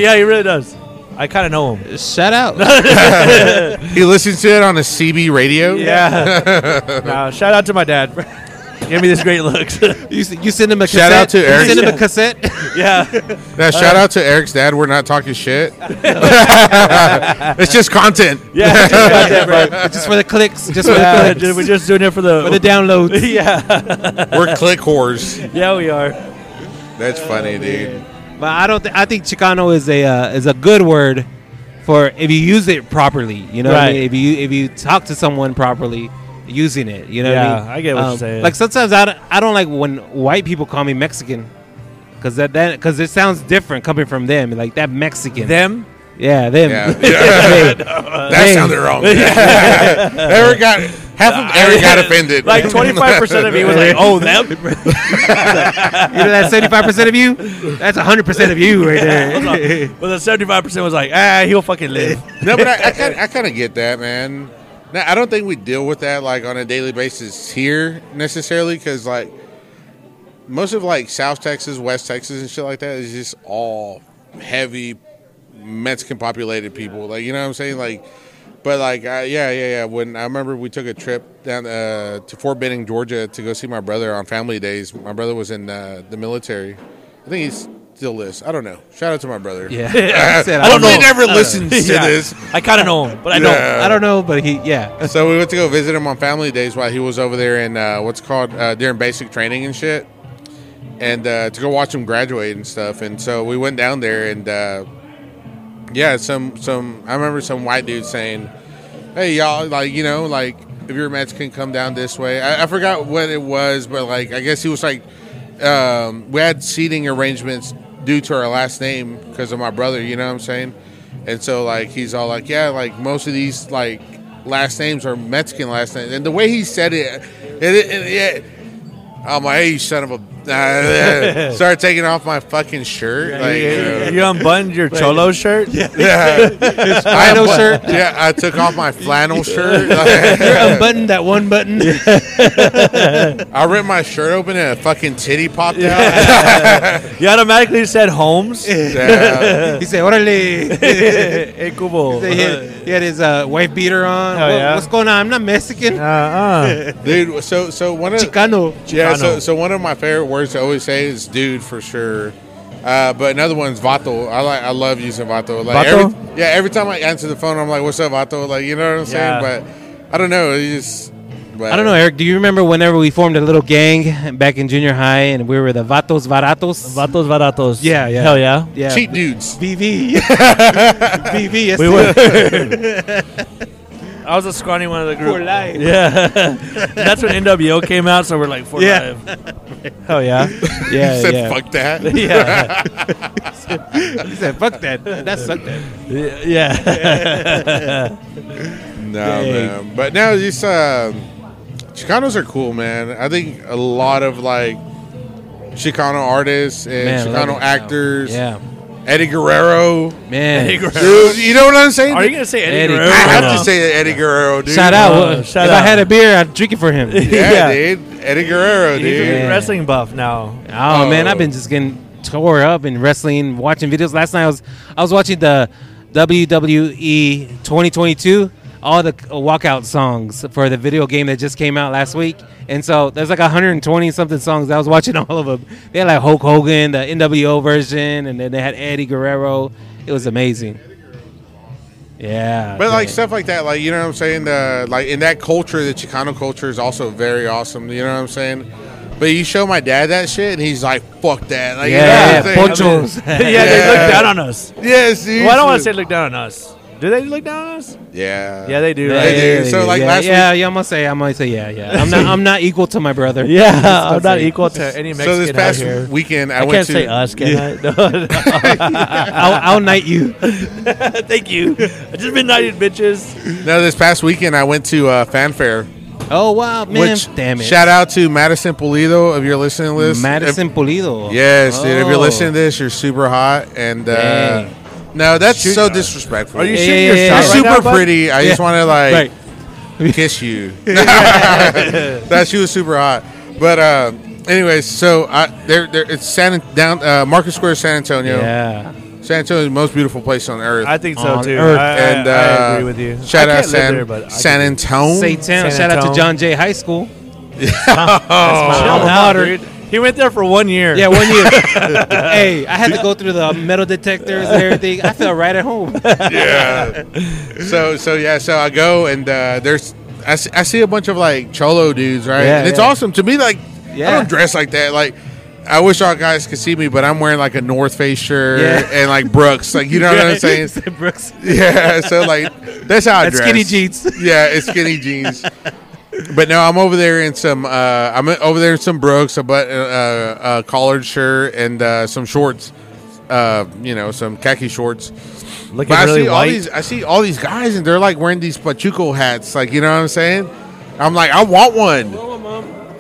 Speaker 2: Yeah, he really does. I kind of know him.
Speaker 1: Shout out.
Speaker 3: he listens to it on a CB radio.
Speaker 2: Yeah. nah, shout out to my dad. Give me this great looks.
Speaker 1: you, s- you send him a cassette.
Speaker 3: Shout out to Eric.
Speaker 1: You send him
Speaker 2: Yeah.
Speaker 1: a cassette.
Speaker 2: yeah.
Speaker 3: Now, shout
Speaker 2: Uh-huh.
Speaker 3: out to Eric's dad. We're not talking shit. it's just content.
Speaker 2: Yeah. just about that, bro.
Speaker 1: just for the clicks. Just for
Speaker 2: Yeah,
Speaker 1: the
Speaker 2: ju-
Speaker 1: clicks.
Speaker 2: we're just doing it for the
Speaker 1: for the downloads.
Speaker 2: yeah,
Speaker 3: We're click whores.
Speaker 2: yeah, we are.
Speaker 3: That's funny, dude.
Speaker 1: But I don't. Th- I think Chicano is a uh, is a good word for if you use it properly. You know, what I
Speaker 2: Right.
Speaker 1: mean? if you if you talk to someone properly, using it. You know,
Speaker 2: Yeah,
Speaker 1: what I mean. Um,
Speaker 2: I get what you're saying.
Speaker 1: Like sometimes I don't, I don't like when white people call me Mexican because that that because it sounds different coming from them. Like that Mexican.
Speaker 2: Them?
Speaker 1: yeah, them.
Speaker 3: Yeah.
Speaker 1: Hey,
Speaker 3: That sounded wrong. Eric got half of Eric got offended.
Speaker 2: Like twenty five percent of me was like, "Oh, them."
Speaker 1: you know that seventy five percent of you? That's hundred percent of you right there.
Speaker 2: But the seventy five percent was like, "Ah, he'll fucking live."
Speaker 3: no, but I, I kind I kind of get that, man. Now, I don't think we deal with that like on a daily basis here necessarily, because like most of like South Texas, West Texas, and shit like that is just all heavy Mexican populated people. Like you know what I'm saying? Like, but like I, yeah, yeah, yeah. When I remember we took a trip down uh, to Fort Benning, Georgia, to go see my brother on family days. My brother was in uh, the military. I think he's still is. I don't know. Shout out to my brother.
Speaker 1: yeah. I, said,
Speaker 3: I don't know. He
Speaker 1: know.
Speaker 3: never listens to
Speaker 2: Yeah.
Speaker 3: this.
Speaker 2: I kind of know him, but I
Speaker 3: Yeah.
Speaker 2: don't.
Speaker 1: I don't know, but he yeah.
Speaker 3: So we went to go visit him on family days while he was over there in uh, what's called uh, during basic training and shit, and uh, to go watch him graduate and stuff. And so we went down there and uh, yeah, some some I remember some white dude saying, "Hey y'all, like you know, like if you're Mexican, come down this way." I, I forgot what it was, but like I guess he was like, um, we had seating arrangements due to our last name because of my brother. You know what I'm saying? And so like he's all like, "Yeah, like most of these like last names are Mexican last names," and the way he said it, it, it, it I'm like, "Hey, you son of a!" Started taking off my fucking shirt. like, uh,
Speaker 2: You unbuttoned your cholo shirt. Yeah.
Speaker 3: yeah.
Speaker 1: flannel
Speaker 3: I,
Speaker 1: shirt.
Speaker 3: Yeah, I took off my flannel shirt.
Speaker 1: You're unbuttoned that one button.
Speaker 3: I ripped my shirt open and a fucking titty popped
Speaker 2: You automatically said Holmes.
Speaker 3: out. Yeah.
Speaker 1: He said, "Orale."
Speaker 2: hey, Kubo.
Speaker 1: He had, he had his uh, wife beater on.
Speaker 2: Oh,
Speaker 1: What-
Speaker 2: yeah?
Speaker 1: What's going on? I'm not Mexican.
Speaker 2: Uh-uh.
Speaker 3: Dude, so so one of
Speaker 1: Chicano.
Speaker 3: yeah, so,
Speaker 2: Chicano.
Speaker 3: so one of my favorite words to always say is dude for sure. Uh, but another one's vato. I like I love using vato. Like
Speaker 2: Vato?
Speaker 3: Every, yeah, every time I answer the phone I'm like, What's up, Vato? Like you know what I'm saying?
Speaker 2: Yeah.
Speaker 3: But I don't know, it's just but,
Speaker 1: I don't know, Eric. Do you remember whenever we formed a little gang back in junior high and we were the Vatos Varatos?
Speaker 2: Vatos baratos.
Speaker 1: Yeah, yeah.
Speaker 2: Hell yeah.
Speaker 1: yeah.
Speaker 3: Cheat dudes.
Speaker 1: VV. VV. Yes,
Speaker 2: We
Speaker 1: sir.
Speaker 2: were. I was a scrawny one of the group.
Speaker 1: For life.
Speaker 2: Yeah. That's when NWO came out, so we're like for
Speaker 1: Yeah.
Speaker 2: life. Hell yeah.
Speaker 1: Yeah,
Speaker 3: He said
Speaker 1: yeah.
Speaker 3: fuck that.
Speaker 2: yeah.
Speaker 1: He said, fuck that. That sucked. That.
Speaker 2: Yeah.
Speaker 3: No,
Speaker 1: Dang.
Speaker 3: man. But no, just um, Chicanos are cool, man. I think a lot of like Chicano artists and
Speaker 1: Man, I love
Speaker 3: Chicano
Speaker 1: it.
Speaker 3: actors.
Speaker 1: Yeah.
Speaker 3: Eddie Guerrero.
Speaker 1: Man.
Speaker 2: Eddie Guerrero.
Speaker 3: Dude, you know what I'm saying?
Speaker 2: Are you gonna say Eddie
Speaker 1: Eddie.
Speaker 2: Guerrero?
Speaker 3: I
Speaker 2: right
Speaker 3: have
Speaker 2: now?
Speaker 3: to say Eddie Guerrero, dude.
Speaker 1: Shout out.
Speaker 2: Uh,
Speaker 1: Well,
Speaker 2: shout
Speaker 1: if I
Speaker 2: out.
Speaker 1: had a beer, I'd drink it for him. oh,
Speaker 3: Yeah,
Speaker 2: Yeah.
Speaker 3: dude. Eddie Guerrero,
Speaker 2: He's a
Speaker 3: dude.
Speaker 1: Yeah.
Speaker 2: wrestling buff now.
Speaker 1: Oh, man. I've been just getting tore up in wrestling, watching videos. Last night I was I was watching the WWE 2022. E all the walkout songs for the video game that just came out last week. And so there's like 120 something songs. I was watching all of them. They had like Hulk Hogan, the NWO version, and then they had Eddie Guerrero. It was amazing. Yeah.
Speaker 3: But like
Speaker 1: man.
Speaker 3: stuff like that, like you know what I'm saying. The like in that culture, the Chicano culture is also very awesome. You know what I'm saying. But you show my dad that shit, and he's like, "Fuck that!" Like,
Speaker 1: Yeah,
Speaker 3: you know what I'm saying?
Speaker 1: poncho.
Speaker 2: yeah, they
Speaker 3: Yeah.
Speaker 2: look down on us.
Speaker 3: Yes. dude.
Speaker 2: Well, I don't want to say look down on us. Do they look down on us?
Speaker 3: Yeah.
Speaker 2: Yeah, they do.
Speaker 1: Yeah,
Speaker 2: Right?
Speaker 3: They
Speaker 1: yeah,
Speaker 3: do.
Speaker 1: yeah,
Speaker 3: So,
Speaker 1: yeah,
Speaker 3: like,
Speaker 1: yeah,
Speaker 3: last
Speaker 1: yeah, yeah, I'm gonna say, I'm gonna say, yeah, yeah. I'm not, I'm not equal to my brother.
Speaker 2: Yeah,
Speaker 1: That's
Speaker 2: I'm not
Speaker 1: insane.
Speaker 2: equal to any Mexican
Speaker 3: So this
Speaker 2: out
Speaker 3: past
Speaker 2: here.
Speaker 3: weekend, I,
Speaker 2: I,
Speaker 3: went
Speaker 2: can't
Speaker 3: to.
Speaker 2: say
Speaker 1: uh.
Speaker 2: us, can I? No, no.
Speaker 1: I'll, I'll knight you.
Speaker 2: Thank you. I just been knighted, bitches.
Speaker 3: No, this past weekend I went to uh, Fanfare.
Speaker 1: Oh wow, man!
Speaker 3: which
Speaker 1: Damn it!
Speaker 3: Shout out to Madison Pulido of your listening list.
Speaker 1: Madison Pulido.
Speaker 3: If- yes, dude. If you're
Speaker 1: Oh.
Speaker 3: listening to this, you're super hot. And uh,
Speaker 1: Dang.
Speaker 3: no, that's
Speaker 2: Shoot.
Speaker 3: so disrespectful.
Speaker 2: Are you
Speaker 1: Yeah,
Speaker 2: shooting
Speaker 1: yeah,
Speaker 2: your
Speaker 1: yeah,
Speaker 2: shot
Speaker 3: You're
Speaker 1: yeah.
Speaker 2: right now,
Speaker 3: super
Speaker 2: bud?
Speaker 3: pretty. I just
Speaker 1: Yeah.
Speaker 3: want to like
Speaker 1: Right.
Speaker 3: kiss you. that she was super hot. But uh, anyways, so I, there, there, it's San down uh, Market Square, San Antonio.
Speaker 1: Yeah.
Speaker 3: San Antonio is the most beautiful place on earth.
Speaker 2: I think so
Speaker 1: On
Speaker 2: too.
Speaker 1: Earth.
Speaker 2: I, I-
Speaker 3: and uh,
Speaker 2: I agree with you.
Speaker 3: Shout
Speaker 2: I
Speaker 3: out
Speaker 2: can't live
Speaker 3: San
Speaker 2: there, but I
Speaker 3: San
Speaker 2: could-
Speaker 3: Antonio.
Speaker 1: Say town.
Speaker 2: San
Speaker 1: Shout out to
Speaker 2: Antone.
Speaker 1: John Jay High School.
Speaker 2: Chill
Speaker 1: alma
Speaker 2: out,
Speaker 1: mater.
Speaker 2: dude. He went there for one year.
Speaker 1: Yeah, one year. hey, I had to go through the metal detectors and everything. I felt right at home.
Speaker 3: yeah. So so yeah. So I go and uh, there's I see, I see a bunch of like cholo dudes, right?
Speaker 1: Yeah,
Speaker 3: and it's
Speaker 1: yeah.
Speaker 3: awesome to me. Like I
Speaker 1: Yeah.
Speaker 3: don't dress like that. Like I wish y'all guys could see me, but I'm wearing like a North Face shirt
Speaker 1: Yeah.
Speaker 3: and like Brooks. Like you know what I'm saying?
Speaker 1: Said Brooks.
Speaker 3: Yeah. So like that's how I
Speaker 1: That's
Speaker 3: dress.
Speaker 1: skinny jeans.
Speaker 3: Yeah, it's skinny jeans. But no, I'm over there in some. Uh, I'm over there in some Brooks, a but uh, uh, collared shirt, and uh, some shorts. Uh, you know, some khaki shorts.
Speaker 2: looking
Speaker 3: But I
Speaker 2: really
Speaker 3: see all
Speaker 2: white.
Speaker 3: these. I see all these guys, and they're like wearing these pachuco hats. Like you know what I'm saying? I'm like, I want one.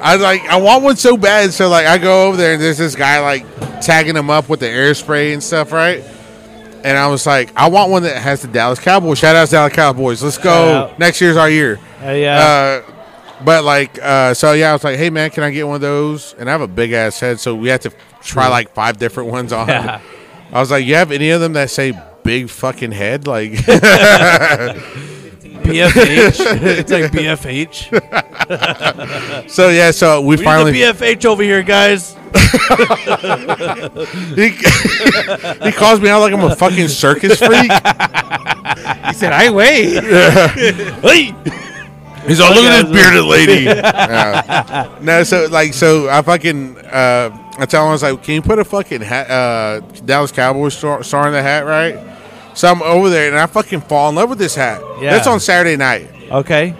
Speaker 3: I like, I want one so bad. So like, I go over there, and there's this guy like tagging him up with the air spray and stuff, right? And I was like, I want one that has the Dallas Cowboys. Shout out to Dallas Cowboys. Let's go.
Speaker 2: out.
Speaker 3: Next year's our year.
Speaker 2: Uh, yeah.
Speaker 3: Uh, but like, uh, so yeah, I was like, hey man, can I get one of those? And I have a big ass head, so we had to try like five different ones on.
Speaker 2: Yeah.
Speaker 3: I was like, you have any of them that say big fucking head? Like,
Speaker 2: BFH. it's like BFH. We
Speaker 3: so yeah, so we, finally
Speaker 2: need the BFH over here, guys.
Speaker 3: he, he calls me out like I'm a fucking circus freak.
Speaker 1: He said, "I wait."
Speaker 2: Hey,
Speaker 3: He's all, look
Speaker 2: at
Speaker 3: at
Speaker 2: this
Speaker 3: this bearded lady. Yeah. no, so like, so I fucking, uh, I tell him I was like, can you put a fucking hat, uh, Dallas Cowboys star, star in the hat, right? So I'm over there and I fucking fall in love with this hat.
Speaker 2: Yeah.
Speaker 3: That's on Saturday night.
Speaker 2: Okay.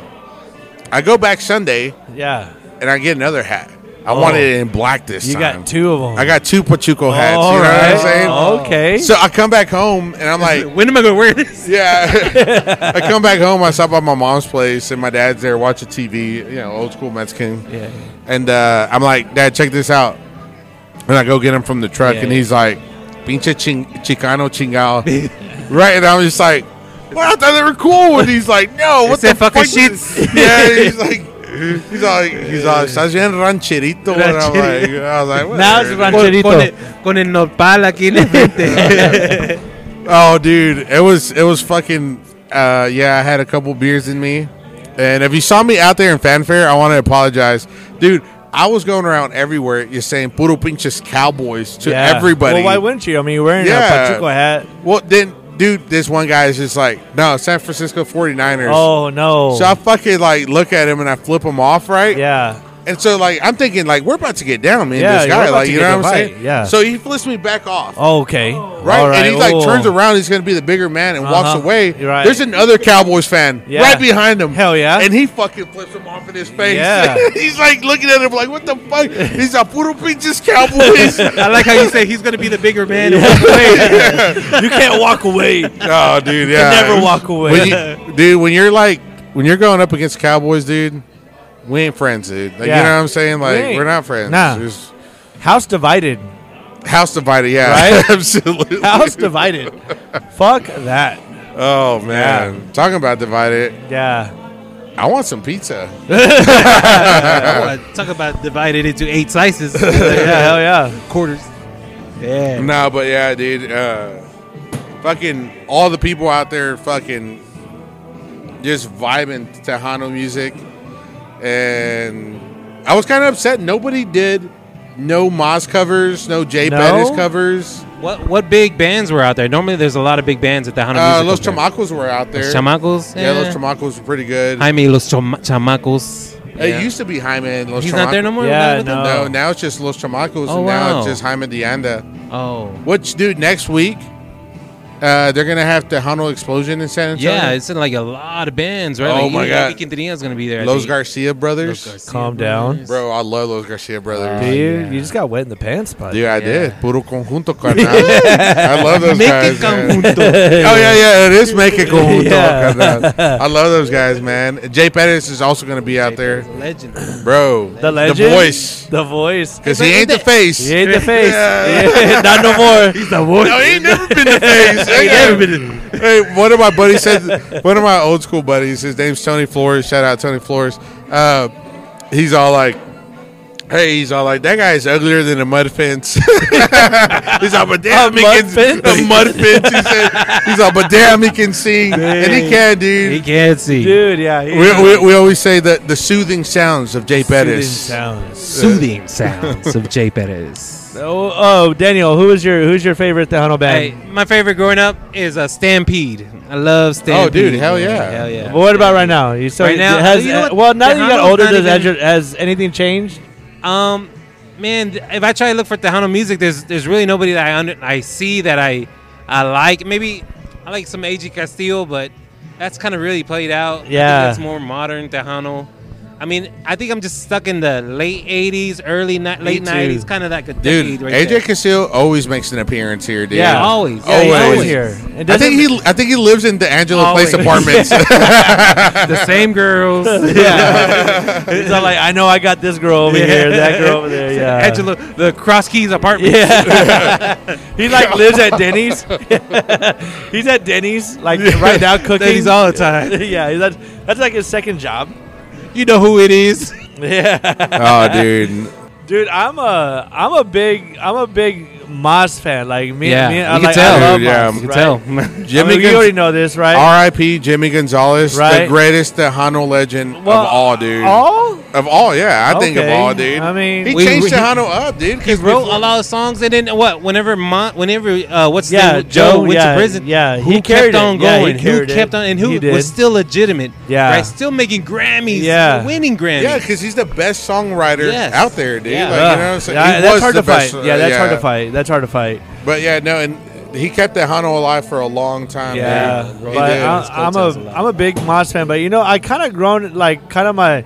Speaker 3: I go back Sunday
Speaker 2: Yeah.
Speaker 3: and I get another hat. I
Speaker 2: Oh.
Speaker 3: wanted it in black this
Speaker 2: You
Speaker 3: time.
Speaker 2: got two of them.
Speaker 3: I got two Pachuco hats.
Speaker 2: All
Speaker 3: you know what I'm
Speaker 2: right.
Speaker 3: saying?
Speaker 2: Okay.
Speaker 3: So I come back home and I'm like,
Speaker 1: When am I gonna wear this?
Speaker 3: Yeah. I come back home, I stop by my mom's place, and my dad's there watching TV, you know, old school Mexican.
Speaker 2: yeah.
Speaker 3: And uh, I'm like, Dad, check this out. And I go get him from the truck,
Speaker 2: Yeah,
Speaker 3: and
Speaker 2: yeah.
Speaker 3: he's like, Pinche ching- Chicano chingao. right? And I'm just like, Well, I thought they were cool. And he's like, No, what the
Speaker 1: said
Speaker 3: fuck?
Speaker 1: fucking
Speaker 3: is-"
Speaker 1: shits.
Speaker 3: yeah, he's like, He's all like, he's all, estás bien rancherito. And I'm like,
Speaker 2: Rancherito.
Speaker 3: I was like,
Speaker 2: Now it's
Speaker 3: "Whatever."
Speaker 2: ranch-
Speaker 1: Con,
Speaker 2: Rancherito.
Speaker 1: con el, con el nopal aquí en el frente.
Speaker 3: Oh, dude, it was it was fucking. Uh, yeah, I had a couple beers in me, and if you saw me out there in fanfare, I want to apologize, dude. I was going around everywhere. You're saying "puro pinches cowboys" to
Speaker 2: Yeah.
Speaker 3: everybody.
Speaker 2: Well, why wouldn't you? I mean, you're wearing
Speaker 3: Yeah.
Speaker 2: a Pachuco hat.
Speaker 3: Well, then, dude, this one guy is just like, "No, San Francisco 49ers."
Speaker 2: Oh no.
Speaker 3: So I fucking like look at him and I flip him off, right?
Speaker 2: yeah.
Speaker 3: And so like I'm thinking like we're about to get down, man.
Speaker 2: Yeah,
Speaker 3: this
Speaker 2: you're
Speaker 3: guy,
Speaker 2: about
Speaker 3: like
Speaker 2: to
Speaker 3: you
Speaker 2: get
Speaker 3: know
Speaker 2: in
Speaker 3: what
Speaker 2: a
Speaker 3: I'm
Speaker 2: fight,
Speaker 3: saying?
Speaker 2: yeah.
Speaker 3: So he flips me back off.
Speaker 2: Okay.
Speaker 3: Right?
Speaker 2: All
Speaker 3: and he like
Speaker 2: Ooh.
Speaker 3: turns around. He's going to be the bigger man and
Speaker 2: Uh-huh.
Speaker 3: walks away.
Speaker 2: You're right.
Speaker 3: There's another Cowboys fan
Speaker 2: Yeah.
Speaker 3: right behind him.
Speaker 2: Hell yeah.
Speaker 3: And he fucking flips him off in his face.
Speaker 2: Yeah.
Speaker 3: he's like looking at him like, what the fuck? He's a puro pinches Cowboys.
Speaker 1: I like how you say he's gonna be the bigger man. and walk away.
Speaker 2: you can't walk away.
Speaker 3: oh, dude. Yeah.
Speaker 2: never walk away.
Speaker 3: When you- dude, when you're like, when you're going up against Cowboys, dude, we ain't friends, dude. Like,
Speaker 2: Yeah.
Speaker 3: You know what I'm saying? Like,
Speaker 2: ain't.
Speaker 3: we are not friends.
Speaker 2: Nah.
Speaker 3: There's-
Speaker 2: House divided.
Speaker 3: house divided. Yeah.
Speaker 2: Right?
Speaker 3: Absolutely.
Speaker 2: House divided. Fuck that.
Speaker 3: Oh, man. Talking about divided.
Speaker 2: Yeah.
Speaker 3: I want some pizza.
Speaker 1: Uh, Talk about divided into eight slices,
Speaker 2: Yeah. Hell yeah.
Speaker 1: quarters. Yeah.
Speaker 3: No, but yeah, dude. Uh, fucking all the people out there, fucking just vibing to Tejano music. And I was kind of upset nobody did no Moz covers, no Jay
Speaker 2: No?
Speaker 3: Bettis covers.
Speaker 1: What what big bands were out there? Normally, there's a lot of big bands at the Hana
Speaker 3: Uh,
Speaker 1: Music
Speaker 3: Los
Speaker 1: Fair.
Speaker 3: Chamacos were out there.
Speaker 1: Los Chamacos.
Speaker 3: yeah, Los Chamacos were pretty good.
Speaker 1: I mean, Los Chama- Chamacos.
Speaker 3: It used to be Jaime and Los
Speaker 1: He's
Speaker 3: Chamacos.
Speaker 1: not there no more.
Speaker 2: Yeah,
Speaker 1: Not with
Speaker 2: no.
Speaker 1: them?
Speaker 3: No, now it's just Los Chamacos,
Speaker 1: Oh,
Speaker 3: and now
Speaker 1: wow.
Speaker 3: it's just Jaime de Anda.
Speaker 1: Oh,
Speaker 3: Which, dude, next week, uh, they're going to have Tejano Explosion in San Antonio.
Speaker 1: yeah. It's in like a lot of bands, right?
Speaker 3: Oh,
Speaker 1: like,
Speaker 3: my
Speaker 1: even
Speaker 3: God.
Speaker 1: Bobby Quintana's gonna be there. I
Speaker 3: Los
Speaker 1: think.
Speaker 3: Garcia Brothers.
Speaker 1: Los Garcia
Speaker 2: Calm down.
Speaker 1: Brothers.
Speaker 3: Bro, I love Los Garcia
Speaker 1: Wow.
Speaker 3: Brothers.
Speaker 2: Dude,
Speaker 1: yeah.
Speaker 2: you just got wet in the pants, bud.
Speaker 3: Dude,
Speaker 1: Yeah.
Speaker 3: I did. Puro conjunto, carnal. I love those
Speaker 1: Make
Speaker 3: guys.
Speaker 1: it
Speaker 3: man.
Speaker 1: conjunto.
Speaker 3: Oh yeah, yeah, it is make it conjunto,
Speaker 2: Yeah.
Speaker 3: carnal. I love those guys, man. Jay Pettis is also gonna be out there,
Speaker 1: Legend.
Speaker 3: bro.
Speaker 2: The legend.
Speaker 3: voice.
Speaker 2: The voice.
Speaker 3: Cause he ain't the face.
Speaker 2: He ain't the face.
Speaker 3: Yeah.
Speaker 2: Yeah, Not no more. He's the voice.
Speaker 3: No, he ain't never been the face. Hey, hey, one of my buddies said, one of my old school buddies, his name's Tony Flores. Shout out Tony Flores. Uh, he's all like, hey, he's all like, that guy's uglier than a mud fence. he's all, but damn,
Speaker 2: A
Speaker 3: he
Speaker 2: mud
Speaker 3: can
Speaker 2: fence?
Speaker 3: a mud fence. He said, he's all, but damn, he can sing, and he can,
Speaker 1: He
Speaker 3: dude.
Speaker 1: can't see.
Speaker 2: Dude, yeah. he-
Speaker 3: We, we, we always say that the soothing sounds of Jay
Speaker 2: Soothing
Speaker 3: Pettis.
Speaker 2: sounds.
Speaker 1: Soothing sounds of Jay Perez.
Speaker 2: Oh, oh, Daniel, who is your who's your favorite Tejano
Speaker 1: Hey,
Speaker 2: band?
Speaker 1: my favorite growing up is a Stampede. I love Stampede.
Speaker 3: Oh, dude, hell yeah.
Speaker 1: Hell yeah.
Speaker 2: But what about right now? You still
Speaker 1: Right now,
Speaker 2: has,
Speaker 1: you know what?
Speaker 2: well now that you got
Speaker 1: Tejano's
Speaker 2: older,
Speaker 1: not
Speaker 2: does
Speaker 1: even-
Speaker 2: your- has anything changed?
Speaker 1: Um, man, th- if I try to look for Tejano music, there's there's really nobody that I under, I see that I I like. Maybe I like some AG Castillo, but that's kind of really played out. I think
Speaker 2: Yeah.
Speaker 1: that's more modern Tejano. I mean, I think I'm just stuck in the late '80s, early ni- late
Speaker 2: too.
Speaker 1: '90s, kind of that good
Speaker 3: Dude,
Speaker 1: decade right
Speaker 3: AJ
Speaker 1: there.
Speaker 3: Castillo always makes an appearance here, dude.
Speaker 2: Yeah.
Speaker 1: always.
Speaker 2: Yeah, he's
Speaker 3: Always.
Speaker 2: always here. And
Speaker 3: Oh, I think he, I think he lives in the Angelo
Speaker 1: Always.
Speaker 3: Place apartments.
Speaker 1: the same girls.
Speaker 2: Yeah. He's not like, I know I got this girl over here, that girl over there. Yeah.
Speaker 1: Angela, the Cross Keys apartment.
Speaker 2: Yeah. he like lives at Denny's. he's at Denny's like right now cooking.
Speaker 1: Ladies all the time.
Speaker 2: yeah, he's at, that's like his second job.
Speaker 1: You know who it is.
Speaker 2: Yeah.
Speaker 3: oh, dude.
Speaker 2: Dude, I'm a I'm a big I'm a big Moz fan. Like me,
Speaker 1: Yeah,
Speaker 2: me
Speaker 1: you
Speaker 2: I,
Speaker 1: can
Speaker 2: like,
Speaker 1: tell.
Speaker 2: I love
Speaker 3: Dude, yeah,
Speaker 2: Moz,
Speaker 3: you
Speaker 1: You can
Speaker 2: right?
Speaker 1: tell.
Speaker 2: Jimmy,
Speaker 3: Jimmy
Speaker 2: I mean,
Speaker 3: Gonz-
Speaker 2: you already know this, right?
Speaker 3: R.I.P. Jimmy Gonzalez, the
Speaker 2: Right.
Speaker 3: greatest Tejano legend
Speaker 2: Well,
Speaker 3: of all, dude.
Speaker 2: All?
Speaker 3: of all, yeah, I think of
Speaker 2: Okay.
Speaker 3: all, dude.
Speaker 2: I mean-
Speaker 3: he
Speaker 1: We-
Speaker 3: changed
Speaker 1: we-
Speaker 3: Tejano up, dude.
Speaker 1: he wrote a lot of songs, and then what? Whenever Mon, whenever uh, what's his
Speaker 2: Yeah,
Speaker 1: name, Joe,
Speaker 2: Joe,
Speaker 1: went
Speaker 2: yeah,
Speaker 1: to prison,
Speaker 2: yeah,
Speaker 1: who
Speaker 2: he carried
Speaker 1: kept on
Speaker 2: it. Yeah, he
Speaker 1: going, who
Speaker 2: carried it.
Speaker 1: kept on, and
Speaker 2: He
Speaker 1: who
Speaker 2: did.
Speaker 1: was still legitimate,
Speaker 2: Yeah.
Speaker 1: right, still making Grammys,
Speaker 2: Yeah.
Speaker 1: winning Grammys,
Speaker 3: Yeah, because he's the best songwriter
Speaker 1: Yes.
Speaker 3: out there, dude.
Speaker 1: Yeah.
Speaker 3: Like, you know what I'm saying?
Speaker 2: Yeah,
Speaker 3: He
Speaker 2: that's
Speaker 3: was
Speaker 2: hard
Speaker 3: the
Speaker 2: to fight.
Speaker 3: best, uh,
Speaker 2: yeah, that's hard to fight. That's hard to fight.
Speaker 3: But yeah, no, and he kept Tejano alive for a long time.
Speaker 2: Yeah,
Speaker 3: dude.
Speaker 2: but
Speaker 3: He did.
Speaker 2: I, I'm
Speaker 1: Coattails a
Speaker 2: a
Speaker 1: lot.
Speaker 2: I'm a big Moss fan, but you know I kind of grown like kind of my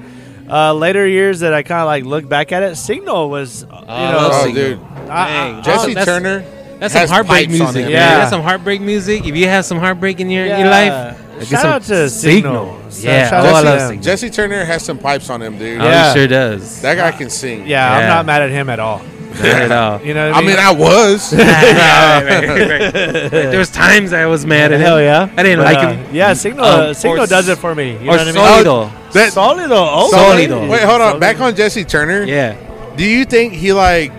Speaker 2: uh, later years that I kind of like look back at it. Signal was uh, you
Speaker 1: I
Speaker 2: know
Speaker 1: love
Speaker 3: oh,
Speaker 1: Signal.
Speaker 3: dude.
Speaker 2: I- I-
Speaker 1: Dang,
Speaker 3: Jesse
Speaker 1: that's-
Speaker 3: Turner.
Speaker 1: That's some
Speaker 3: has
Speaker 1: heartbreak
Speaker 3: pipes on
Speaker 1: music,
Speaker 3: him,
Speaker 1: man.
Speaker 2: Yeah.
Speaker 1: That's some heartbreak music. If you have some heartbreak in your, your
Speaker 2: Yeah.
Speaker 1: life,
Speaker 2: Shout
Speaker 1: get some
Speaker 2: out to Signal.
Speaker 1: Yeah,
Speaker 2: Shout
Speaker 1: oh, I
Speaker 2: out to
Speaker 1: love
Speaker 2: them.
Speaker 1: Signal.
Speaker 3: Jesse Turner has some pipes on him, dude.
Speaker 1: Oh,
Speaker 2: Yeah.
Speaker 1: he sure does.
Speaker 3: That guy can sing.
Speaker 2: yeah, I'm
Speaker 1: Yeah.
Speaker 2: not mad at him at all.
Speaker 1: Not at all.
Speaker 2: You know, what
Speaker 3: I mean, I was.
Speaker 1: Yeah, right, right, right, right. There was times I was mad at him.
Speaker 2: hell yeah,
Speaker 1: I didn't
Speaker 2: But,
Speaker 1: like Oh,
Speaker 2: uh,
Speaker 1: him.
Speaker 2: Yeah, Signal
Speaker 1: Um,
Speaker 2: uh, Signal
Speaker 1: or
Speaker 2: does it
Speaker 1: s-
Speaker 2: for me. You know
Speaker 1: or
Speaker 2: what I mean?
Speaker 1: Solido.
Speaker 3: That-
Speaker 2: Solido, oh,
Speaker 1: Solido.
Speaker 3: Wait, hold on. Back on Jesse Turner.
Speaker 1: Yeah.
Speaker 3: Do you think he like,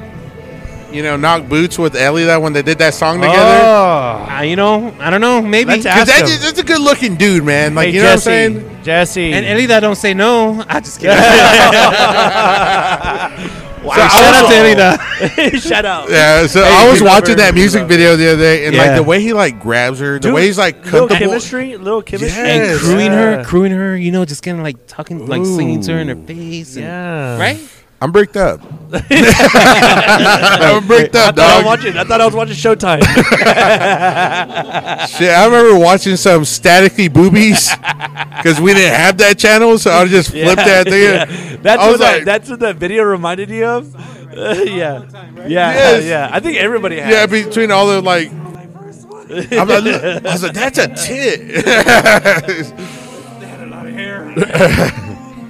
Speaker 3: you know, knocked boots with Ellie that when they did that song together?
Speaker 2: Oh.
Speaker 1: Uh, you know, I don't know. Maybe.
Speaker 2: Let's ask
Speaker 3: Because
Speaker 2: him.
Speaker 3: that's, just- that's a good looking dude, man. Like
Speaker 2: Hey,
Speaker 3: you know
Speaker 2: Jesse,
Speaker 3: what I'm saying?
Speaker 2: Jesse.
Speaker 1: and Ellie that don't say no. I just kidding.
Speaker 2: wow.
Speaker 1: Shout out to Ellie that.
Speaker 2: Shout out.
Speaker 3: Yeah. So
Speaker 2: Hey,
Speaker 3: I was
Speaker 2: you
Speaker 3: watching
Speaker 2: never-
Speaker 3: that music video the other day, and like
Speaker 1: Yeah.
Speaker 3: the way he like grabs her, the
Speaker 2: Dude,
Speaker 3: way he's like
Speaker 2: little
Speaker 3: comfortable.
Speaker 2: chemistry, little chemistry,
Speaker 3: Yeah.
Speaker 1: And
Speaker 3: Yes.
Speaker 1: crewing
Speaker 2: Yeah.
Speaker 1: her, crewing her, you know, just kind of like talking, like singing to her in her face. And,
Speaker 2: Yeah.
Speaker 1: Right?
Speaker 3: I'm bricked up. I'm bricked up,
Speaker 2: I,
Speaker 3: dog.
Speaker 2: watching, I thought I was watching Showtime.
Speaker 3: Shit, I remember watching some staticky boobies because we didn't have that channel, so I just flipped that thing.
Speaker 2: That's
Speaker 3: I
Speaker 2: what
Speaker 3: was
Speaker 2: that,
Speaker 3: like-
Speaker 2: that's what that video reminded you of. Uh, yeah. yeah,
Speaker 3: Yes.
Speaker 2: yeah. I think everybody has.
Speaker 3: Yeah, between all the like. I'm like, look, I was like, that's a tit.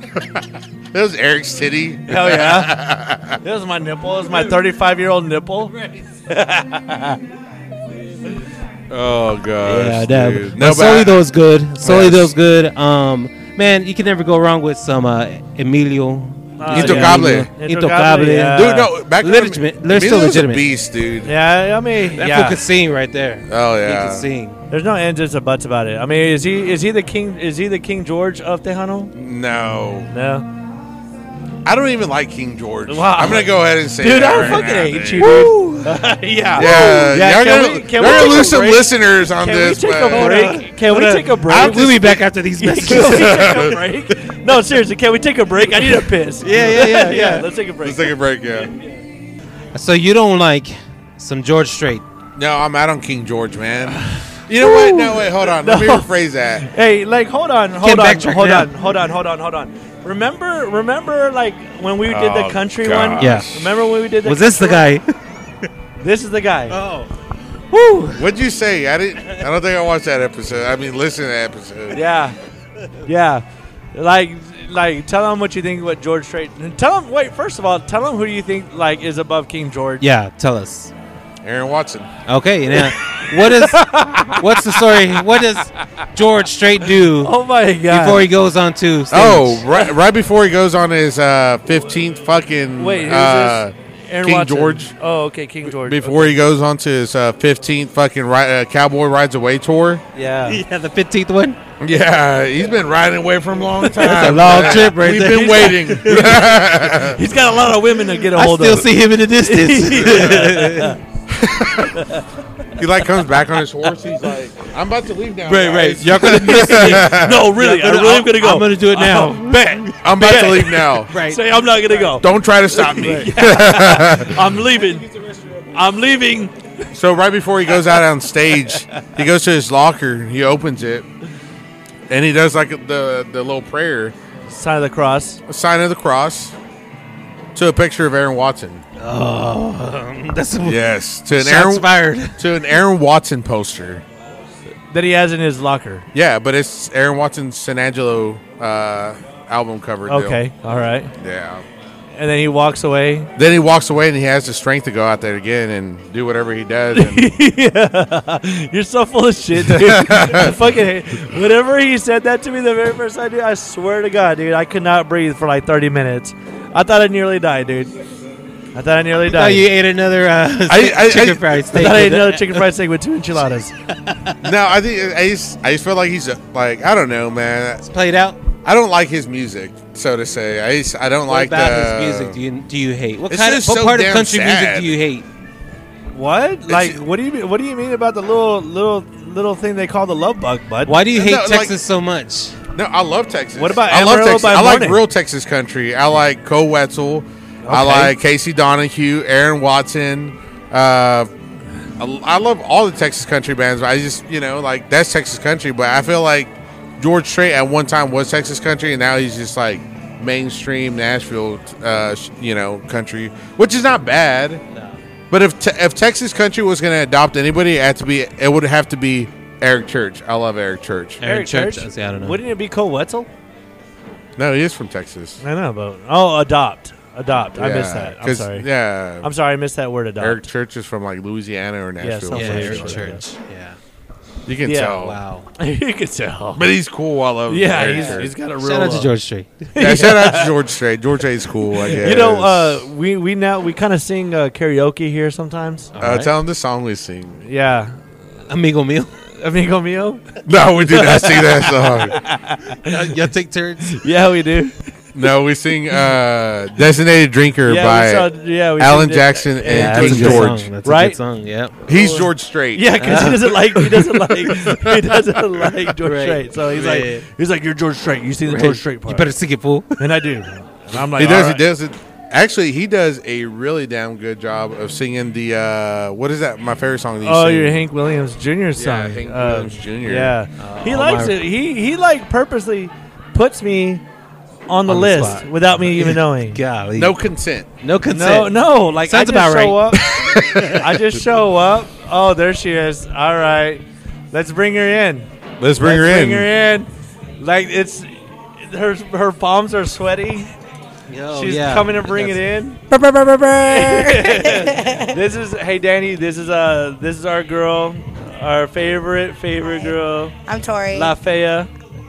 Speaker 3: that was Eric's titty.
Speaker 2: Hell yeah. that was my nipple. It was my 35 year old nipple.
Speaker 3: Oh gosh.
Speaker 1: Yeah, that,
Speaker 3: dude.
Speaker 1: but Solido is good. Solido
Speaker 3: Yes.
Speaker 1: is good. Um, man, you can never go wrong with some uh, Emilio.
Speaker 2: Uh,
Speaker 3: Intocable.
Speaker 1: Emilio. Intocable.
Speaker 2: yeah.
Speaker 3: dude, no, back
Speaker 1: uh, Legitimate-
Speaker 3: then,
Speaker 1: they're still
Speaker 3: Emilio's a
Speaker 1: legitimate.
Speaker 3: beast, dude.
Speaker 2: Yeah, I mean,
Speaker 1: That
Speaker 2: yeah.
Speaker 1: fool could sing right there.
Speaker 3: Oh
Speaker 1: He
Speaker 3: yeah.
Speaker 1: could sing.
Speaker 2: There's no ands or buts about it. I mean, is he is he the king? Is he the King George of Tejano?
Speaker 3: No,
Speaker 2: No,
Speaker 3: I don't even like King George.
Speaker 2: Wow.
Speaker 3: I'm gonna go ahead and say,
Speaker 2: dude,
Speaker 3: that
Speaker 2: I
Speaker 3: right
Speaker 2: fucking
Speaker 3: now,
Speaker 2: hate
Speaker 3: dude.
Speaker 2: you, dude. yeah.
Speaker 3: Yeah,
Speaker 2: Yeah, can
Speaker 3: you're gonna,
Speaker 2: we- can
Speaker 3: you're
Speaker 2: we
Speaker 3: gonna
Speaker 2: take a
Speaker 3: lose some
Speaker 2: break?
Speaker 3: listeners on
Speaker 2: Can we
Speaker 3: this.
Speaker 2: take
Speaker 3: but
Speaker 2: a break? Can we take a break?
Speaker 1: I'll we'll be back after these
Speaker 2: Yeah,
Speaker 1: messages.
Speaker 2: can we take a break? No, seriously, can we take a break? I need a piss.
Speaker 1: Yeah, yeah, yeah, yeah.
Speaker 2: Let's take a break.
Speaker 3: Let's take a break. Yeah.
Speaker 1: so you don't like some George Strait?
Speaker 3: No, I'm out on King George, man. You know what? No, wait, hold on. Let me
Speaker 2: No.
Speaker 3: rephrase that.
Speaker 2: Hey, like, hold on, hold on,
Speaker 1: backtrack
Speaker 2: hold
Speaker 1: now.
Speaker 2: on, hold on, hold on, hold on. Remember, remember, like when we did the
Speaker 3: Oh,
Speaker 2: country
Speaker 3: gosh.
Speaker 2: one.
Speaker 1: Yeah.
Speaker 2: Remember when we did the?
Speaker 1: Was this the
Speaker 2: country
Speaker 1: guy?
Speaker 2: one? This is the guy.
Speaker 1: Oh,
Speaker 2: Woo!
Speaker 3: What'd you say? I didn't. I don't think I watched that episode. I mean, listen to that episode.
Speaker 2: Yeah, yeah. Like, like, tell them what you think. What George Strait? Tell them. Wait, first of all, tell them who do you think like is above King George?
Speaker 1: yeah. Tell us.
Speaker 3: Aaron Watson.
Speaker 1: Okay. Now, what is? What's the story? What does George Strait do
Speaker 2: Oh my god!
Speaker 1: before he goes on to? Stage?
Speaker 3: Oh, right, right before he goes on his uh, 15th fucking.
Speaker 2: wait, who's
Speaker 3: uh,
Speaker 2: this? Aaron
Speaker 3: King
Speaker 2: Watson.
Speaker 3: George.
Speaker 2: Oh, okay, King George.
Speaker 3: Before he goes on to his uh, 15th fucking ri- uh, Cowboy Rides Away tour.
Speaker 2: Okay. yeah.
Speaker 1: yeah, the fifteenth one.
Speaker 3: Yeah, he's been riding away from a long time.
Speaker 1: That's a long trip right
Speaker 3: We've
Speaker 1: there.
Speaker 3: been waiting.
Speaker 2: He's got a lot of women to get a
Speaker 1: I
Speaker 2: hold
Speaker 1: still
Speaker 2: of.
Speaker 1: see him in the distance.
Speaker 3: He like comes back on his horse. He's like, I'm about to leave now.
Speaker 2: Right, right.
Speaker 3: guys."
Speaker 2: Y'all gonna miss me. No, really.
Speaker 1: I'm
Speaker 2: I really am gonna go.
Speaker 1: I'm gonna do it now.
Speaker 2: bet.
Speaker 3: I'm about to leave now.
Speaker 1: Right.
Speaker 2: Say I'm not gonna go.
Speaker 3: Don't try to stop me.
Speaker 2: I'm leaving. I'm leaving.
Speaker 3: So right before he goes out on stage, he goes to his locker. He opens it, and he does like the the little prayer,
Speaker 2: Sign of the cross.
Speaker 3: a sign of the cross, to a picture of Aaron Watson.
Speaker 1: Oh, that's
Speaker 3: Yes, to an
Speaker 1: shots
Speaker 3: Aaron
Speaker 1: fired.
Speaker 3: to an Aaron Watson poster.
Speaker 2: That he has in his locker.
Speaker 3: Yeah, but it's Aaron Watson's San Angelo uh, album cover. deal.
Speaker 2: Okay. All right.
Speaker 3: Yeah.
Speaker 2: And then he walks away.
Speaker 3: Then he walks away and he has the strength to go out there again and do whatever he does. And
Speaker 2: You're so full of shit, dude. I fucking hate. Whenever he said that to me the very first time, dude, I swear to God, dude, I could not breathe for like 30 minutes. I thought I nearly died, dude. I thought I nearly
Speaker 1: Oh,
Speaker 2: died.
Speaker 1: you ate another uh,
Speaker 3: I- I-
Speaker 1: chicken
Speaker 3: I-
Speaker 1: fried
Speaker 2: I
Speaker 1: steak.
Speaker 2: thought I ate another chicken fried steak with two enchiladas.
Speaker 3: No, I think I just I just feel like he's uh, like I don't know, man.
Speaker 1: Played out.
Speaker 3: I don't like his music, so to say. I just, I don't like
Speaker 1: what about
Speaker 3: the
Speaker 1: his music do you, do you hate? What
Speaker 3: It's
Speaker 1: kind of
Speaker 3: just
Speaker 1: what
Speaker 3: so
Speaker 1: part of
Speaker 3: damn
Speaker 1: country music
Speaker 3: sad.
Speaker 1: do you hate?
Speaker 2: What? Like,
Speaker 3: ju-
Speaker 2: what do you mean? What do you mean about the little little little thing they call the love bug, bud?
Speaker 1: Why do you hate
Speaker 3: No, like-
Speaker 1: Texas so much?
Speaker 3: No, I love Texas.
Speaker 2: What about
Speaker 3: I love
Speaker 2: Amarillo
Speaker 3: Texas.
Speaker 2: by
Speaker 3: I like
Speaker 2: morning?
Speaker 3: real Texas country. I like Cole Wetzel. I
Speaker 2: Okay.
Speaker 3: like Casey Donahue, Aaron Watson. Uh, I, I love all the Texas country bands. But I just you know like that's Texas country, but I feel like George Strait at one time was Texas country, and now he's just like mainstream Nashville, uh, sh- you know, country, which is not bad. But if te- if Texas country was going to adopt anybody, it had to be it would have to be Eric Church. I love Eric Church.
Speaker 1: Eric Church. I, say, I don't know.
Speaker 2: Wouldn't it be Cole Wetzel?
Speaker 3: No, he is from Texas.
Speaker 2: I know, but oh, adopt, adopt. I missed
Speaker 3: Yeah,
Speaker 2: that. I'm
Speaker 3: 'cause-
Speaker 2: sorry.
Speaker 3: Yeah.
Speaker 2: I'm sorry, I missed that word adopt.
Speaker 3: Eric Church is from like Louisiana or Nashville.
Speaker 2: sounds
Speaker 1: yeah,
Speaker 2: like
Speaker 3: or
Speaker 1: Eric
Speaker 3: something.
Speaker 1: Church. Yeah.
Speaker 3: You can
Speaker 2: Yeah,
Speaker 3: tell.
Speaker 1: Wow.
Speaker 2: you could tell.
Speaker 3: But he's cool. I love
Speaker 2: Yeah,
Speaker 3: Eric
Speaker 2: he's,
Speaker 3: Church.
Speaker 2: he's got a real.
Speaker 1: Shout out to
Speaker 2: uh,
Speaker 1: George Strait.
Speaker 3: yeah, shout out to George Strait. George Strait's cool. I guess.
Speaker 2: You know, uh, we we now we kind of sing uh, karaoke here sometimes.
Speaker 3: Uh, Tell him the song we sing.
Speaker 2: Yeah,
Speaker 1: Amigo mio.
Speaker 2: amigo mio.
Speaker 3: No, we did not sing that
Speaker 1: Y'all take turns.
Speaker 2: Yeah, we do.
Speaker 3: song. No, we sing uh, "Designated Drinker"
Speaker 2: yeah,
Speaker 3: by
Speaker 2: we saw, yeah, we
Speaker 3: Alan
Speaker 2: sing it.
Speaker 3: Jackson and
Speaker 2: Yeah,
Speaker 1: that's
Speaker 3: King
Speaker 1: a good
Speaker 3: George.
Speaker 1: Song. That's a
Speaker 2: Right?
Speaker 1: good song. Yeah.
Speaker 3: He's George Strait.
Speaker 2: Yeah, because he doesn't like he doesn't like he doesn't like George
Speaker 1: Right.
Speaker 2: Strait. So he's
Speaker 1: Right.
Speaker 2: like he's like you're George Strait. You see the George Strait part,
Speaker 1: You better sing it, fool.
Speaker 2: and I do. And I'm like
Speaker 3: he
Speaker 2: all
Speaker 3: does.
Speaker 2: right.
Speaker 3: He does it. Actually, he does a really damn good job of singing the uh, what is that? My favorite song. That you
Speaker 2: Oh,
Speaker 3: sing?
Speaker 2: your Hank Williams Jr. song.
Speaker 3: Hank
Speaker 2: Uh,
Speaker 3: Williams Jr..
Speaker 2: Yeah, he
Speaker 1: all
Speaker 2: likes
Speaker 1: my-
Speaker 2: it. He he like purposely puts me on
Speaker 1: On the
Speaker 2: the list
Speaker 1: spot.
Speaker 2: without me even knowing.
Speaker 1: Golly.
Speaker 3: No consent.
Speaker 1: No
Speaker 2: No,
Speaker 1: consent.
Speaker 2: no, like
Speaker 1: Sounds
Speaker 2: I just
Speaker 1: about
Speaker 2: show up. I just show up. Oh, there she is. All right, let's bring her in.
Speaker 3: Let's bring
Speaker 2: Let's
Speaker 3: her in.
Speaker 2: Bring her in. Like it's her her palms are sweaty.
Speaker 4: Oh,
Speaker 1: Yo,
Speaker 2: She's
Speaker 1: yeah.
Speaker 2: coming to bring it in. this is hey Danny. This is uh this is our girl, our favorite favorite girl,
Speaker 4: I'm Tori.
Speaker 2: La Fea.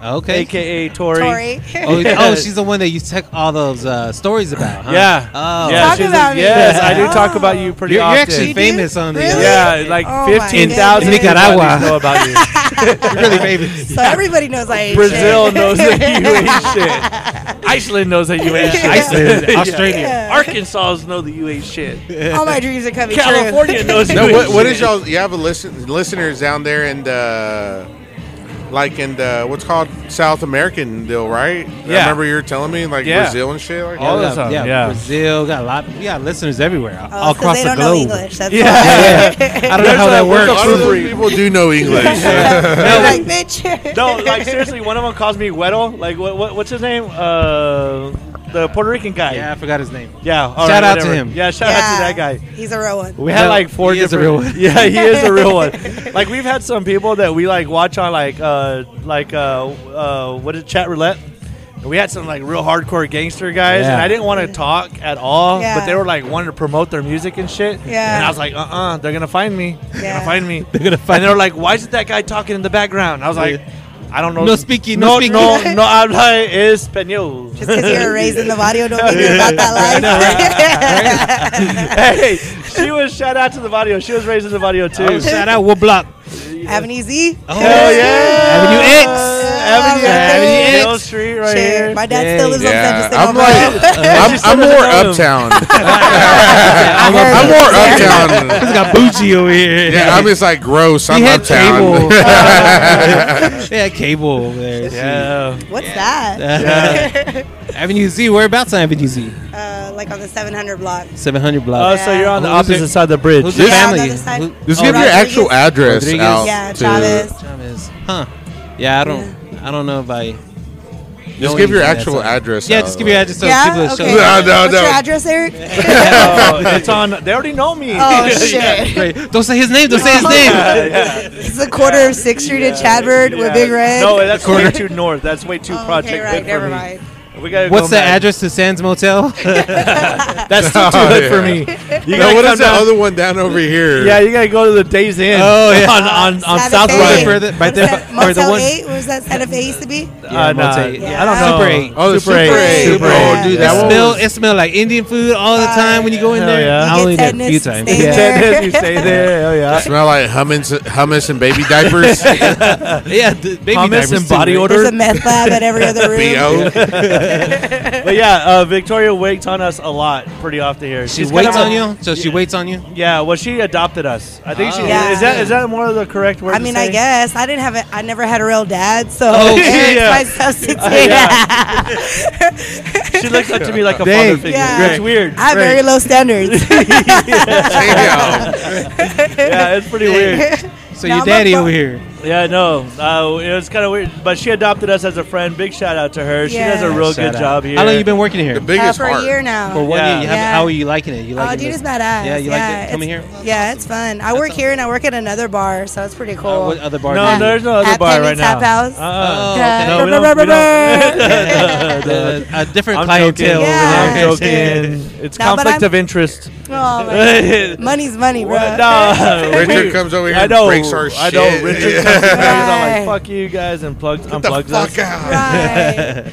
Speaker 1: Okay.
Speaker 2: aka Tori.
Speaker 4: Tori.
Speaker 1: Oh, oh, she's the one that you took all those uh, stories about, huh?
Speaker 2: Yeah.
Speaker 1: Oh.
Speaker 2: yeah.
Speaker 4: Talk
Speaker 2: she's
Speaker 4: about
Speaker 2: a,
Speaker 4: me.
Speaker 2: Yes, I do
Speaker 4: Oh.
Speaker 2: talk about you pretty
Speaker 1: You're, you're
Speaker 2: often.
Speaker 1: actually
Speaker 4: You do?
Speaker 1: famous on the uh,
Speaker 4: Really?
Speaker 2: yeah, like
Speaker 4: Oh my
Speaker 2: fifteen thousand
Speaker 1: goodness. Nicaragua.
Speaker 2: know about you.
Speaker 1: You're really famous.
Speaker 4: So everybody knows I ate
Speaker 2: Brazil
Speaker 4: shit.
Speaker 2: knows that you ate shit. Iceland knows that you ate shit.
Speaker 1: Iceland,
Speaker 2: Yeah.
Speaker 1: Australia.
Speaker 2: Arkansas know that you ate shit.
Speaker 4: All my dreams are coming
Speaker 2: California
Speaker 4: true.
Speaker 2: knows.
Speaker 3: No,
Speaker 2: you
Speaker 3: what,
Speaker 2: ate
Speaker 3: what
Speaker 2: shit.
Speaker 3: is y'all? You have a listen listeners down there and uh, like in the, what's called South American deal, right? I
Speaker 2: Yeah.
Speaker 3: remember you were telling me like
Speaker 2: Yeah.
Speaker 3: Brazil and shit. Like
Speaker 2: All
Speaker 3: that?
Speaker 1: yeah,
Speaker 2: the time,
Speaker 1: yeah,
Speaker 2: yeah.
Speaker 1: Brazil got a lot. We got listeners everywhere, all,
Speaker 4: Oh,
Speaker 1: all
Speaker 4: 'cause
Speaker 1: across
Speaker 4: they
Speaker 1: the
Speaker 4: don't know
Speaker 1: globe.
Speaker 4: English. That's
Speaker 2: Yeah.
Speaker 4: why.
Speaker 1: I don't know
Speaker 2: There's
Speaker 1: how
Speaker 2: a-
Speaker 1: that
Speaker 2: there's a
Speaker 1: works.
Speaker 3: a lot of
Speaker 2: Proof
Speaker 3: those
Speaker 2: read.
Speaker 3: people do know English.
Speaker 4: They're like, bitch.
Speaker 2: No, like seriously, one of them calls me Guero. Like, what, what, what's his name? Uh, the Puerto Rican guy.
Speaker 1: Yeah, I forgot his name.
Speaker 2: Yeah. all
Speaker 1: Shout out to
Speaker 2: whatever.
Speaker 1: him.
Speaker 2: Yeah. Shout out to that guy.
Speaker 4: He's a real one.
Speaker 2: We had
Speaker 1: No,
Speaker 2: like four
Speaker 1: he is a
Speaker 2: different.
Speaker 1: real one.
Speaker 2: Yeah, he is a real one. like we've had some people that we like watch on like uh like uh uh what is it, chat roulette. And we had some like real hardcore gangster guys, and
Speaker 1: Yeah.
Speaker 2: I didn't want to talk at all. But
Speaker 4: Yeah.
Speaker 2: they were like wanting to promote their music and shit.
Speaker 4: Yeah.
Speaker 2: And I was like, uh, uh-uh, uh, they are gonna find me. They're gonna
Speaker 4: Yeah.
Speaker 2: find me.
Speaker 1: They're gonna find
Speaker 2: And they were like, why is it that guy talking in the background? I was like, I don't know.
Speaker 1: No speaking, no
Speaker 2: No,
Speaker 1: speaking.
Speaker 2: no, no habla español.
Speaker 4: Just because you're raised in the barrio don't mean you're about that life.
Speaker 2: hey, she was shout out to the video. She was raised in the video too.
Speaker 1: Oh, shout out Wood Block.
Speaker 4: Avenue Z.
Speaker 1: Oh,
Speaker 2: Hell yeah!
Speaker 1: Avenue X.
Speaker 2: Avenue, Avenue
Speaker 4: Yeah,
Speaker 1: Avenue
Speaker 2: X.
Speaker 1: X.
Speaker 2: Hill Street right
Speaker 4: Shit,
Speaker 2: here.
Speaker 4: My dad
Speaker 1: Hey.
Speaker 4: still lives
Speaker 3: yeah,
Speaker 4: on San
Speaker 3: I'm
Speaker 4: Francisco. Borough.
Speaker 3: like uh, I'm,
Speaker 2: Just
Speaker 3: I'm
Speaker 2: send us
Speaker 3: more
Speaker 2: a note.
Speaker 3: uptown.
Speaker 1: I
Speaker 4: heard
Speaker 3: I'm
Speaker 4: it.
Speaker 3: more
Speaker 1: This
Speaker 3: uptown.
Speaker 1: got bougie over here.
Speaker 3: Yeah, I'm just like gross.
Speaker 1: He
Speaker 3: I'm
Speaker 1: had
Speaker 3: uptown.
Speaker 1: cable. Oh, they had cable over there.
Speaker 2: Yeah.
Speaker 4: What's that?
Speaker 1: Yeah. Avenue Z. Whereabouts on Avenue Z?
Speaker 4: Uh, like on the 700 block.
Speaker 1: 700
Speaker 2: Oh,
Speaker 1: block.
Speaker 2: so you're on the
Speaker 1: Who's
Speaker 2: opposite
Speaker 1: it?
Speaker 2: side of the bridge.
Speaker 1: Who's
Speaker 3: This-
Speaker 1: the family?
Speaker 4: Yeah, the other
Speaker 1: Who-
Speaker 4: side.
Speaker 3: Just
Speaker 1: oh,
Speaker 3: give your
Speaker 4: Rodriguez?
Speaker 3: actual address
Speaker 1: Rodriguez?
Speaker 2: Oh.
Speaker 3: out.
Speaker 4: Yeah,
Speaker 3: to-
Speaker 4: Chavez.
Speaker 1: Chavez. Huh. Yeah, I don't. I don't know if I.
Speaker 3: Just give your
Speaker 1: anything
Speaker 3: actual
Speaker 1: that's on-
Speaker 3: address.
Speaker 1: Yeah,
Speaker 3: out.
Speaker 1: just give your address so people
Speaker 4: yeah?
Speaker 1: will
Speaker 4: Okay.
Speaker 1: show
Speaker 3: No, no,
Speaker 4: What's
Speaker 3: no.
Speaker 4: your address, Eric?
Speaker 2: oh, it's on. They already know me.
Speaker 4: Oh, shit.
Speaker 1: Wait, don't say his name. Don't say his
Speaker 2: Yeah,
Speaker 1: name.
Speaker 2: yeah,
Speaker 4: It's the quarter of 6th Street in Chadbert
Speaker 2: yeah.
Speaker 4: with Big Red.
Speaker 2: No, that's way too north. That's way too
Speaker 4: Oh,
Speaker 2: project
Speaker 4: okay,
Speaker 2: hood
Speaker 4: right,
Speaker 2: for
Speaker 4: never
Speaker 2: me.
Speaker 4: mind.
Speaker 2: We gotta
Speaker 1: What's
Speaker 2: go
Speaker 1: the
Speaker 2: back.
Speaker 1: address to Sands Motel?
Speaker 2: That's still too
Speaker 3: Oh,
Speaker 2: hood
Speaker 3: yeah.
Speaker 2: for me. You
Speaker 3: No,
Speaker 2: gotta
Speaker 3: what
Speaker 2: come
Speaker 3: is the
Speaker 2: down-
Speaker 3: other one down over here?
Speaker 2: Yeah, you gotta go to the Days Inn.
Speaker 1: Oh, yeah.
Speaker 2: on on, on
Speaker 4: Uh, Santa
Speaker 2: South
Speaker 4: Fe.
Speaker 1: Right
Speaker 2: Road.
Speaker 1: there, the, right there,
Speaker 4: What's that,
Speaker 1: or the
Speaker 4: Motel
Speaker 1: one.
Speaker 4: 8? Was that Santa Fe used to be?
Speaker 1: Yeah,
Speaker 2: Uh, nah,
Speaker 1: Motel eight.
Speaker 2: I don't
Speaker 4: Yeah.
Speaker 2: know.
Speaker 1: Super eight.
Speaker 3: Oh, the Super
Speaker 2: Super eight.
Speaker 3: Eight.
Speaker 1: Super
Speaker 4: Oh,
Speaker 3: Oh,
Speaker 4: eight.
Speaker 3: dude,
Speaker 1: It
Speaker 3: that one
Speaker 1: smell
Speaker 3: was-
Speaker 1: it smell like Indian food all the time when you go in
Speaker 2: Hell
Speaker 1: there.
Speaker 2: yeah.
Speaker 1: I
Speaker 4: You
Speaker 1: only
Speaker 4: get
Speaker 1: did a
Speaker 4: tetanus
Speaker 1: few times.
Speaker 4: stay
Speaker 1: Yeah.
Speaker 4: there.
Speaker 2: Ted, you stay there. Oh yeah.
Speaker 3: Smell like hummus, hummus and baby diapers.
Speaker 1: Yeah, the baby
Speaker 2: Hummus
Speaker 1: diapers
Speaker 2: and
Speaker 1: too,
Speaker 2: body
Speaker 1: right?
Speaker 2: odor.
Speaker 4: There's a meth lab at every other room.
Speaker 3: Bo.
Speaker 2: But yeah, uh, Victoria waits on us a lot, pretty often here.
Speaker 1: She
Speaker 2: She's kind
Speaker 1: waits
Speaker 2: of a-
Speaker 1: on you, so she waits on you.
Speaker 2: Yeah, well, she adopted us. I think
Speaker 1: Oh.
Speaker 2: she
Speaker 4: Yeah.
Speaker 2: is that is that more of the correct word?
Speaker 4: I
Speaker 2: to
Speaker 4: mean,
Speaker 2: say?
Speaker 4: I guess I didn't have a, I never had a real dad, so
Speaker 2: Oh,
Speaker 4: Eric's
Speaker 2: yeah.
Speaker 4: my substitute.
Speaker 2: yeah. she looks up to me like a
Speaker 1: Dang.
Speaker 2: father figure.
Speaker 4: Yeah.
Speaker 2: That's weird.
Speaker 4: I have very low standards.
Speaker 3: Damn.
Speaker 2: yeah, it's pretty weird.
Speaker 1: So
Speaker 4: Now
Speaker 1: your
Speaker 4: I'm
Speaker 1: daddy
Speaker 4: a-
Speaker 1: over here.
Speaker 2: Yeah, no, uh, it was kind of weird. But she adopted us as a friend. Big shout out to her. She does a
Speaker 4: Yeah.
Speaker 2: real
Speaker 1: Shout
Speaker 2: good
Speaker 1: out.
Speaker 2: job here.
Speaker 1: How long you been working
Speaker 3: The
Speaker 1: here?
Speaker 4: uh,
Speaker 3: biggest
Speaker 4: for a
Speaker 3: heart.
Speaker 4: year
Speaker 1: For
Speaker 4: now.
Speaker 1: one
Speaker 2: Yeah.
Speaker 1: year. How,
Speaker 4: Yeah.
Speaker 1: how are you liking it? You
Speaker 4: Oh,
Speaker 1: liking
Speaker 4: dude,
Speaker 1: this?
Speaker 4: it's badass.
Speaker 1: Yeah, you like it coming here?
Speaker 4: it's- Yeah, it's fun. I work here and I work at another bar, so it's pretty cool.
Speaker 1: Uh, what other bar?
Speaker 2: No,
Speaker 1: do you-
Speaker 2: there's no other
Speaker 4: At
Speaker 2: bar
Speaker 4: Penny
Speaker 2: right
Speaker 4: Tap
Speaker 2: now.
Speaker 4: House.
Speaker 2: Uh-uh.
Speaker 1: Oh,
Speaker 4: Yeah.
Speaker 1: okay.
Speaker 2: No, we don't- we don't-
Speaker 1: The- a different
Speaker 2: I'm
Speaker 1: Oh, clientele.
Speaker 2: joking.
Speaker 4: Yeah.
Speaker 2: I'm
Speaker 1: over there.
Speaker 2: joking. It's
Speaker 4: No, but
Speaker 2: conflict
Speaker 4: I'm-
Speaker 2: of interest.
Speaker 4: Oh, my
Speaker 2: no.
Speaker 4: money's money, bro.
Speaker 3: Richard comes over here
Speaker 2: I
Speaker 3: and
Speaker 2: know.
Speaker 3: breaks our
Speaker 2: I know.
Speaker 3: shit.
Speaker 2: Richard
Speaker 3: Yeah.
Speaker 2: comes over here. I'm like,
Speaker 4: Right.
Speaker 2: fuck you guys, and plugs
Speaker 3: Get the
Speaker 2: unplugs us.
Speaker 3: fuck out.
Speaker 4: Right.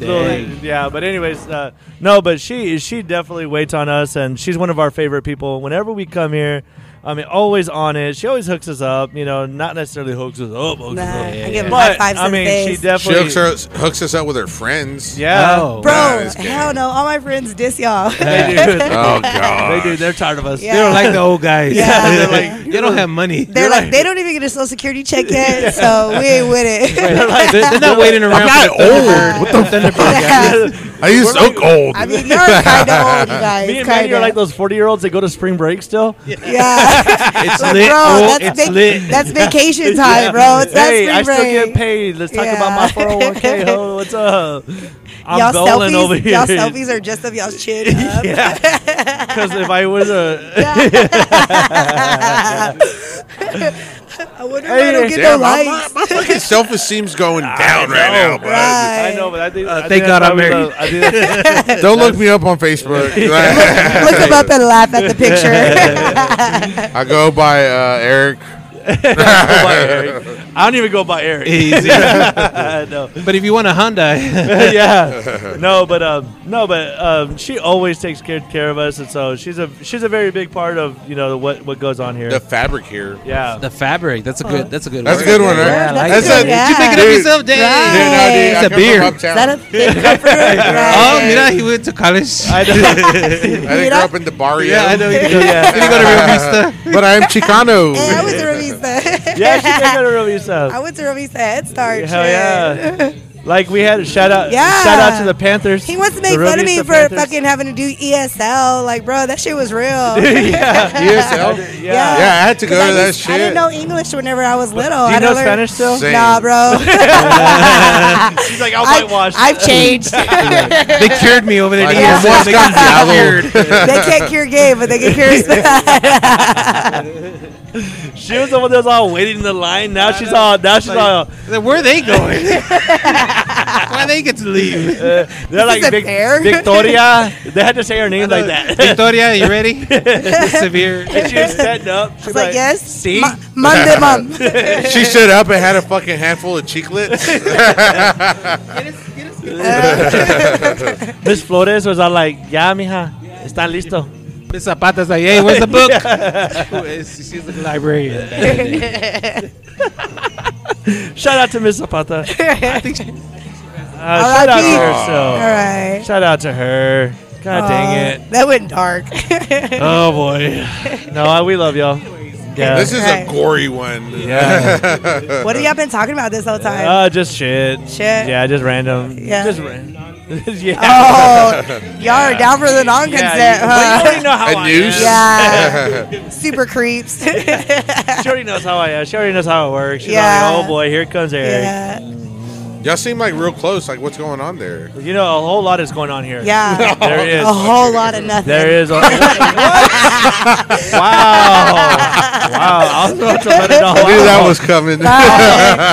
Speaker 2: Little-
Speaker 1: Dang.
Speaker 2: yeah, but anyways, uh, no, but she she definitely waits on us, and she's one of our favorite people. Whenever we come here, I mean, always on it. She always hooks us up. You know, not necessarily hooks us up, hooks
Speaker 4: Nah,
Speaker 2: us up.
Speaker 4: I give him high
Speaker 2: But
Speaker 4: fives
Speaker 2: I
Speaker 4: in the
Speaker 2: mean,
Speaker 4: face.
Speaker 2: she
Speaker 3: She
Speaker 2: definitely
Speaker 3: hooks, her, hooks us up with her friends.
Speaker 2: Yeah,
Speaker 1: Oh.
Speaker 3: Nah,
Speaker 4: Bro,
Speaker 3: it's good.
Speaker 4: hell no. All my friends diss y'all.
Speaker 2: they do.
Speaker 3: Oh god.
Speaker 2: they do. They're tired of us.
Speaker 4: Yeah.
Speaker 1: They don't like the old guys.
Speaker 4: Yeah.
Speaker 1: They're like, they don't have money.
Speaker 4: They're like, they don't even get a social security check yet, so we ain't with it.
Speaker 1: They're, like- they're not waiting around.
Speaker 3: I'm
Speaker 1: for
Speaker 3: not
Speaker 1: the
Speaker 3: old.
Speaker 1: Thunderbird.
Speaker 3: What
Speaker 1: Thunderbird.
Speaker 4: Yeah.
Speaker 3: I used so cold.
Speaker 4: uh, I mean, you're kind of old, you guys.
Speaker 2: Me and
Speaker 4: kinda.
Speaker 2: Manny are like those forty-year-olds that go to spring break still.
Speaker 4: Yeah.
Speaker 1: It's
Speaker 4: like,
Speaker 1: lit.
Speaker 4: bro,
Speaker 1: oh,
Speaker 4: that's,
Speaker 1: it's
Speaker 4: vac-
Speaker 1: lit.
Speaker 4: that's vacation time, bro. It's not
Speaker 2: hey,
Speaker 4: spring
Speaker 2: I still
Speaker 4: break.
Speaker 2: get paid. Let's talk about my
Speaker 4: Yeah.
Speaker 2: 401k. Ho, what's up? I'm
Speaker 4: y'all
Speaker 2: bowling
Speaker 4: selfies,
Speaker 2: over here.
Speaker 4: y'all selfies are just of y'all's chin up.
Speaker 2: yeah, because if I was a
Speaker 4: I wonder if
Speaker 2: Hey,
Speaker 4: I don't get
Speaker 3: Damn,
Speaker 4: no
Speaker 3: my,
Speaker 4: likes.
Speaker 3: my, my fucking self esteem's going down right
Speaker 2: know.
Speaker 3: now, bud.
Speaker 2: I know, but I think I
Speaker 1: Uh, thank
Speaker 2: think
Speaker 1: God
Speaker 2: that's
Speaker 1: I'm
Speaker 2: why we
Speaker 1: married.
Speaker 2: love- I think that's-
Speaker 3: Don't look me up on Facebook.
Speaker 4: Look them up and laugh at the picture.
Speaker 3: I go by uh, Eric
Speaker 2: go by Eric. I don't even go by Eric.
Speaker 1: Easy.
Speaker 2: no.
Speaker 1: But if you want a Hyundai,
Speaker 2: yeah. No, but um, no, but um, she always takes good care of us, and so she's a she's a very big part of you know what what goes on here.
Speaker 3: The fabric here.
Speaker 2: yeah.
Speaker 1: the fabric. That's a good. That's a good.
Speaker 3: That's a
Speaker 1: word.
Speaker 3: good one, right?
Speaker 4: Yeah,
Speaker 2: I
Speaker 4: that's
Speaker 1: That's
Speaker 4: good.
Speaker 1: a,
Speaker 4: Yeah.
Speaker 1: Did you pick it up
Speaker 3: Dude.
Speaker 1: yourself, Dan?
Speaker 3: Dude, no, dude,
Speaker 1: It's
Speaker 3: I
Speaker 1: a
Speaker 3: come from
Speaker 1: beer.
Speaker 3: uptown.
Speaker 4: Is that a thing comforter?
Speaker 1: Oh,
Speaker 2: Um,
Speaker 4: Right.
Speaker 1: you know, he went to college.
Speaker 2: I know.
Speaker 3: I didn't
Speaker 4: You
Speaker 3: grow
Speaker 4: know?
Speaker 3: up in the barrio.
Speaker 1: yeah, I know. You go,
Speaker 2: Yeah.
Speaker 1: you go to Rio Vista.
Speaker 3: but I am Chicano.
Speaker 4: Hey, I went to Revista.
Speaker 2: yeah, she did go to Ruby Sub.
Speaker 4: I went to Revista Head Start.
Speaker 2: Hell
Speaker 4: shit.
Speaker 2: yeah! like we had a shout out,
Speaker 4: Yeah.
Speaker 2: shout out to the Panthers.
Speaker 4: He wants to
Speaker 2: The
Speaker 4: make fun
Speaker 2: Ruby
Speaker 4: of me
Speaker 2: Sub
Speaker 4: for
Speaker 2: Panthers.
Speaker 4: fucking having to do ESL. Like, bro, that shit was real.
Speaker 2: yeah. yeah,
Speaker 3: ESL.
Speaker 4: Yeah.
Speaker 3: Yeah, I had to go
Speaker 4: 'Cause I
Speaker 3: to that
Speaker 4: used-
Speaker 3: shit.
Speaker 4: I didn't know English whenever I was little.
Speaker 2: Do
Speaker 4: I
Speaker 2: you know
Speaker 4: don't learn-
Speaker 2: Spanish still?
Speaker 3: Same.
Speaker 4: Nah, bro.
Speaker 2: She's like, I'll
Speaker 4: I,
Speaker 2: whitewash.
Speaker 4: I've changed.
Speaker 1: They cured me over there.
Speaker 3: Like,
Speaker 1: Yeah.
Speaker 3: almost
Speaker 1: They
Speaker 3: got
Speaker 1: cured.
Speaker 4: they can't cure gay, but they can cure
Speaker 2: she was the one that was all waiting in the line. Now she's all. Now she's all. uh,
Speaker 1: Like, Where are they going? Why they get to leave?
Speaker 2: Uh, they're like
Speaker 4: isn't
Speaker 2: Vic-
Speaker 4: fair.
Speaker 2: Victoria. They had to say her name like that.
Speaker 1: Victoria, you ready? Severe.
Speaker 2: and she was standing up. She's
Speaker 4: It's like, yes.
Speaker 2: See,
Speaker 4: Ma- Monday, mom.
Speaker 3: she stood up and had a fucking handful of chiclets.
Speaker 2: Miss Flores was all like, "Yeah, mija, está listo."
Speaker 1: Miss Zapata's like, hey, where's the book? She's the librarian. back in the day.
Speaker 2: Shout out to Miss Zapata.
Speaker 1: I think she-
Speaker 2: Uh, shout out to
Speaker 4: R.I.P.
Speaker 2: her. So.
Speaker 4: All right.
Speaker 2: Shout out to her. God dang it.
Speaker 4: Aw, That went dark.
Speaker 2: Oh boy. no, I- we love y'all. Yeah.
Speaker 3: this is a
Speaker 4: Right.
Speaker 3: gory one.
Speaker 2: yeah.
Speaker 4: what have y'all been talking about this whole time?
Speaker 2: Uh, just shit.
Speaker 4: Shit.
Speaker 2: Yeah, just random.
Speaker 4: Yeah.
Speaker 2: Just random. yeah.
Speaker 4: oh, y'all are down for the non-consent,
Speaker 2: yeah, you- well, you
Speaker 4: huh?
Speaker 2: already know how
Speaker 3: A
Speaker 2: I
Speaker 3: noose?
Speaker 2: am.
Speaker 4: Yeah. Super creeps.
Speaker 2: She already knows how I am. She already knows how it works. She's
Speaker 4: Yeah.
Speaker 2: like, oh boy, here comes Eric.
Speaker 4: yeah.
Speaker 3: Y'all seem like real close. Like, what's going on there?
Speaker 2: You know, a whole lot is going on here.
Speaker 4: Yeah.
Speaker 2: There
Speaker 4: A
Speaker 3: Oh,
Speaker 2: is.
Speaker 4: whole lot of nothing.
Speaker 2: There is. A- wow. Wow. I was about to let it all
Speaker 4: Oh.
Speaker 3: I knew that
Speaker 2: out.
Speaker 3: was coming.
Speaker 4: Right.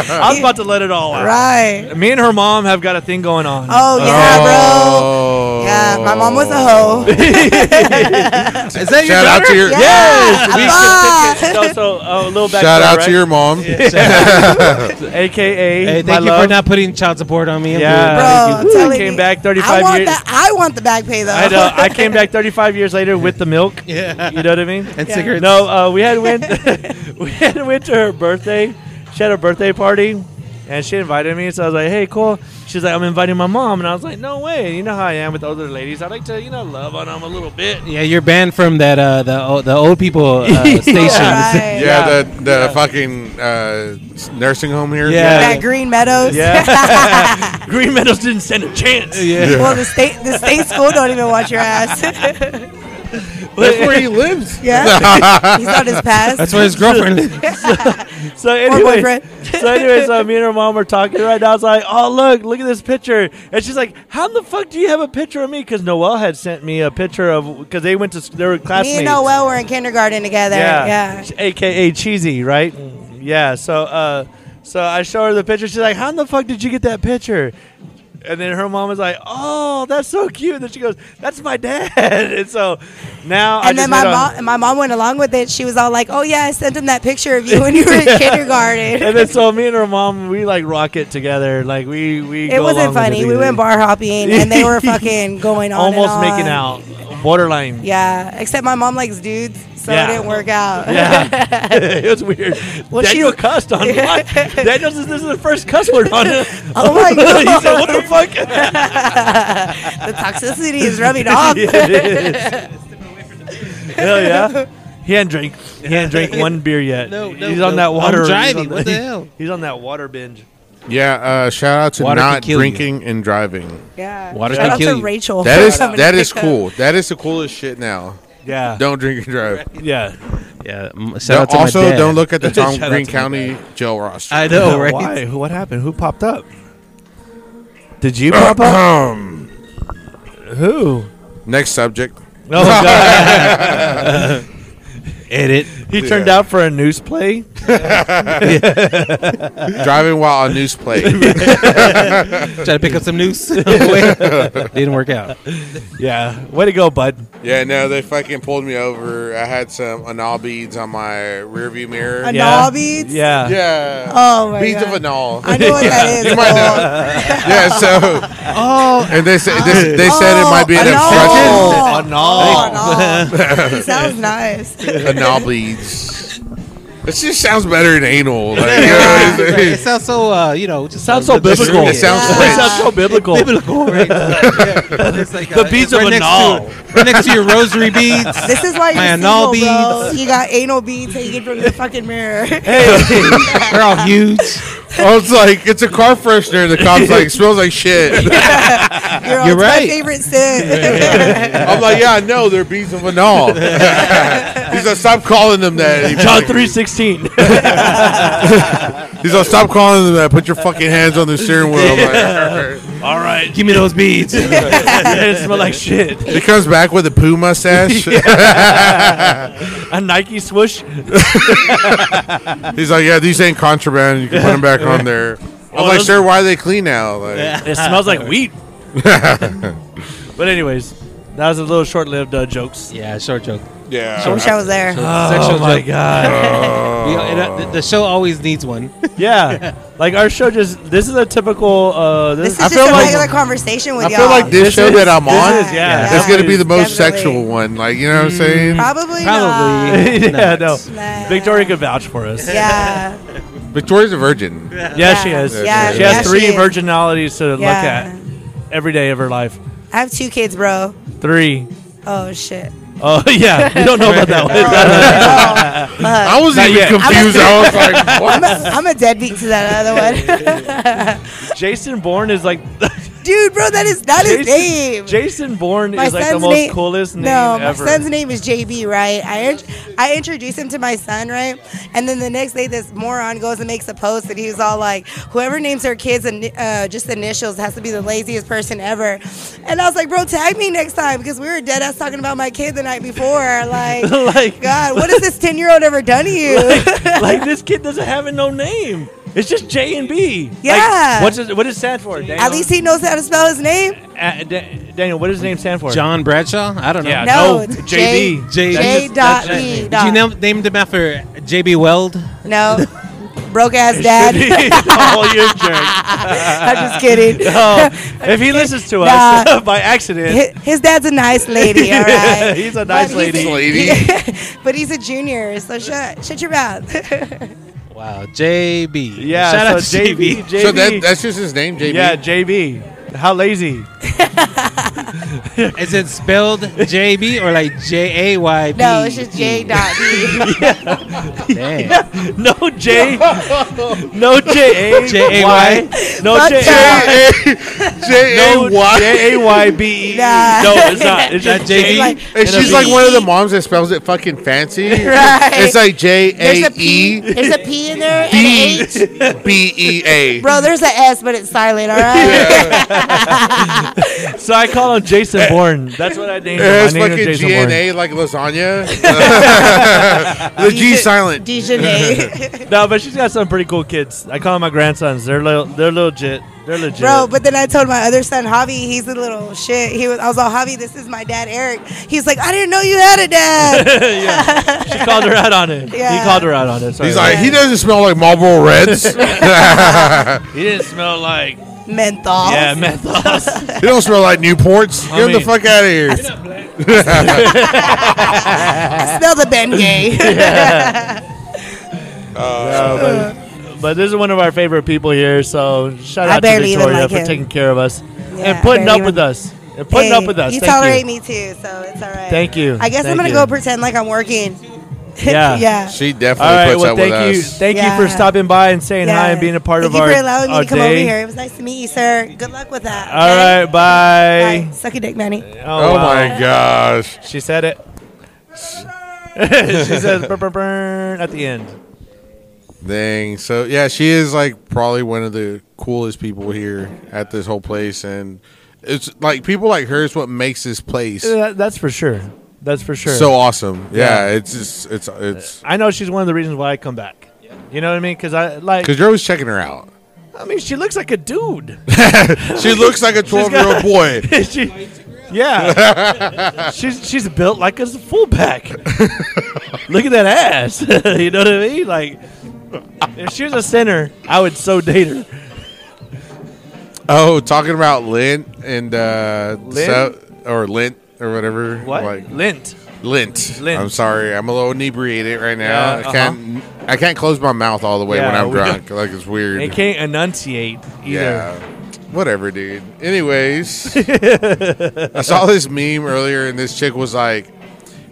Speaker 2: I was about to let it all out.
Speaker 4: right.
Speaker 2: Me and her mom have got a thing going on.
Speaker 4: Oh, yeah,
Speaker 2: Oh.
Speaker 4: bro. Yeah, my mom was a hoe.
Speaker 1: Is that your
Speaker 3: Shout out to
Speaker 1: daughter?
Speaker 3: your
Speaker 4: Yeah.
Speaker 2: Yes,
Speaker 4: Abba.
Speaker 2: so, so uh, a little back.
Speaker 3: shout out to your mom.
Speaker 2: AKA.
Speaker 1: Hey,
Speaker 2: my
Speaker 1: thank you
Speaker 2: love.
Speaker 1: for not putting child support on me. I'm
Speaker 2: Yeah.
Speaker 1: good.
Speaker 4: Bro,
Speaker 2: Thank you.
Speaker 4: I'm
Speaker 2: Woo.
Speaker 4: telling
Speaker 2: Came
Speaker 4: you,
Speaker 2: back 35
Speaker 4: I want
Speaker 2: years.
Speaker 4: The, I want the back pay though.
Speaker 2: I know. I came back 35 years later with the milk.
Speaker 1: Yeah.
Speaker 2: You know what I mean?
Speaker 1: And
Speaker 4: Yeah.
Speaker 1: cigarettes.
Speaker 2: No, uh, we had went. we had went to her birthday. She had a birthday party, and she invited me. So I was like, "Hey, cool." She's like, "I'm inviting my mom," and I was like, "No way!" You know how I am with older ladies. I like to, you know, love on them a little bit.
Speaker 1: Yeah, you're banned from that uh, the o- the old people uh, station.
Speaker 3: Yeah,
Speaker 4: Right.
Speaker 2: Yeah.
Speaker 3: the the fucking uh, s- nursing home here.
Speaker 1: Yeah.
Speaker 4: That Green Meadows.
Speaker 2: Yeah. Green Meadows didn't stand a chance.
Speaker 1: Yeah.
Speaker 4: well, the state the state school don't even want your ass.
Speaker 3: that's where he lives.
Speaker 4: yeah, he's on his pass.
Speaker 1: That's where his girlfriend lives.
Speaker 2: So anyway,
Speaker 4: boyfriend.
Speaker 2: so anyway, so me and her mom were talking right now. It's like, oh look, look at this picture, and she's like, how in the fuck do you have a picture of me? Because Noel had sent me a picture of because they went to s- they were
Speaker 4: Me
Speaker 2: classmates.
Speaker 4: and Noel were in kindergarten together.
Speaker 2: yeah,
Speaker 4: Yeah.
Speaker 2: aka cheesy, right? Yeah. So, uh, so I show her the picture. She's like, how in the fuck did you get that picture? And then her mom was like, "Oh, that's so cute." And then she goes, "That's my dad." And so now, I
Speaker 4: And
Speaker 2: just
Speaker 4: then my
Speaker 2: made a-
Speaker 4: mom, my mom went along with it. She was all like, "Oh yeah, I sent him that picture of you when you were in kindergarten."
Speaker 2: and then so me and her mom, we like rock it together. Like we we.
Speaker 4: It
Speaker 2: go along
Speaker 4: wasn't
Speaker 2: with
Speaker 4: funny. We
Speaker 2: either.
Speaker 4: went bar hopping, and they were fucking going on. and
Speaker 2: almost
Speaker 4: on.
Speaker 2: making out, borderline.
Speaker 4: Yeah, except my mom likes dudes, so
Speaker 2: Yeah.
Speaker 4: it didn't work out.
Speaker 2: Yeah. it was weird.
Speaker 4: Well,
Speaker 2: Daniel
Speaker 4: she's-
Speaker 2: cussed on what? Daniel says this is the first cuss word on it.
Speaker 4: Oh my
Speaker 2: he
Speaker 4: god,
Speaker 2: said, "What the fuck?"
Speaker 4: the toxicity is rubbing off.
Speaker 2: Yeah, it is. Hell yeah. He hadn't drank. He hadn't drank one beer yet.
Speaker 1: No, no,
Speaker 2: he's
Speaker 1: no.
Speaker 2: on that
Speaker 1: I'm
Speaker 2: water. he's
Speaker 1: driving.
Speaker 2: on
Speaker 1: What the hell?
Speaker 2: He's on that water binge.
Speaker 3: Yeah. Uh, shout out to
Speaker 1: Water can
Speaker 3: not
Speaker 1: kill you.
Speaker 3: drinking and driving.
Speaker 4: Yeah.
Speaker 1: Water
Speaker 4: Shout
Speaker 1: can
Speaker 4: out
Speaker 1: kill
Speaker 4: to
Speaker 1: you.
Speaker 4: Rachel.
Speaker 3: That
Speaker 4: for
Speaker 3: is
Speaker 4: coming
Speaker 3: that
Speaker 4: to
Speaker 3: is
Speaker 4: pick up.
Speaker 3: cool. That is the coolest shit now.
Speaker 2: Yeah.
Speaker 3: Don't drink and drive.
Speaker 2: Yeah.
Speaker 1: Yeah. m- Shout out to
Speaker 3: also,
Speaker 1: my dad.
Speaker 3: don't look at the Tom
Speaker 1: Shout out
Speaker 3: Green
Speaker 1: to my
Speaker 3: County jail roster.
Speaker 1: I know, right?
Speaker 2: Why? Who? What happened? Who popped up? Did you pop up?
Speaker 3: Um,
Speaker 2: Who?
Speaker 3: next subject.
Speaker 2: Oh God.
Speaker 1: Edit.
Speaker 2: He turned
Speaker 3: Yeah.
Speaker 2: out for a news play.
Speaker 3: Driving while on news plate.
Speaker 1: Try to pick up some noose. Didn't work out.
Speaker 2: Yeah, way to go, bud.
Speaker 3: yeah, no, they fucking pulled me over. I had some anal beads on my rearview mirror.
Speaker 4: Anal-
Speaker 3: Yeah.
Speaker 2: yeah.
Speaker 4: beads?
Speaker 2: Yeah.
Speaker 4: Oh my
Speaker 3: beads
Speaker 4: God.
Speaker 3: of anal.
Speaker 4: I know what that is.
Speaker 3: You might
Speaker 4: oh.
Speaker 3: know. yeah, so
Speaker 1: Oh,
Speaker 3: and they said they, they said it might be an
Speaker 4: Oh,
Speaker 3: obsession.
Speaker 1: no.
Speaker 4: Oh, no. It sounds nice.
Speaker 3: Anal beads. It just sounds better than anal. Like, you know what I'm
Speaker 1: Right,
Speaker 3: saying?
Speaker 1: It sounds so uh, you know, just
Speaker 2: Sounds
Speaker 1: like
Speaker 2: so biblical.
Speaker 3: It sounds
Speaker 2: It
Speaker 3: rich.
Speaker 2: sounds so biblical.
Speaker 1: biblical, right? Yeah. It's like,
Speaker 2: The
Speaker 1: uh,
Speaker 2: beads
Speaker 1: it's
Speaker 2: of
Speaker 1: right
Speaker 2: anal.
Speaker 1: next to, right next to your rosary beads.
Speaker 4: This is why you're
Speaker 1: My
Speaker 4: single,
Speaker 1: anal
Speaker 4: bro.
Speaker 1: beads.
Speaker 4: You got anal beads hanging from the fucking mirror.
Speaker 2: Hey,
Speaker 1: They're all huge.
Speaker 3: I was like, it's a car freshener. The cop's like, smells like shit.
Speaker 4: Girl,
Speaker 1: You're
Speaker 4: it's
Speaker 1: right.
Speaker 4: my favorite scent.
Speaker 3: I'm like, yeah, I know they're beads of anal. He's like, stop calling them that. He's
Speaker 2: John
Speaker 3: like,
Speaker 2: three sixteen.
Speaker 3: He's like, stop calling them that. Put your fucking hands on the steering wheel. I'm like, "Alright."
Speaker 2: All right,
Speaker 1: Give me those beads.
Speaker 2: it smell like shit.
Speaker 3: He comes back with a poo mustache.
Speaker 2: A Nike swoosh.
Speaker 3: He's like, yeah, these ain't contraband. You can put them back on there. I'm
Speaker 2: Oh,
Speaker 3: like,
Speaker 2: those-
Speaker 3: sir, why are they clean now? Like,
Speaker 2: It smells like wheat. but anyways, that was a little short-lived uh, jokes.
Speaker 1: yeah, short joke.
Speaker 4: I wish I was there.
Speaker 1: Sexual joke.
Speaker 2: Oh god.
Speaker 1: We- it, uh, the, the show always needs one.
Speaker 2: yeah, like our show just. This is a typical. Uh,
Speaker 4: This
Speaker 2: this,
Speaker 4: is
Speaker 3: I
Speaker 4: just
Speaker 3: feel
Speaker 4: a
Speaker 3: like-
Speaker 4: regular conversation with
Speaker 3: I
Speaker 4: y'all.
Speaker 3: feel like this,
Speaker 2: This
Speaker 3: show
Speaker 2: is-
Speaker 3: that I'm
Speaker 2: this
Speaker 3: on,
Speaker 2: is- Mm. yeah,
Speaker 3: it's going to be the most
Speaker 4: definitely.
Speaker 3: sexual one. Like, you know what I'm saying?
Speaker 4: Probably. Not.
Speaker 1: Probably.
Speaker 2: yeah,
Speaker 1: not.
Speaker 2: no.
Speaker 4: Nah.
Speaker 2: Victoria could vouch for us. Yeah,
Speaker 4: Yeah.
Speaker 3: Victoria's a virgin.
Speaker 2: she is.
Speaker 4: Yeah,
Speaker 2: she has
Speaker 4: yeah, she
Speaker 2: three
Speaker 4: is.
Speaker 2: virginalities to
Speaker 4: Yeah.
Speaker 2: look at every day of her life.
Speaker 4: I have two kids, bro.
Speaker 2: Three.
Speaker 4: Oh shit.
Speaker 2: Oh yeah, you don't know about that one.
Speaker 4: Oh, fuck.
Speaker 3: I was
Speaker 2: Not
Speaker 3: even
Speaker 2: yet.
Speaker 3: confused. I was like,
Speaker 4: I'm
Speaker 3: what?
Speaker 4: a, I'm a deadbeat to that other one.
Speaker 2: Jason Bourne is like
Speaker 4: Dude, bro, that is that is
Speaker 2: Jason,
Speaker 4: name.
Speaker 2: Jason Bourne
Speaker 4: My
Speaker 2: is like the
Speaker 4: son's
Speaker 2: most
Speaker 4: name-
Speaker 2: coolest name
Speaker 4: no,
Speaker 2: ever.
Speaker 4: my son's name is JB, right? I int- I introduced him to my son, right? And then the next day, this moron goes and makes a post, and he was all like, "Whoever names their kids and uh, just initials has to be the laziest person ever." And I was like, "Bro, tag me next time because we were dead ass talking about my kid the night before." Like,
Speaker 2: Like-
Speaker 4: God, what has this ten year old ever done to you?
Speaker 2: like this kid doesn't have a no name. It's just J and B. Like,
Speaker 4: Yeah.
Speaker 2: what's it, what does it stand for? Daniel?
Speaker 4: At least he knows how to spell his name.
Speaker 2: Uh, Da- Daniel, what does his name stand for?
Speaker 1: John Bradshaw? I don't know.
Speaker 2: Yeah.
Speaker 4: No,
Speaker 2: no,
Speaker 4: it's
Speaker 2: JB.
Speaker 1: J-
Speaker 2: That's
Speaker 4: J.
Speaker 2: just- that's
Speaker 4: Dot E.
Speaker 2: just-
Speaker 4: B.
Speaker 1: Did you
Speaker 4: Dot.
Speaker 1: name, named him after JB Weld?
Speaker 4: No, broke ass
Speaker 2: Should
Speaker 4: dad.
Speaker 2: be- oh, you're a jerk.
Speaker 4: I'm just kidding.
Speaker 2: Oh, if he listens to
Speaker 4: Nah.
Speaker 2: us by accident,
Speaker 4: Hi- His dad's a nice lady, all right.
Speaker 2: He's a nice
Speaker 4: But he's a-
Speaker 3: lady.
Speaker 4: but he's a junior, so shut shut your mouth.
Speaker 1: Wow, JB.
Speaker 2: yeah.
Speaker 1: Shout
Speaker 2: so
Speaker 1: out to
Speaker 2: JB.
Speaker 1: JB.
Speaker 2: JB.
Speaker 3: So that, that's just his name, JB.
Speaker 2: yeah, JB. How lazy?
Speaker 1: Is it spelled JB or like J A Y B?
Speaker 4: no, it's just J dot B.
Speaker 1: Damn.
Speaker 2: No J. no J A
Speaker 1: J A
Speaker 2: Y.
Speaker 1: Y.
Speaker 2: No
Speaker 4: Fuck
Speaker 2: J
Speaker 4: that.
Speaker 2: A.
Speaker 3: J A
Speaker 2: No
Speaker 3: Y.
Speaker 2: J A Y B E.
Speaker 4: Nah.
Speaker 2: No, it's not. It's
Speaker 1: Not
Speaker 2: just
Speaker 1: J B?
Speaker 2: J.
Speaker 4: Like-
Speaker 3: And she's like one
Speaker 2: E.
Speaker 3: of the moms that spells it fucking fancy.
Speaker 4: Right.
Speaker 3: It's like J
Speaker 4: There's
Speaker 3: A
Speaker 4: a P.
Speaker 3: E
Speaker 4: There's a P in there and
Speaker 3: B
Speaker 4: an H.
Speaker 3: B E A.
Speaker 4: Bro, there's an S, but it's silent. All right.
Speaker 2: So I call him Jason Bourne. That's what I named him. I
Speaker 3: Eh, It's
Speaker 2: named him
Speaker 3: fucking
Speaker 2: Jason
Speaker 3: G N
Speaker 2: Bourne.
Speaker 3: A like lasagna. the G silent.
Speaker 4: Dijonet.
Speaker 2: No, but she's got some pretty cool kids. I call them my grandsons. They're little. They're legit. They're legit.
Speaker 4: Bro, but then I told my other son, Javi, he's a little shit. He was, I was all, Javi, this is my dad, Eric. He's like, I didn't know you had a dad.
Speaker 2: yeah, she called her out on it. He
Speaker 4: Yeah.
Speaker 2: called her out on it. Sorry.
Speaker 3: He's like, he doesn't smell like Marlboro Reds. he
Speaker 2: he didn't smell like
Speaker 4: Menthol.
Speaker 2: yeah methos.
Speaker 3: don't smell like Newports. Get
Speaker 2: I
Speaker 3: him the
Speaker 2: mean-
Speaker 3: fuck out of here.
Speaker 4: I smell the Bengay.
Speaker 2: but this is one of our favorite people here. So shout
Speaker 4: I
Speaker 2: out to
Speaker 4: barely even
Speaker 2: Victoria
Speaker 4: like
Speaker 2: for
Speaker 4: him.
Speaker 2: taking care of us
Speaker 4: Yeah,
Speaker 2: and putting
Speaker 4: barely
Speaker 2: up
Speaker 4: even-
Speaker 2: with us and putting
Speaker 4: Hey,
Speaker 2: up with us.
Speaker 4: You
Speaker 2: Thank
Speaker 4: tolerate
Speaker 2: you.
Speaker 4: me too, so it's all right.
Speaker 2: Thank you.
Speaker 4: I guess
Speaker 2: Thank
Speaker 4: I'm gonna
Speaker 2: you.
Speaker 4: go pretend like I'm working.
Speaker 2: Yeah.
Speaker 4: yeah.
Speaker 3: She
Speaker 2: All
Speaker 3: definitely
Speaker 2: right.
Speaker 3: puts
Speaker 2: Well,
Speaker 3: up with
Speaker 2: thank you.
Speaker 3: us.
Speaker 2: Thank
Speaker 4: Yeah.
Speaker 2: you for stopping by and saying hi and being a part
Speaker 4: Thank
Speaker 2: of our
Speaker 4: you for allowing me
Speaker 2: our
Speaker 4: to come
Speaker 2: day.
Speaker 4: over here. It was nice to meet you, sir. Good luck with that.
Speaker 2: All right. Bye.
Speaker 4: Bye. Suck a dick, Manny.
Speaker 3: Oh,
Speaker 2: wow.
Speaker 3: my gosh.
Speaker 2: She said it. she says burr, burr, burr, at the end.
Speaker 3: Dang. So yeah, she is like probably one of the coolest people here at this whole place, and it's like people like her is what makes this place
Speaker 2: Yeah, that's for sure. That's for sure.
Speaker 3: so awesome. Yeah,
Speaker 2: Yeah.
Speaker 3: it's just it's it's
Speaker 2: I know she's one of the reasons why I come back. You know what I mean? Because I like.
Speaker 3: because you're always checking her out.
Speaker 2: I mean, she looks like a dude.
Speaker 3: She looks like a
Speaker 2: She's
Speaker 3: twelve year
Speaker 2: got-
Speaker 3: old boy.
Speaker 2: she, yeah, she's she's built like a fullback. Look at that ass. you know what I mean? Like, if she was a center, I would so date her.
Speaker 3: Oh, talking about lint and uh,
Speaker 2: Lint?
Speaker 3: so- or lint or whatever.
Speaker 2: What?
Speaker 3: Like,
Speaker 2: Lint.
Speaker 3: lint.
Speaker 2: Lint.
Speaker 3: I'm sorry, I'm a little inebriated right now.
Speaker 2: Yeah, uh-huh.
Speaker 3: I can't I can't close my mouth all the way when
Speaker 2: Yeah,
Speaker 3: I'm
Speaker 2: we don't-
Speaker 3: drunk. Like it's weird.
Speaker 2: They can't enunciate either.
Speaker 3: Yeah. Whatever, dude. Anyways, I saw this meme earlier, and this chick was like,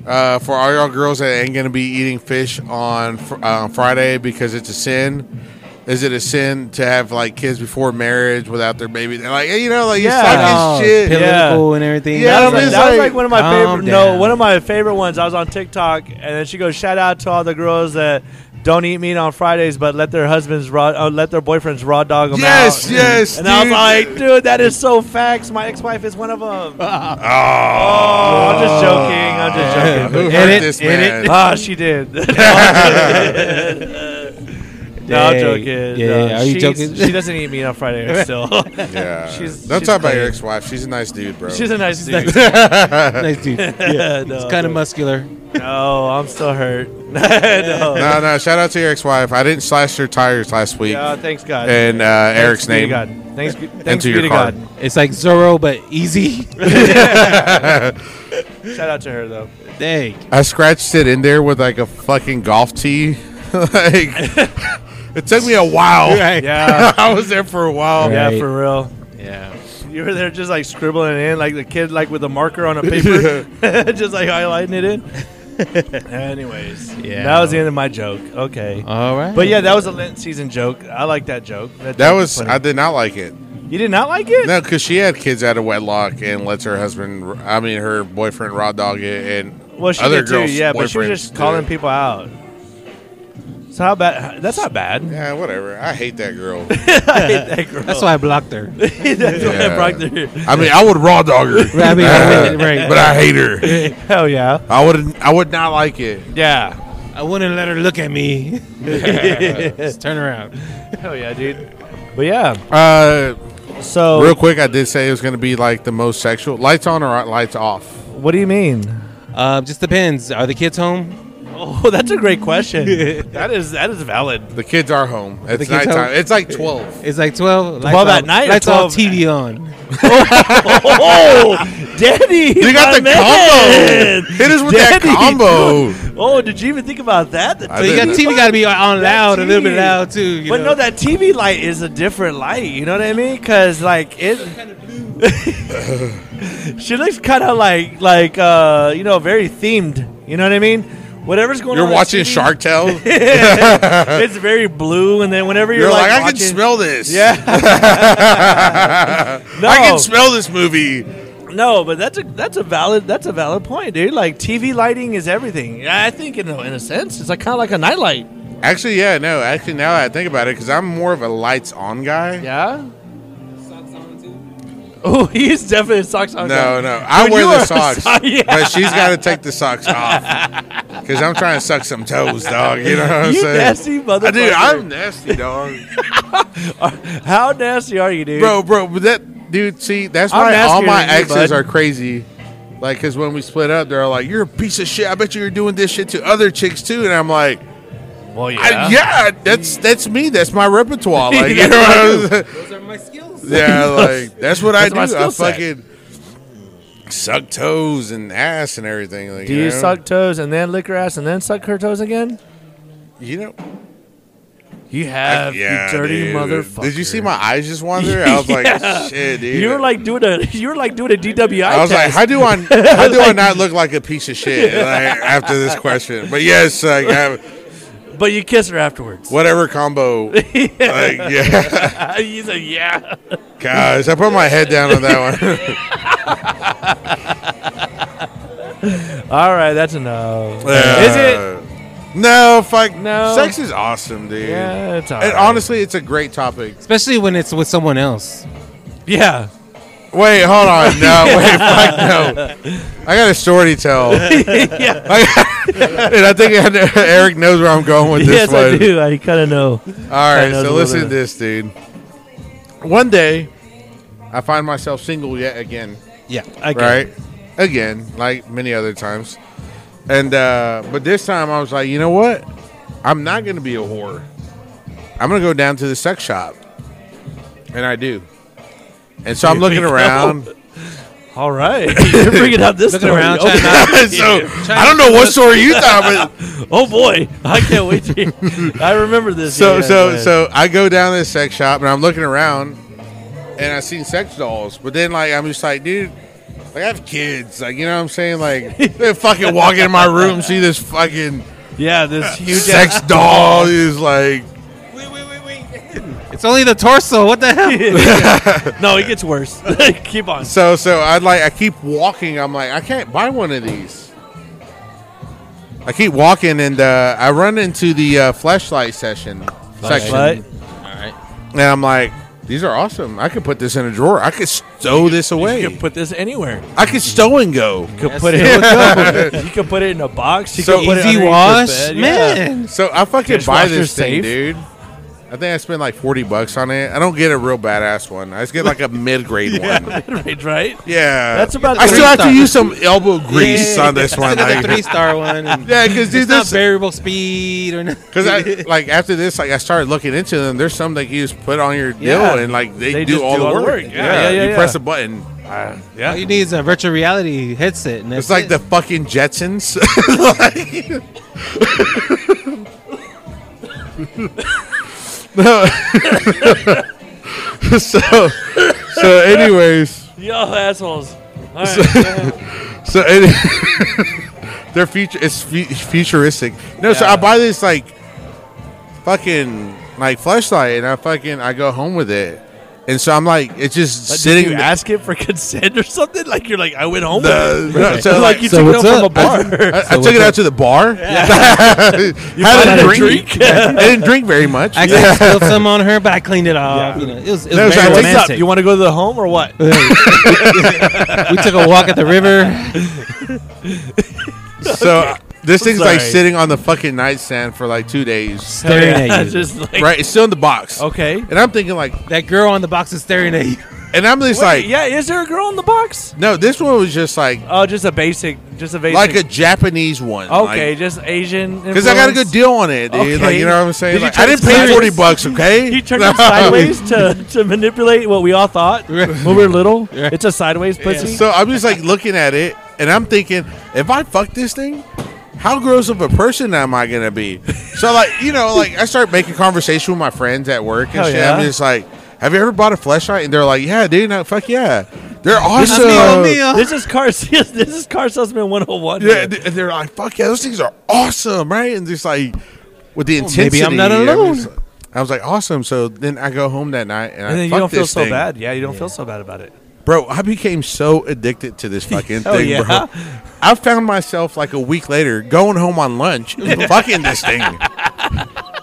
Speaker 3: uh, "For all y'all girls that ain't gonna be eating fish on fr- uh, Friday because it's a sin, is it a sin to have like kids before marage without their baby? They're like, you know, like
Speaker 2: Yeah.
Speaker 3: it's fucking
Speaker 1: Oh,
Speaker 3: shit.
Speaker 2: pill-
Speaker 1: political and everything.
Speaker 2: that,
Speaker 3: Yeah, I'm
Speaker 2: was like,
Speaker 3: just
Speaker 2: that was
Speaker 3: like,
Speaker 2: like one of my
Speaker 1: calm
Speaker 2: favorite. No,
Speaker 1: down.
Speaker 2: one of my favorite ones. I was on TikTok, and then she goes, "Shout out to all the girls that don't eat meat on Fridays, but let their husbands raw, uh, let their boyfriends raw dog them
Speaker 3: Yes,
Speaker 2: out."
Speaker 3: yes,
Speaker 2: And I was
Speaker 3: dude.
Speaker 2: like, "Dude, that is so facts." My ex-wife is one of them. oh,
Speaker 3: Oh,
Speaker 2: I'm
Speaker 1: Oh,
Speaker 2: just joking. I'm Oh. just joking.
Speaker 3: Who
Speaker 1: In
Speaker 3: hurt
Speaker 1: it,
Speaker 3: this
Speaker 1: in it.
Speaker 3: man?
Speaker 2: Ah, she did. no, I'm
Speaker 1: Dang.
Speaker 2: joking.
Speaker 1: Yeah,
Speaker 2: No,
Speaker 1: are you
Speaker 2: she-
Speaker 1: joking?
Speaker 2: She doesn't eat meat on Friday still.
Speaker 3: Yeah,
Speaker 2: She's-
Speaker 3: don't
Speaker 2: she's
Speaker 3: talk about
Speaker 2: clean.
Speaker 3: your ex-wife. She's a nice dude, bro.
Speaker 2: She's a nice dude.
Speaker 1: nice dude.
Speaker 2: Yeah,
Speaker 1: Yeah,
Speaker 2: no.
Speaker 1: it's kind of muscular.
Speaker 2: No, I'm still hurt. no.
Speaker 3: no, no. Shout out to your ex-wife. I didn't slash her tires last week,
Speaker 2: Yeah, thanks God.
Speaker 3: and uh,
Speaker 2: Thanks
Speaker 3: Eric's
Speaker 2: be to
Speaker 3: name.
Speaker 2: God. Thanks, be- thanks
Speaker 3: to
Speaker 2: be
Speaker 3: your
Speaker 2: to
Speaker 3: car.
Speaker 2: God.
Speaker 1: It's like Zorro, but easy.
Speaker 2: Shout out to her though.
Speaker 1: Dang.
Speaker 3: I scratched it in there with like a fucking golf tee. like it took me a while.
Speaker 1: Right.
Speaker 2: Yeah,
Speaker 3: I was there for a while.
Speaker 1: Right.
Speaker 2: yeah, for real.
Speaker 1: Yeah.
Speaker 2: You were there just like scribbling it in, like the kid, like with a marker on a paper, just like highlighting it in. Anyways,
Speaker 1: Yeah.
Speaker 2: that was the end of my joke. Okay,
Speaker 1: All right.
Speaker 2: but yeah, that was a Lent season joke. I like that joke.
Speaker 3: That
Speaker 2: joke
Speaker 3: was
Speaker 2: funny.
Speaker 3: I did not like it.
Speaker 2: you did not like it.
Speaker 3: No, because she had kids out of wedlock and lets her husband, I mean her boyfriend, raw dog it, and
Speaker 2: well, she
Speaker 3: other
Speaker 2: did too.
Speaker 3: girls'
Speaker 2: Yeah, but she was
Speaker 3: boyfriends
Speaker 2: just
Speaker 3: do
Speaker 2: calling
Speaker 3: it.
Speaker 2: people out. So how bad? That's not bad.
Speaker 3: Yeah, whatever. I hate that girl.
Speaker 2: I hate that girl.
Speaker 1: That's why I blocked her.
Speaker 2: That's why I
Speaker 3: Yeah.
Speaker 2: brought her.
Speaker 3: I mean, I would raw dog her,
Speaker 1: I mean, I wouldn't- right.
Speaker 3: but I hate her.
Speaker 2: Hell yeah.
Speaker 3: I would, I would not like it.
Speaker 2: Yeah.
Speaker 1: I wouldn't let her look at me. Just turn around.
Speaker 2: Hell yeah, dude. But yeah,
Speaker 3: Uh,
Speaker 2: so
Speaker 3: real quick, I did say it was going to be like the most sexual. Lights on or lights off?
Speaker 2: what do you mean?
Speaker 1: Uh, just depends. Are the kids home?
Speaker 2: Oh, that's a great question. that is that is valid.
Speaker 3: The kids are home. It's
Speaker 1: kids home?
Speaker 3: nighttime. It's like twelve.
Speaker 1: It's like twelve. Lights
Speaker 2: Twelve
Speaker 1: off-
Speaker 2: at night or
Speaker 1: Lights off.
Speaker 2: 12
Speaker 1: TV on.
Speaker 2: Oh, Daddy,
Speaker 3: You got
Speaker 2: my
Speaker 3: the
Speaker 2: man.
Speaker 3: combo. Hit us with
Speaker 2: Daddy.
Speaker 3: that combo.
Speaker 2: Oh, did you even think about that? The
Speaker 1: So
Speaker 3: I
Speaker 1: you got
Speaker 3: didn't.
Speaker 1: TV got to be on
Speaker 2: That
Speaker 1: loud, a little bit
Speaker 2: TV.
Speaker 1: loud too. You
Speaker 2: but
Speaker 1: know?
Speaker 2: no, that TV light is a different light. You know what I mean? Because like it. she looks kind of like like uh you know very themed. You know what I mean? Whatever's going
Speaker 3: You're
Speaker 2: on. on
Speaker 3: watching
Speaker 2: TV,
Speaker 3: Shark Tale. You're,
Speaker 2: it's very blue, and then whenever you're,
Speaker 3: like, I can
Speaker 2: watching,
Speaker 3: smell this.
Speaker 2: Yeah. no,
Speaker 3: I can smell this movie.
Speaker 2: no, but that's a that's a valid that's a valid point, dude. Like TV lighting is everything. I think in a, in a sense, it's like kind of like a nightlight.
Speaker 3: Actually, yeah, no. Actually, now that I think about it, because I'm more of a lights on guy.
Speaker 2: Yeah. Oh, he's definitely a socks on.
Speaker 3: No,
Speaker 2: guy.
Speaker 3: no. I
Speaker 2: Dude,
Speaker 3: wear
Speaker 2: you are
Speaker 3: the
Speaker 2: a
Speaker 3: socks,
Speaker 2: sock- yeah.
Speaker 3: but she's got to take the socks off because I'm trying to suck some toes, dog. You know what I'm
Speaker 2: You
Speaker 3: saying?
Speaker 2: nasty
Speaker 3: I do.
Speaker 2: motherfucker.
Speaker 3: I'm nasty, dog.
Speaker 2: How nasty are you, dude?
Speaker 3: bro, bro. But that dude, see, that's
Speaker 2: I'm
Speaker 3: why all
Speaker 2: nastier
Speaker 3: my
Speaker 2: than you,
Speaker 3: exes
Speaker 2: bud.
Speaker 3: are crazy. Like, cause when we split up, they're like, "You're a piece of shit." I bet you were doing this shit to other chicks too, and I'm like,
Speaker 2: Well,
Speaker 3: I, "Yeah, that's that's me. That's my repertoire." Like, you know what I'm saying?
Speaker 1: Those are my skills.
Speaker 3: Yeah, like that's what
Speaker 2: That's my
Speaker 3: I do. I
Speaker 2: skill set.
Speaker 3: fucking suck toes and ass and everything. Like,
Speaker 2: Do you
Speaker 3: know?
Speaker 2: suck toes and then lick her ass and then suck her toes again?
Speaker 3: You know,
Speaker 2: You have,
Speaker 3: yeah,
Speaker 2: you dirty
Speaker 3: dude.
Speaker 2: motherfucker.
Speaker 3: Did you see my eyes just wander? I was like,
Speaker 2: Yeah.
Speaker 3: "Shit, dude."
Speaker 2: You were like doing a you were like doing a DWI.
Speaker 3: I was
Speaker 2: test.
Speaker 3: like, how do I, how do I not look like a piece of shit like, after this question? But yes, like, I have-
Speaker 2: but you kiss her afterwards.
Speaker 3: whatever combo. Like, yeah,
Speaker 2: He's like, yeah.
Speaker 3: guys, I put my head down on that one.
Speaker 2: All right, that's enough. Is it?
Speaker 3: it? Uh, No, fuck.
Speaker 2: No.
Speaker 3: No, sex is awesome, dude.
Speaker 2: Yeah, it's all
Speaker 3: And
Speaker 2: right.
Speaker 3: honestly, it's a great topic.
Speaker 1: Especially when it's with someone else.
Speaker 2: Yeah.
Speaker 3: Wait, hold on. No, wait, fuck no. I got a story to tell.
Speaker 2: yeah.
Speaker 3: I, dude, I think Eric knows where I'm going with
Speaker 2: Yes,
Speaker 3: this one.
Speaker 2: I do. I kind of know.
Speaker 3: All
Speaker 2: I
Speaker 3: right,
Speaker 2: know
Speaker 3: so
Speaker 2: the
Speaker 3: listen to
Speaker 2: little-
Speaker 3: this, dude. One day, I find myself single yet again,
Speaker 1: Yeah.
Speaker 2: I get it.
Speaker 3: right? Again, like many other times. And uh but this time I was like, you know what? I'm not going to be a whore. I'm going to go down to the sex shop. And I do. And so I'm
Speaker 2: Here
Speaker 3: looking
Speaker 2: we go.
Speaker 3: around.
Speaker 2: All right. You're bringing out this
Speaker 1: Looking
Speaker 2: story. Oh,
Speaker 1: around,
Speaker 2: Okay.
Speaker 1: trying not
Speaker 3: so I don't know what story you thought, but
Speaker 2: Oh boy, I can't wait to. Hear. I remember this.
Speaker 3: so
Speaker 2: Yeah,
Speaker 3: so
Speaker 2: man.
Speaker 3: so I go down to the sex shop and I'm looking around and I seen sex dolls, but then like I'm just like, dude, like I have kids, like you know what I'm saying? Like they fucking walk into my room, see this fucking
Speaker 2: yeah, this huge
Speaker 3: sex doll is like
Speaker 1: Wait, wait, wait, wait. It's only the torso. What the hell?
Speaker 2: ass- no, it gets worse. Keep on.
Speaker 3: so so I like I keep walking, I'm like, I can't buy one of these. I keep walking and uh, I run into the uh, flashlight session section.
Speaker 2: Right?
Speaker 3: And I'm like, these are awesome. I could put this in a drawer. I could stow this
Speaker 2: You
Speaker 3: away.
Speaker 2: can put this anywhere.
Speaker 3: I could stow and go.
Speaker 2: You can put it. you can put it in a box. You
Speaker 3: So
Speaker 2: can put it
Speaker 1: Easy
Speaker 2: underneath your
Speaker 1: wash,
Speaker 2: bed. Yeah.
Speaker 1: man.
Speaker 3: So I fucking buy
Speaker 2: Dishwasher's
Speaker 3: this
Speaker 2: safe.
Speaker 3: thing, dude. I think I spent like forty bucks on it. I don't get a real badass one. I just get like a mid grade one.
Speaker 2: right, right.
Speaker 3: Yeah,
Speaker 2: That's about
Speaker 3: I
Speaker 2: the
Speaker 3: still
Speaker 2: three
Speaker 3: have to
Speaker 2: star.
Speaker 3: use some elbow grease
Speaker 1: Yeah.
Speaker 3: on this one.
Speaker 1: the three
Speaker 3: Like,
Speaker 1: star one. and
Speaker 3: yeah, because dude,
Speaker 1: it's not
Speaker 3: this
Speaker 1: variable speed or nothing.
Speaker 3: because I like after this, like I started looking into them. There's some that you just put on your deal
Speaker 2: Yeah.
Speaker 3: and like they,
Speaker 2: They
Speaker 3: do
Speaker 2: just
Speaker 3: all
Speaker 2: do
Speaker 3: the
Speaker 2: all the
Speaker 3: work.
Speaker 2: work. Yeah, yeah, yeah,
Speaker 3: you
Speaker 2: yeah.
Speaker 3: press a button. Uh,
Speaker 1: All you need is a virtual reality headset. And
Speaker 3: It's
Speaker 1: that's
Speaker 3: like
Speaker 1: it.
Speaker 3: the fucking Jetsons. no. so, so, anyways,
Speaker 2: Yo, assholes. All right, go ahead.
Speaker 3: so any, they're future. It's fu- futuristic. No, so
Speaker 2: Yeah.
Speaker 3: I buy this like fucking like flashlight, and I fucking I go home with it, and so I'm like, it's just
Speaker 2: But
Speaker 3: sitting.
Speaker 2: Did you ask it for consent or something? Like you're like, I went home.
Speaker 3: No,
Speaker 2: with it.
Speaker 3: no, so,
Speaker 2: like
Speaker 3: like,
Speaker 2: you
Speaker 5: so
Speaker 2: took it
Speaker 5: what's
Speaker 2: home from a
Speaker 5: up?
Speaker 2: bar.
Speaker 3: I, I took it out to the bar.
Speaker 2: bought
Speaker 3: had
Speaker 2: it
Speaker 3: a
Speaker 2: a
Speaker 3: drink.
Speaker 2: drink?
Speaker 3: I didn't drink very much.
Speaker 1: I actually spilled some on her, but I cleaned it off. You know, it was, it was
Speaker 3: No, so
Speaker 1: very
Speaker 3: I
Speaker 2: What's
Speaker 3: took-
Speaker 1: romantic.
Speaker 2: up? You want to go to the home or what?
Speaker 1: we took a walk at the river.
Speaker 3: So this thing's like
Speaker 2: Sorry.
Speaker 3: sitting on the fucking nightstand for like two days.
Speaker 1: staring at you.
Speaker 2: Just like,
Speaker 3: Right? It's still in the box.
Speaker 2: Okay.
Speaker 3: And I'm thinking like,
Speaker 1: That girl on the box is staring at you.
Speaker 3: and I'm just
Speaker 2: Wait,
Speaker 3: like,
Speaker 2: yeah, is there a girl in the box?
Speaker 3: no, this one was just like,
Speaker 2: Oh, just a basic, just a basic.
Speaker 3: like a Japanese one.
Speaker 2: okay, just Asian.
Speaker 3: Because I got a good deal on it, dude. Like,
Speaker 2: Okay.
Speaker 3: you know what I'm saying?
Speaker 2: Did you
Speaker 3: Like,
Speaker 2: try
Speaker 3: I
Speaker 2: to
Speaker 3: didn't pay
Speaker 2: sideways-
Speaker 3: 40 bucks, okay?
Speaker 2: He turned it sideways to, to manipulate what we all thought
Speaker 1: Right.
Speaker 2: when we were little. It's a sideways pussy.
Speaker 3: So I'm just like looking at it, and I'm thinking, if I fuck this thing, how gross of a person am I gonna be? So like, you know, like I start making conversation with my friends at work and
Speaker 2: Hell
Speaker 3: shit.
Speaker 2: yeah.
Speaker 3: I'm just like, have you ever bought a flashlight? And they're like, yeah, dude. No, fuck yeah. They're awesome.
Speaker 2: oh,
Speaker 1: Amigo mio.
Speaker 2: this is car. This is car salesman 101.
Speaker 3: uh, Yeah,
Speaker 2: here.
Speaker 3: and they're like, fuck yeah, those things are awesome, right? And just like with the
Speaker 1: Well, maybe
Speaker 3: intensity.
Speaker 1: I'm not
Speaker 3: I'm
Speaker 1: alone.
Speaker 3: just- I was like, awesome. So then I go home that night and, I
Speaker 2: and then you
Speaker 3: fuck
Speaker 2: don't feel
Speaker 3: this
Speaker 2: so
Speaker 3: thing.
Speaker 2: bad. Yeah, you don't feel so bad about it.
Speaker 3: Bro, I became so addicted to this fucking
Speaker 2: Hell
Speaker 3: thing,
Speaker 2: Oh, yeah.
Speaker 3: bro. I found myself like a week later going home on lunch and fucking this thing.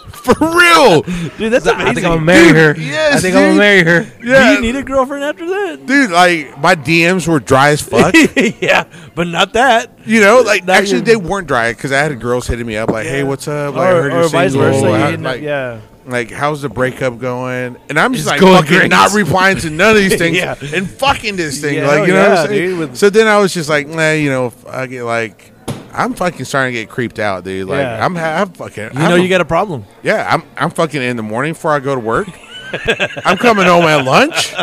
Speaker 3: For real.
Speaker 2: Dude, that's amazing.
Speaker 1: I think I'm gonna marry her.
Speaker 3: yes,
Speaker 1: I think I'm
Speaker 3: dude.
Speaker 1: gonna marry her.
Speaker 2: Do
Speaker 3: Yeah.
Speaker 2: you need a girlfriend after that?
Speaker 3: Dude, like my DMs were dry as fuck.
Speaker 2: yeah, but not that.
Speaker 3: You know, like
Speaker 2: Now
Speaker 3: actually
Speaker 2: you're-
Speaker 3: they weren't dry because I had girls hitting me up like, "Hey, what's up?" Like, I
Speaker 2: or
Speaker 3: heard you're
Speaker 2: or vice
Speaker 3: single.
Speaker 2: versa. you
Speaker 3: I-
Speaker 2: didn't-
Speaker 3: like,
Speaker 2: yeah.
Speaker 3: like, how's the breakup going? And I'm just like
Speaker 1: going
Speaker 3: fucking
Speaker 1: great.
Speaker 3: not replying to none of these things
Speaker 2: Yeah.
Speaker 3: and fucking this thing.
Speaker 2: Yeah,
Speaker 3: like, you know what
Speaker 2: yeah,
Speaker 3: I'm saying?
Speaker 2: dude, with-
Speaker 3: so then I was just like, nah, you know, I get like, I'm fucking starting to get creeped out, dude. Like,
Speaker 2: Yeah.
Speaker 3: I'm, ha- I'm fucking,
Speaker 2: You know, you got a problem.
Speaker 3: yeah, I'm, I'm fucking in the morning before I go to work. I'm coming home at lunch.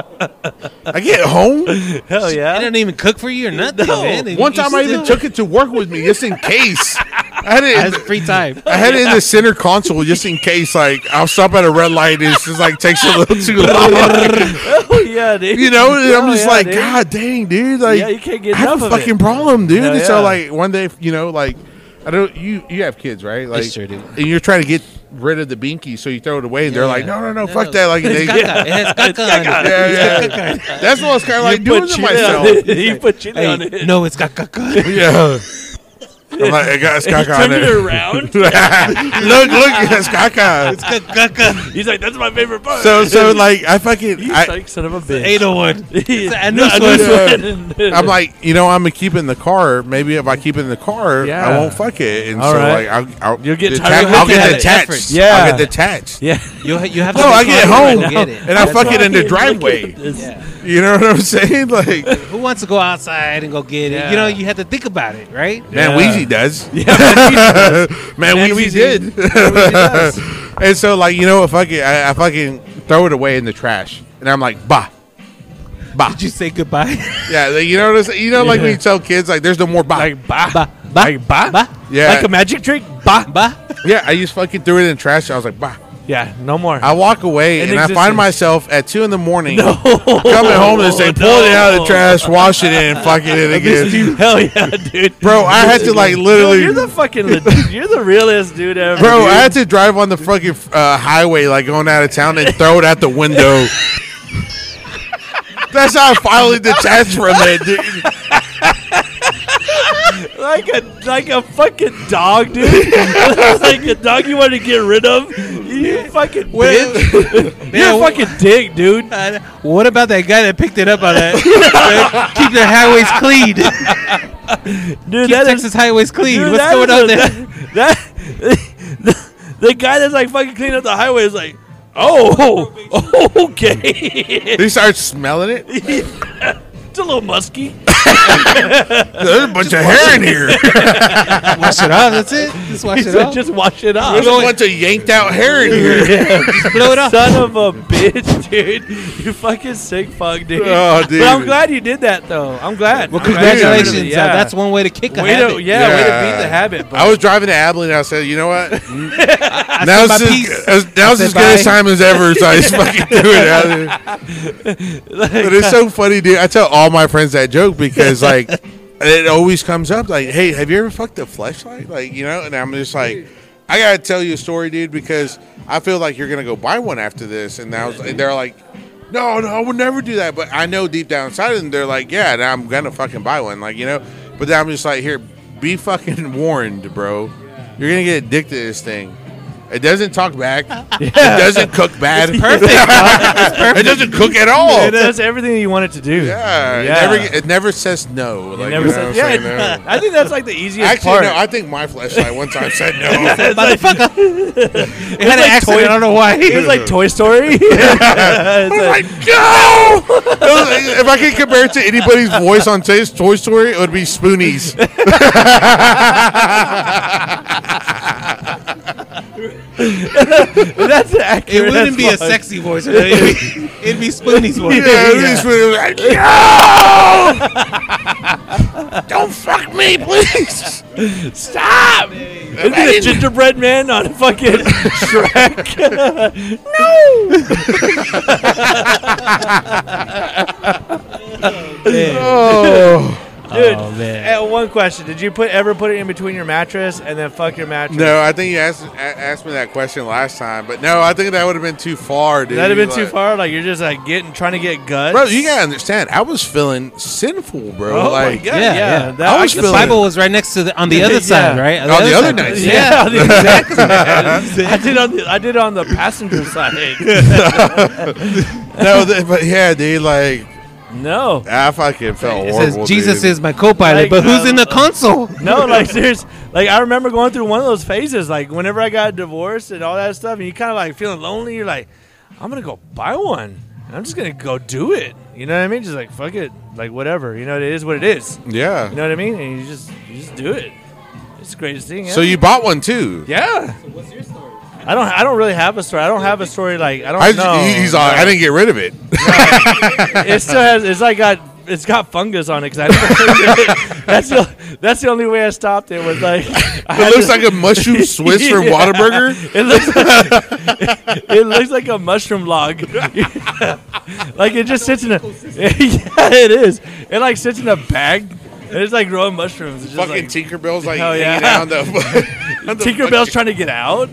Speaker 3: I get home.
Speaker 2: Hell
Speaker 1: They
Speaker 2: yeah.
Speaker 1: didn't even cook for you or nothing, man. And
Speaker 3: One
Speaker 1: you
Speaker 3: time I even
Speaker 1: still-
Speaker 3: took it to work with me just in case. I had it.
Speaker 1: That's free time.
Speaker 3: I had it in the center console just in case, like I'll stop at a red light. and It's just like takes a little too long.
Speaker 2: Oh yeah, dude.
Speaker 3: You know, and I'm
Speaker 2: Oh,
Speaker 3: just
Speaker 2: yeah,
Speaker 3: like,
Speaker 2: dude.
Speaker 3: God dang, dude! Like,
Speaker 2: Yeah, you can't get
Speaker 3: I have
Speaker 2: enough
Speaker 3: a
Speaker 2: of it.
Speaker 3: fucking problem, dude.
Speaker 2: Hell
Speaker 3: and so,
Speaker 2: yeah.
Speaker 3: like, one day, you know, like, I don't. You you have kids, right? Like,
Speaker 1: sure do.
Speaker 3: And you're trying to get rid of the binky, so you throw it away, and they're
Speaker 1: Yeah.
Speaker 3: like, No, no, no, fuck that! Like, they,
Speaker 1: It's
Speaker 3: yeah,
Speaker 1: caca. It has caca on it.
Speaker 3: yeah. That's what I was kind of like
Speaker 2: You
Speaker 3: doing
Speaker 2: put
Speaker 3: to
Speaker 2: chili on
Speaker 3: myself.
Speaker 2: it. You put chili on
Speaker 1: Hey,
Speaker 2: it.
Speaker 1: no, it's got caca.
Speaker 3: yeah. I'm like, I got a
Speaker 2: He
Speaker 3: skaka on
Speaker 2: turned it
Speaker 3: there.
Speaker 2: around.
Speaker 3: look, look, it's skaka.
Speaker 2: He's like, that's my favorite part.
Speaker 3: So, so like, I fucking,
Speaker 2: you
Speaker 3: I,
Speaker 2: psych son of a bitch.
Speaker 1: 801. It's a
Speaker 2: No,
Speaker 1: Anus
Speaker 2: I
Speaker 1: one.
Speaker 2: just
Speaker 3: one.
Speaker 2: went-
Speaker 3: I'm like, you know, I'm gonna keep it in the car. Maybe if I keep it in the car,
Speaker 2: Yeah.
Speaker 3: I won't fuck it. And
Speaker 2: All
Speaker 3: so,
Speaker 2: right.
Speaker 3: like, I'll, I'll
Speaker 2: You'll get
Speaker 3: detach-
Speaker 2: tired of
Speaker 3: I'll
Speaker 2: looking
Speaker 1: at
Speaker 3: get
Speaker 1: it.
Speaker 3: detached.
Speaker 2: Yeah.
Speaker 3: I'll get detached.
Speaker 2: yeah.
Speaker 1: You, ha- you have to
Speaker 3: No, I
Speaker 1: be
Speaker 3: get
Speaker 1: confident
Speaker 3: home
Speaker 1: to get it.
Speaker 3: and I fuck it in the driveway.
Speaker 2: Yeah.
Speaker 3: You know what I'm saying? Like, man,
Speaker 1: Who wants to go outside and go get it? You know, you have to think about it, right?
Speaker 2: Yeah.
Speaker 3: Wheezy does. man,
Speaker 1: Man,
Speaker 3: Wheezy
Speaker 1: Wheezy-
Speaker 3: did.
Speaker 2: does.
Speaker 3: and so, like, you know, if I, get, I, I fucking throw it away in the trash, and I'm like, bah, bah.
Speaker 1: Did you say goodbye?
Speaker 3: yeah, like, you know what I'm saying? You know, like
Speaker 2: Yeah.
Speaker 3: when you tell kids, like, there's no more bah.
Speaker 2: Like bah.
Speaker 1: Ba- ba-
Speaker 2: Like bah.
Speaker 1: ba-
Speaker 3: Yeah.
Speaker 2: Like a magic trick. Bah.
Speaker 1: Ba?
Speaker 3: yeah, I just fucking threw it in the trash. I was like, bah.
Speaker 2: Yeah. No more.
Speaker 3: I walk away,
Speaker 2: In
Speaker 3: and I find
Speaker 2: existence.
Speaker 3: myself at two in the morning
Speaker 2: no.
Speaker 3: coming home and saying,
Speaker 2: No.
Speaker 3: pull it out of
Speaker 2: Oh,
Speaker 3: the trash, wash it in, fucking it again.
Speaker 2: Hell yeah, dude.
Speaker 3: Bro, I had to, like,
Speaker 2: Dude,
Speaker 3: literally.
Speaker 2: you're the fucking. le- you're the realest dude ever.
Speaker 3: Bro,
Speaker 2: dude.
Speaker 3: I had to drive on the fucking uh, highway, like going out of town, and throw it out the window. That's how I finally detached from it, dude.
Speaker 2: like a like a fucking dog, dude. like a dog you want to get rid of. You fucking bitch. You're a fucking dick, dude.
Speaker 1: Uh, what about that guy that picked it up on that? Keep their highways clean. Keep
Speaker 2: Dude, that is
Speaker 1: Texas highways clean.
Speaker 2: dude,
Speaker 1: What's
Speaker 2: that
Speaker 1: going on
Speaker 2: is a-
Speaker 1: there?
Speaker 2: That, the, the guy that's like fucking cleaning up the highway is like, oh, okay.
Speaker 3: He starts smelling it.
Speaker 2: it's a little musky.
Speaker 3: There's a bunch of hair in here.
Speaker 1: wash it off. That's it. Just wash
Speaker 2: He
Speaker 1: it
Speaker 2: said,
Speaker 1: off.
Speaker 2: just wash it off.
Speaker 3: There's a bunch of yanked out hair in here.
Speaker 1: blow it off.
Speaker 2: Son of a bitch, dude. You fucking sick fuck, dude.
Speaker 3: Oh, dude.
Speaker 2: But I'm glad you did that, though. I'm glad.
Speaker 1: Well,
Speaker 2: I'm glad you got rid of
Speaker 1: congratulations.
Speaker 2: it.
Speaker 1: Uh, that's one way to kick a
Speaker 2: way
Speaker 1: habit.
Speaker 2: to, yeah, way to beat the habit. But
Speaker 3: I was driving to Abilene. and I said, you know what?
Speaker 1: I
Speaker 3: Now's
Speaker 1: said my piece.
Speaker 3: as, now's
Speaker 1: I
Speaker 3: as
Speaker 1: said
Speaker 3: good
Speaker 1: bye.
Speaker 3: a time as ever. So I just fucking threw it out there. But it's so funny, dude. I tell all my friends that joke because like it always comes up. Like, hey, have you ever fucked a flashlight? Like, you know. And I'm just like, I gotta tell you a story, dude, because I feel like you're gonna go buy one after this. And now and they're like, no, no, I would never do that. But I know deep down inside of them, they're like, yeah, and I'm gonna fucking buy one. Like, you know. But then I'm just like, here, be fucking warned, bro. You're gonna get addicted to this thing. It doesn't talk back. It doesn't cook bad. it doesn't cook at all.
Speaker 2: it does everything you want it to do. Yeah.
Speaker 3: Yeah, It, never, it never says no. Like,
Speaker 2: Never
Speaker 3: you know
Speaker 2: said,
Speaker 3: what I'm
Speaker 2: yeah,
Speaker 3: saying? No.
Speaker 2: I think that's like the easiest
Speaker 3: Actually,
Speaker 2: part.
Speaker 3: no. I think my flashlight one time said no.
Speaker 1: Motherfucker. it had an
Speaker 2: like
Speaker 1: accident.
Speaker 2: toy-
Speaker 1: I don't know why.
Speaker 2: it was like Toy Story. It's
Speaker 3: I'm
Speaker 2: like-
Speaker 3: like, no! It was like- if I could compare it to anybody's voice on today's Toy Story, it would be Spoonies.
Speaker 2: that's accurate.
Speaker 1: it wouldn't
Speaker 2: that's
Speaker 1: be a
Speaker 2: fun.
Speaker 1: sexy voice. It'd be, it'd be Spoonie's voice.
Speaker 3: Yeah, it would be Spoonie. Like, no! Don't fuck me, please!
Speaker 2: Stop! It'd be
Speaker 3: I
Speaker 2: the
Speaker 3: didn't-
Speaker 2: gingerbread man on fucking Shrek. no!
Speaker 3: Oh.
Speaker 2: Dude,
Speaker 1: Oh, man.
Speaker 2: eh, one question. Did you put ever put it in between your mattress and then fuck your mattress?
Speaker 3: No, I think you asked, a- asked me that question last time, but no, I think that would have been too far, dude.
Speaker 2: That'd have been too
Speaker 3: Like-
Speaker 2: far. Like you're just like getting trying to get guts.
Speaker 3: Bro, you gotta understand, I was feeling sinful, bro.
Speaker 2: Oh
Speaker 3: like,
Speaker 2: my god!
Speaker 1: Yeah,
Speaker 2: Yeah,
Speaker 1: yeah.
Speaker 2: That,
Speaker 3: I was
Speaker 1: The
Speaker 3: feeling-
Speaker 1: Bible was right next to the on the other
Speaker 2: Yeah.
Speaker 1: side, right?
Speaker 3: On the other
Speaker 1: side.
Speaker 3: night.
Speaker 1: Yeah.
Speaker 2: Yeah, exactly. man. I did on the I did on the passenger side.
Speaker 3: no, th- but yeah, dude, like
Speaker 2: No,
Speaker 3: I fucking felt
Speaker 1: It
Speaker 3: horrible.
Speaker 1: says Jesus
Speaker 3: dude.
Speaker 1: is my co-pilot,
Speaker 2: Like,
Speaker 1: but who's
Speaker 2: uh,
Speaker 1: in the console?
Speaker 2: no, like there's like I remember going through one of those phases. Like whenever I got divorced and all that stuff, and you kind of like feeling lonely. You're like, I'm gonna go buy one. And I'm just gonna go do it. You know what I mean? Just like fuck it, like whatever. You know it is what it is.
Speaker 3: Yeah.
Speaker 2: You know what I mean? And you just you just do it. It's the greatest thing.
Speaker 3: So
Speaker 2: ever.
Speaker 3: you bought one too?
Speaker 2: yeah. So what's your story? I don't I don't really have a story. I don't have a story like I don't
Speaker 3: I,
Speaker 2: know.
Speaker 3: he- He's all, I didn't get rid of it.
Speaker 2: it still has. It's like got. It's got fungus on it. 'cause I that's the that's the only way I stopped it was like. I had
Speaker 3: It looks
Speaker 2: to-
Speaker 3: like a mushroom Swiss from
Speaker 2: Yeah.
Speaker 3: Whataburger.
Speaker 2: It looks like, it looks like a mushroom log. like it just sits in a yeah, it is. It like sits in a bag. And it's like growing mushrooms. It's just
Speaker 3: Fucking
Speaker 2: like,
Speaker 3: Tinkerbell's like
Speaker 2: Hell
Speaker 3: hanging
Speaker 2: yeah.
Speaker 3: out on the. on the
Speaker 2: Tinkerbell's trying to get out.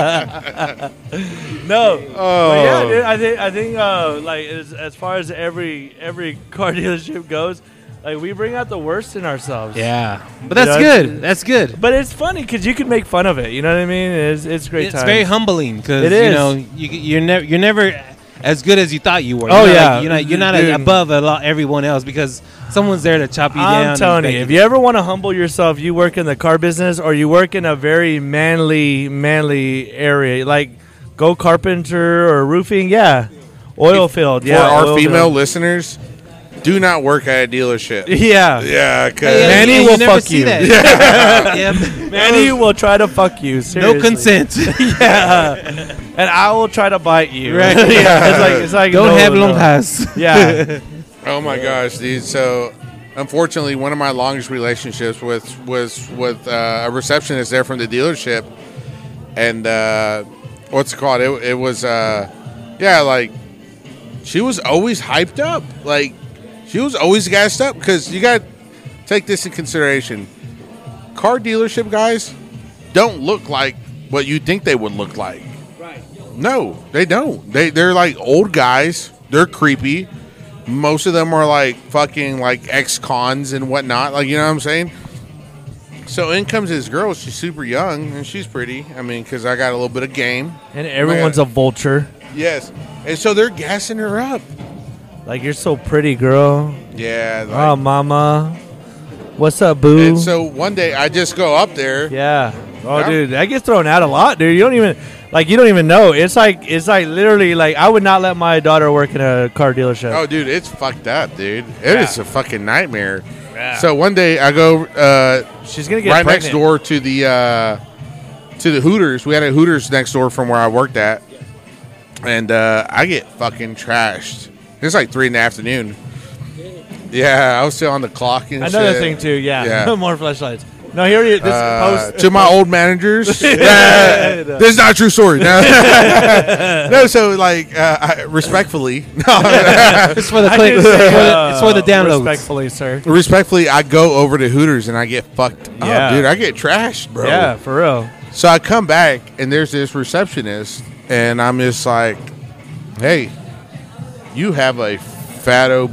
Speaker 2: no.
Speaker 3: oh.
Speaker 2: But
Speaker 1: Oh.
Speaker 2: yeah, dude. I think I think uh, like as, as far as every every car dealership goes, Like we bring out the worst in ourselves.
Speaker 1: Yeah, but that's
Speaker 2: You know,
Speaker 1: good. That's good.
Speaker 2: But it's funny because you can make fun of it. You know what I mean? It's it's great.
Speaker 1: it's
Speaker 2: times.
Speaker 1: very humbling because
Speaker 2: It
Speaker 1: you
Speaker 2: is.
Speaker 1: know you, you're never you're never as good as you thought you were.
Speaker 2: Oh,
Speaker 1: You're not
Speaker 2: yeah.
Speaker 1: like- you're not you're not
Speaker 3: Dude.
Speaker 1: above a lot everyone else because someone's there to chop you down.
Speaker 2: I'm
Speaker 1: and
Speaker 2: telling you,
Speaker 1: bang
Speaker 2: if you ever want to humble yourself, you work in the car business or you work in a very manly, manly area, like go carpenter or roofing. Yeah, oil field. Yeah,
Speaker 3: For
Speaker 2: oil
Speaker 3: our female
Speaker 2: field.
Speaker 3: listeners, do not work at a dealership.
Speaker 2: Yeah,
Speaker 3: yeah,
Speaker 1: Yeah,
Speaker 3: because
Speaker 1: yeah,
Speaker 2: Manny
Speaker 1: yeah,
Speaker 2: will
Speaker 1: never
Speaker 2: fuck
Speaker 1: see
Speaker 2: you.
Speaker 1: that. Yep.
Speaker 2: Manny will try to fuck you. Seriously.
Speaker 1: No consent.
Speaker 2: yeah, and I will try to bite you.
Speaker 1: Right.
Speaker 2: yeah, it's like it's like
Speaker 1: Don't
Speaker 2: no,
Speaker 1: have long
Speaker 2: no.
Speaker 1: pass.
Speaker 2: Yeah,
Speaker 3: Oh my gosh, dude! So, unfortunately, one of my longest relationships with was with uh, a receptionist there from the dealership, and uh, what's it called? It, it was, uh, yeah, like she was always hyped up. Like she was always gassed up because you got take this in consideration. Car dealership guys don't look like what you think they would look like. No, they don't. They they're like old guys. They're creepy. Most of them are like fucking like ex cons and whatnot. Like you know what I'm saying. So in comes this girl. She's super young and she's pretty. I mean, because I got a little bit of game.
Speaker 2: and everyone's a vulture.
Speaker 3: Yes, and so they're gassing her up.
Speaker 2: Like you're so pretty, girl.
Speaker 3: Yeah. Like,
Speaker 2: Oh, mama. What's up, boo?
Speaker 3: and so one day I just go up there.
Speaker 2: Yeah. Oh,
Speaker 3: Yeah.
Speaker 2: dude, that gets thrown out a lot, dude. You don't even like you don't even know. It's like it's like literally like I would not let my daughter work in a car dealership.
Speaker 3: Oh, dude, it's fucked up, dude. It is
Speaker 2: Yeah.
Speaker 3: a fucking nightmare. So one day I go. Uh,
Speaker 2: She's gonna get
Speaker 3: right
Speaker 2: pregnant.
Speaker 3: next door to the uh, to the Hooters. We had a Hooters next door from where I worked at, and uh, I get fucking trashed. It's like three in the afternoon. Yeah, I was still on the clock and
Speaker 2: Another
Speaker 3: shit.
Speaker 2: thing too, yeah.
Speaker 3: Yeah.
Speaker 2: More flashlights. No, here you this is
Speaker 3: Uh,
Speaker 2: post
Speaker 3: to my old managers. Yeah, this is not a true story. No, No, so like uh, I, respectfully,
Speaker 1: It's for the
Speaker 2: I
Speaker 1: click.
Speaker 2: do
Speaker 1: It's for
Speaker 2: say,
Speaker 1: the, it's for the
Speaker 2: uh,
Speaker 1: downloads.
Speaker 2: Respectfully, sir.
Speaker 3: respectfully, I go over to Hooters and I get fucked
Speaker 2: Yeah.
Speaker 3: up, dude. I get trashed, bro.
Speaker 2: Yeah, for real.
Speaker 3: So I come back and there's this receptionist, and I'm just like, "Hey, you have a fatto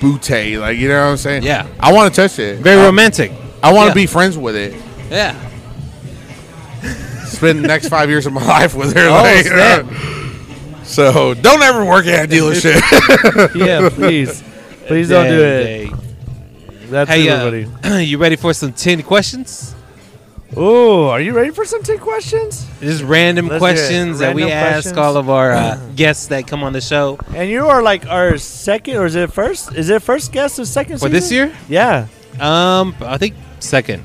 Speaker 3: bootay, like you know what I'm saying?
Speaker 1: Yeah.
Speaker 3: I want to touch it.
Speaker 1: Very
Speaker 3: I-
Speaker 1: romantic.
Speaker 3: I want to
Speaker 1: Yeah.
Speaker 3: be friends with it.
Speaker 1: Yeah.
Speaker 3: Spend the next five years of my life with her.
Speaker 1: Oh,
Speaker 3: like,
Speaker 1: snap.
Speaker 3: So don't ever work at a dealership.
Speaker 2: Yeah, please. Please don't do it.
Speaker 1: Dang, dang.
Speaker 2: That's
Speaker 1: Hey,
Speaker 2: everybody.
Speaker 1: uh, you ready for some ten questions?
Speaker 2: Ooh, are you ready for some ten questions?
Speaker 1: Just random
Speaker 2: Let's do it.
Speaker 1: questions that we
Speaker 2: Random
Speaker 1: ask
Speaker 2: questions.
Speaker 1: all of our uh, guests that come on the show
Speaker 2: And you are like our second, or is it first? Is it first guest or second
Speaker 1: for this
Speaker 2: season?
Speaker 1: year.
Speaker 2: Yeah.
Speaker 1: Um, I think second.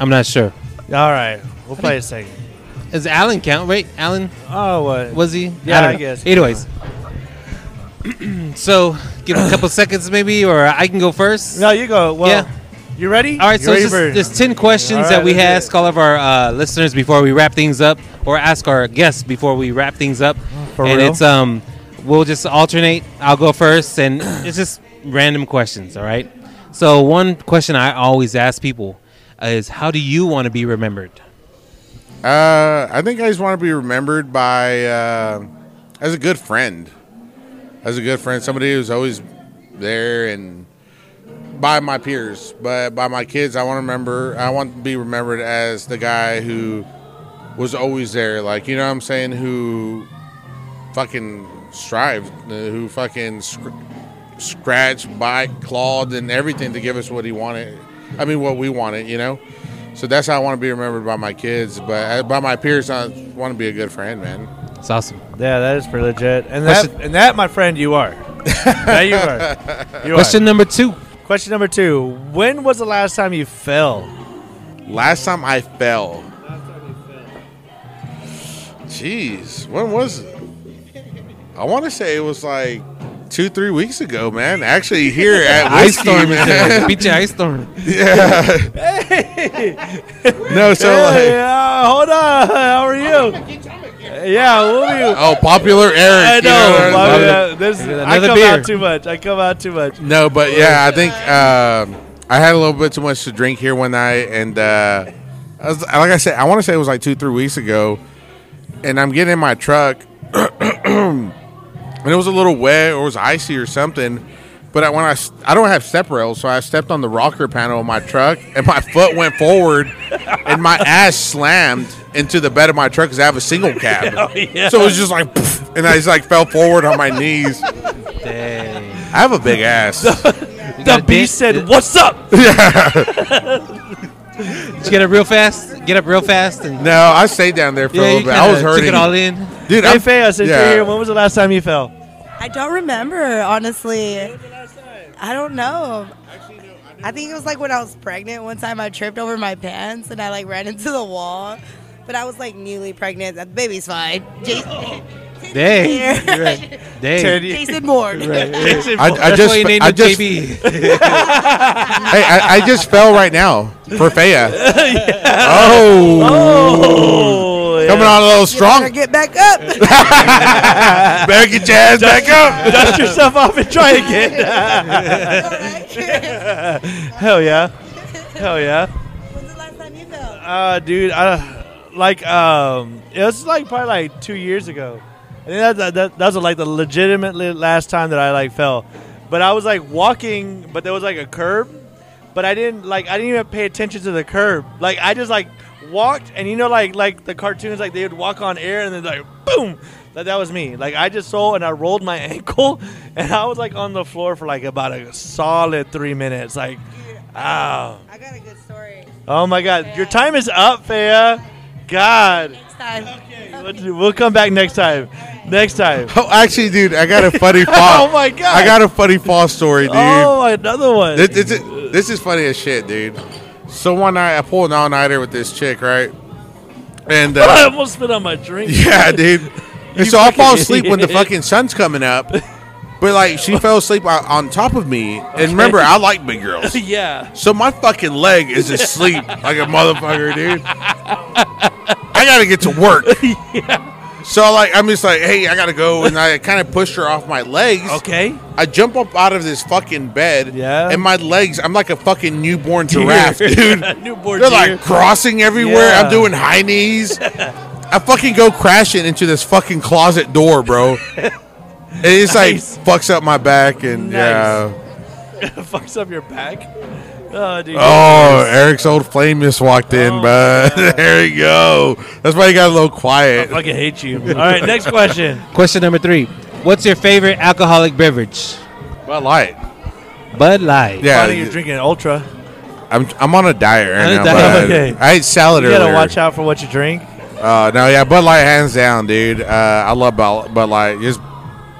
Speaker 1: I'm not sure.
Speaker 2: All right, we'll play a second.
Speaker 1: Is Alan count? Right, Alan
Speaker 2: Oh, what?
Speaker 1: was he?
Speaker 2: Yeah,
Speaker 1: don't
Speaker 2: I
Speaker 1: know.
Speaker 2: guess.
Speaker 1: Anyways, so give him a couple seconds maybe, or I can go first.
Speaker 2: no, you go. Well,
Speaker 1: Yeah.
Speaker 2: you ready?
Speaker 1: All right,
Speaker 2: You
Speaker 1: so
Speaker 2: ready
Speaker 1: just,
Speaker 2: for-
Speaker 1: just 10 questions
Speaker 2: All
Speaker 1: that
Speaker 2: right,
Speaker 1: we
Speaker 2: let's do
Speaker 1: ask all of our uh, listeners before we wrap things up, or ask our guests before we wrap things up.
Speaker 2: For
Speaker 1: and
Speaker 2: real?
Speaker 1: it's um, we'll just alternate. I'll go first, and it's just random questions. All right. So one question I always ask people is, "How do you want to be remembered?"
Speaker 3: Uh, I think I just want to be remembered by uh, as a good friend, as a good friend, somebody who's always there, and by my peers, but by my kids, I want to remember. I want to be remembered as the guy who was always there, like you know what I'm saying, who fucking strived, uh, who fucking scr- scratched, bite, clawed, and everything to give us what he wanted. I mean, what we wanted, you know. So that's how I want to be remembered by my kids, but uh, by my peers, I want to be a good friend, man.
Speaker 1: It's awesome.
Speaker 2: yeah, that is pretty legit. And that,
Speaker 1: Question-
Speaker 2: and that, my friend, you are. that you are. You
Speaker 1: Question
Speaker 2: Are.
Speaker 1: number two.
Speaker 2: Question number two. When was the last time you fell?
Speaker 3: Last time I fell. Jeez, when was it? I want to say it was like two, three weeks ago, man. Actually, here at
Speaker 1: Ice
Speaker 3: Whiskey,
Speaker 1: storm.
Speaker 3: man.
Speaker 1: Beat ice storm.
Speaker 3: yeah. No, so like,
Speaker 2: yeah, uh, hold on. How are you? Yeah, we'll be.
Speaker 3: oh, popular Eric.
Speaker 2: I
Speaker 3: you
Speaker 2: know.
Speaker 3: what I'm
Speaker 2: Bobby,
Speaker 3: saying?
Speaker 2: uh, this, I
Speaker 1: Another
Speaker 2: come
Speaker 1: beer.
Speaker 2: out too much. I come out too much.
Speaker 3: No, but yeah, I think um, I had a little bit too much to drink here one night, and uh, I was, like I said, I want to say it was like two, three weeks ago, and I'm getting in my truck, and it was a little wet or it was icy or something, But I, when I s- I don't have step rails, so I stepped on the rocker panel of my truck, and my foot went forward, and my ass slammed into the bed of my truck because I have a single cab.
Speaker 2: Oh, yeah.
Speaker 3: So it was just like, poof, and I just like fell forward on my knees.
Speaker 1: Dang.
Speaker 3: I have a big ass.
Speaker 1: You got
Speaker 2: The
Speaker 1: a dent?
Speaker 2: beast said,
Speaker 1: Did-
Speaker 2: "What's up?"
Speaker 1: Did you get up real fast? Get up real fast and
Speaker 3: no, I stayed down there for a
Speaker 1: yeah,
Speaker 3: little
Speaker 1: you
Speaker 3: bit. I was
Speaker 1: kinda
Speaker 3: hurting.
Speaker 1: Took it all in.
Speaker 3: Dude,
Speaker 2: Hey,
Speaker 3: I'm-
Speaker 2: Feo, since
Speaker 3: yeah.
Speaker 2: you're here, when was the last time you fell?
Speaker 4: I don't remember, honestly. I don't know. I think it was like when I was pregnant. One time I tripped over my pants and I like ran into the wall. But I was like newly pregnant. The baby's fine. Jason,
Speaker 1: Dang.
Speaker 4: Here.
Speaker 1: You're right. Dang.
Speaker 2: Ted, you-
Speaker 4: Jason Bourne.
Speaker 3: I, I
Speaker 1: That's
Speaker 3: just,
Speaker 1: why you named
Speaker 3: I
Speaker 1: him
Speaker 3: just, hey,
Speaker 1: JB.
Speaker 3: I, I just fell right now for Fea. Oh,
Speaker 2: oh, yeah.
Speaker 3: coming on a little
Speaker 4: Better
Speaker 3: strong.
Speaker 4: get back up.
Speaker 3: Better get your ass back up.
Speaker 2: Dust yourself off and try again. Hell yeah. Hell yeah.
Speaker 4: When's the last time you fell?
Speaker 2: Uh, dude, I, like, um, it was like probably like two years ago. I think that, that, that, that was like the legitimately last time that I like fell. But I was like walking, but there was like a curb, but I didn't like, I didn't even pay attention to the curb. Like, I just like walked, and you know, like, like the cartoons, like they would walk on air and then like, boom. That, that was me. Like I just saw and I rolled my ankle, and I was like on the floor for like about a solid three minutes. Like, ah. ow.
Speaker 4: I got a good story.
Speaker 2: Oh my God, your time is up, Fea. God,
Speaker 4: Next time.
Speaker 2: we'll, we'll come back next time. Next time.
Speaker 3: Oh, actually, dude, I got a funny fall.
Speaker 2: Oh my God.
Speaker 3: I got a funny fall story, dude.
Speaker 2: Oh, another one.
Speaker 3: This, this, is- this is funny as shit, dude. So one night I pulled an all nighter with this chick, right? And
Speaker 2: I
Speaker 3: uh,
Speaker 2: almost spit on my drink.
Speaker 3: yeah, dude. And so I
Speaker 2: fucking
Speaker 3: fall asleep when the
Speaker 2: idiot.
Speaker 3: fucking sun's coming up. But like she fell asleep on, on top of me, and remember I like big girls.
Speaker 2: yeah.
Speaker 3: So my fucking leg is asleep like a motherfucker, dude. I gotta get to work. So like I'm just like, hey, I gotta go, and I kind of pushed her off my legs.
Speaker 2: Okay.
Speaker 3: I jump up out of this fucking bed,
Speaker 2: Yeah.
Speaker 3: and my legs, I'm like a fucking newborn giraffe, dude.
Speaker 2: Newborn deer.
Speaker 3: They're like crossing everywhere.
Speaker 2: Yeah.
Speaker 3: I'm doing high knees. I fucking go crashing into this fucking closet door, bro. And it's
Speaker 2: Nice.
Speaker 3: like fucks up my back and
Speaker 2: Nice.
Speaker 3: yeah.
Speaker 2: fucks up your back. Oh, dude.
Speaker 3: Oh, Eric's old flame just walked in,
Speaker 2: Oh,
Speaker 3: bud. there you go. That's why you got a little
Speaker 2: I
Speaker 3: quiet.
Speaker 2: fucking hate you. All right, next question.
Speaker 1: Question number three. What's your favorite alcoholic beverage?
Speaker 3: But light.
Speaker 1: Bud Light.
Speaker 2: Why don't you
Speaker 3: Yeah,
Speaker 2: drinking an ultra?
Speaker 3: I'm, I'm on a diet right
Speaker 1: On a
Speaker 3: now.
Speaker 1: diet.
Speaker 3: bud.
Speaker 2: Okay.
Speaker 3: I ate salad
Speaker 2: You
Speaker 3: earlier.
Speaker 2: gotta watch out for what you drink.
Speaker 3: Uh, no, yeah, Bud Light hands down, dude. Uh, I love Bud, Bud Light. Just,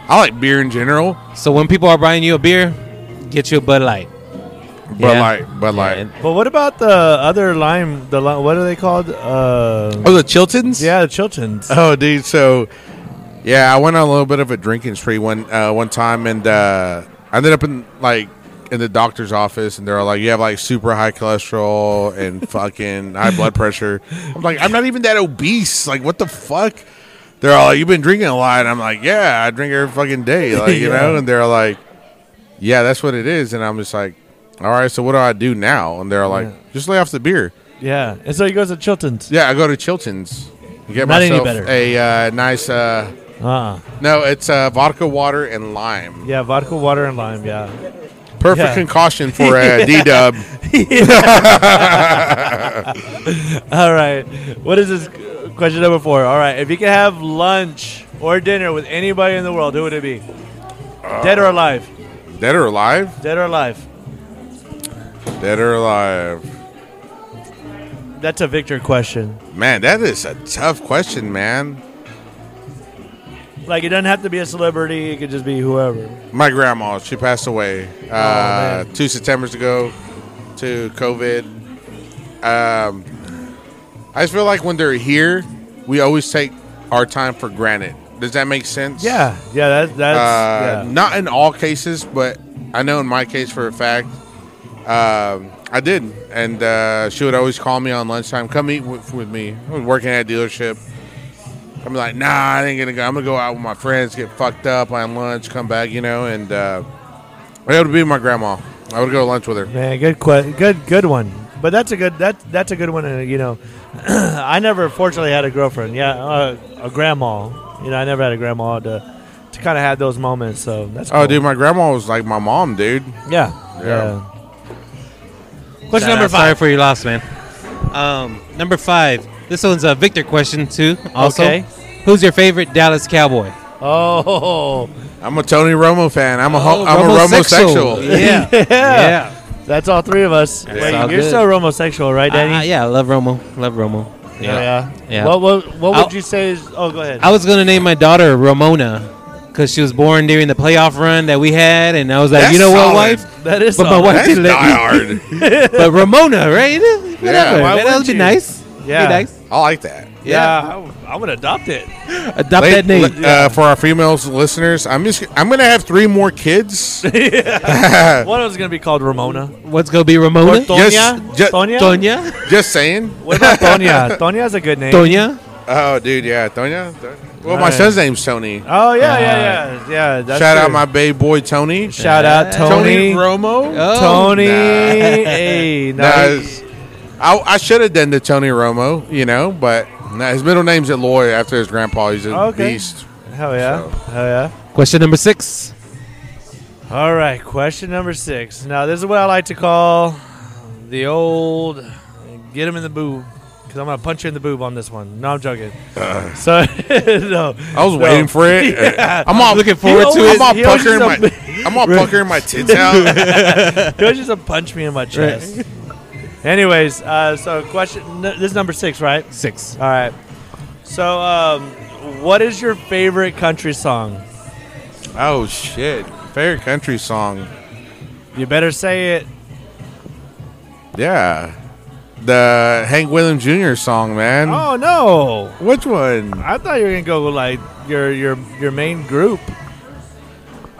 Speaker 3: I like beer in general.
Speaker 1: So when people are buying you a beer, get you a Bud Light.
Speaker 3: Bud
Speaker 1: Yeah.
Speaker 3: Light, Bud Light.
Speaker 1: And-
Speaker 2: But what about the other lime? The lime, what are they called? Uh,
Speaker 3: Oh, the Chiltons.
Speaker 2: yeah, the Chiltons.
Speaker 3: Oh, dude. So, yeah, I went on a little bit of a drinking spree one uh, one time, and uh, I ended up in like in the doctor's office, and they're all like, "You have like super high cholesterol and fucking high blood pressure." I'm like, "I'm not even that obese. Like, what the fuck?" They're all like, "You've been drinking a lot," and I'm like, "Yeah, I drink every fucking day." Like, you
Speaker 2: Yeah.
Speaker 3: know, and they're like, "Yeah, that's what it is," and I'm just like. All right, so what do I do now? And they're like, just lay off the beer.
Speaker 2: Yeah, and so he goes to Chiltons.
Speaker 3: Yeah, I go to Chilton's. and Get
Speaker 2: Not any
Speaker 3: myself
Speaker 2: better.
Speaker 3: a uh, nice. Uh,
Speaker 2: Uh-uh.
Speaker 3: no, it's uh, vodka water and lime.
Speaker 2: Yeah, vodka, water, and lime. Yeah.
Speaker 3: Perfect
Speaker 2: Yeah.
Speaker 3: concoction for a D dub.
Speaker 2: All right. What is this question number four? All right. If you could have lunch or dinner with anybody in the world, who would it be? Dead or alive?
Speaker 3: Dead or alive?
Speaker 2: Dead or alive?
Speaker 3: Dead or alive?
Speaker 2: That's a Victor question.
Speaker 3: Man, that is a tough question, man.
Speaker 2: Like it doesn't have to be a celebrity. It could just be whoever.
Speaker 3: My grandma, she passed away uh,
Speaker 2: Oh, man.
Speaker 3: two September's ago to COVID. Um, I just feel like when they're here, we always take our time for granted. Does that make sense?
Speaker 2: Yeah. Yeah. That, that's
Speaker 3: Uh,
Speaker 2: yeah.
Speaker 3: Not in all cases, but I know in my case for a fact, um, I did. And uh, she would always call me on lunchtime, come eat with, with me. I was working at a dealership. I'm like, nah, I ain't gonna go. I'm gonna go out with my friends, get fucked up on lunch, come back, you know. And uh, it would be my grandma. I would go to lunch with her.
Speaker 2: Man, good que- good good one. But that's a good that that's a good one. And you know, uh, I never fortunately had a girlfriend. Yeah, uh, a grandma. You know, I never had a grandma to to kind of have those moments. So that's
Speaker 3: Oh,
Speaker 2: cool.
Speaker 3: dude, my grandma was like my mom, dude.
Speaker 2: Yeah.
Speaker 3: Yeah.
Speaker 1: Question
Speaker 2: Nah,
Speaker 1: number
Speaker 2: sorry
Speaker 1: five. for your loss, man. Um, number five. This one's a Victor question too. Also,
Speaker 2: Okay.
Speaker 1: who's your favorite Dallas Cowboy?
Speaker 2: Oh.
Speaker 3: I'm a Tony Romo fan. I'm a ho-
Speaker 1: Oh,
Speaker 3: I'm
Speaker 1: Romosexual.
Speaker 3: a Romosexual.
Speaker 1: Yeah.
Speaker 2: yeah.
Speaker 1: yeah.
Speaker 2: That's all three of us. Wait,
Speaker 1: all
Speaker 2: you're
Speaker 1: good.
Speaker 2: so homosexual, right, Danny?
Speaker 1: Uh, yeah, I love Romo. Love Romo.
Speaker 2: Oh, yeah.
Speaker 1: Yeah.
Speaker 2: What, what, what would
Speaker 1: I'll-
Speaker 2: you say is. Oh, go ahead.
Speaker 1: I was gonna name my daughter Ramona because she was born during the playoff run that we had, and I was like,
Speaker 3: That's
Speaker 1: you know what,
Speaker 3: solid.
Speaker 1: wife?
Speaker 2: that is.
Speaker 1: But my
Speaker 2: all-
Speaker 1: wife-
Speaker 3: That's
Speaker 1: Didn't let me-
Speaker 3: diehard.
Speaker 1: But Ramona, right? Whatever. that
Speaker 3: why
Speaker 1: would
Speaker 2: wouldn't
Speaker 1: be
Speaker 2: you?
Speaker 1: nice.
Speaker 2: Yeah.
Speaker 1: Be nice.
Speaker 3: I like that.
Speaker 2: Yeah, I w- I, would adopt it.
Speaker 1: Adopt
Speaker 3: Late-
Speaker 1: that name.
Speaker 3: li- uh, for our female listeners, I'm just I'm gonna have three more kids.
Speaker 2: One of them's gonna be called Ramona.
Speaker 1: What's gonna be
Speaker 2: Or
Speaker 1: Ramona?
Speaker 2: Tonya.
Speaker 3: ju-
Speaker 2: Tonya.
Speaker 1: Tonya.
Speaker 3: just saying.
Speaker 2: What about Tonya? Tonya's a good name.
Speaker 1: Tonya.
Speaker 3: Oh, dude, yeah, Tonya. Tonya. Well, my
Speaker 2: Alright.
Speaker 3: son's name's Tony.
Speaker 2: Oh yeah, yeah, yeah, yeah. That's
Speaker 3: Uh, Shout out
Speaker 2: true.
Speaker 3: my babe boy Tony.
Speaker 2: shout out Tony.
Speaker 3: Tony Romo.
Speaker 1: Oh.
Speaker 2: Tony.
Speaker 3: Nah.
Speaker 2: hey, no,
Speaker 3: Nah,
Speaker 2: he-
Speaker 3: it's- I, I should have done the Tony Romo, you know, but nah, his middle name's Eloy after his grandpa. He's a
Speaker 2: Okay.
Speaker 3: beast.
Speaker 2: hell yeah,
Speaker 3: so.
Speaker 2: hell yeah.
Speaker 1: Question number six.
Speaker 2: All right, question number six. Now this is what I like to call the old get him in the boob because I'm gonna punch you in the boob on this one. No, I'm joking. so no,
Speaker 3: Uh. I was waiting for it.
Speaker 2: Yeah.
Speaker 3: I'm all
Speaker 1: Looking forward
Speaker 2: to
Speaker 3: I'm
Speaker 2: it.
Speaker 3: all
Speaker 2: He always
Speaker 3: puckering
Speaker 2: is a-
Speaker 3: my, I'm all puckering my tits out.
Speaker 2: He was just a punch me in my chest. Anyways, uh, so question. N- this is number six, right?
Speaker 1: Six.
Speaker 2: All right. So, um, what is your favorite country song?
Speaker 3: oh shit! Favorite country song.
Speaker 2: You better say it.
Speaker 3: Yeah, the Hank Williams Jr. song, man.
Speaker 2: Oh no!
Speaker 3: Which one?
Speaker 2: I thought you were gonna go with, like your your your main group.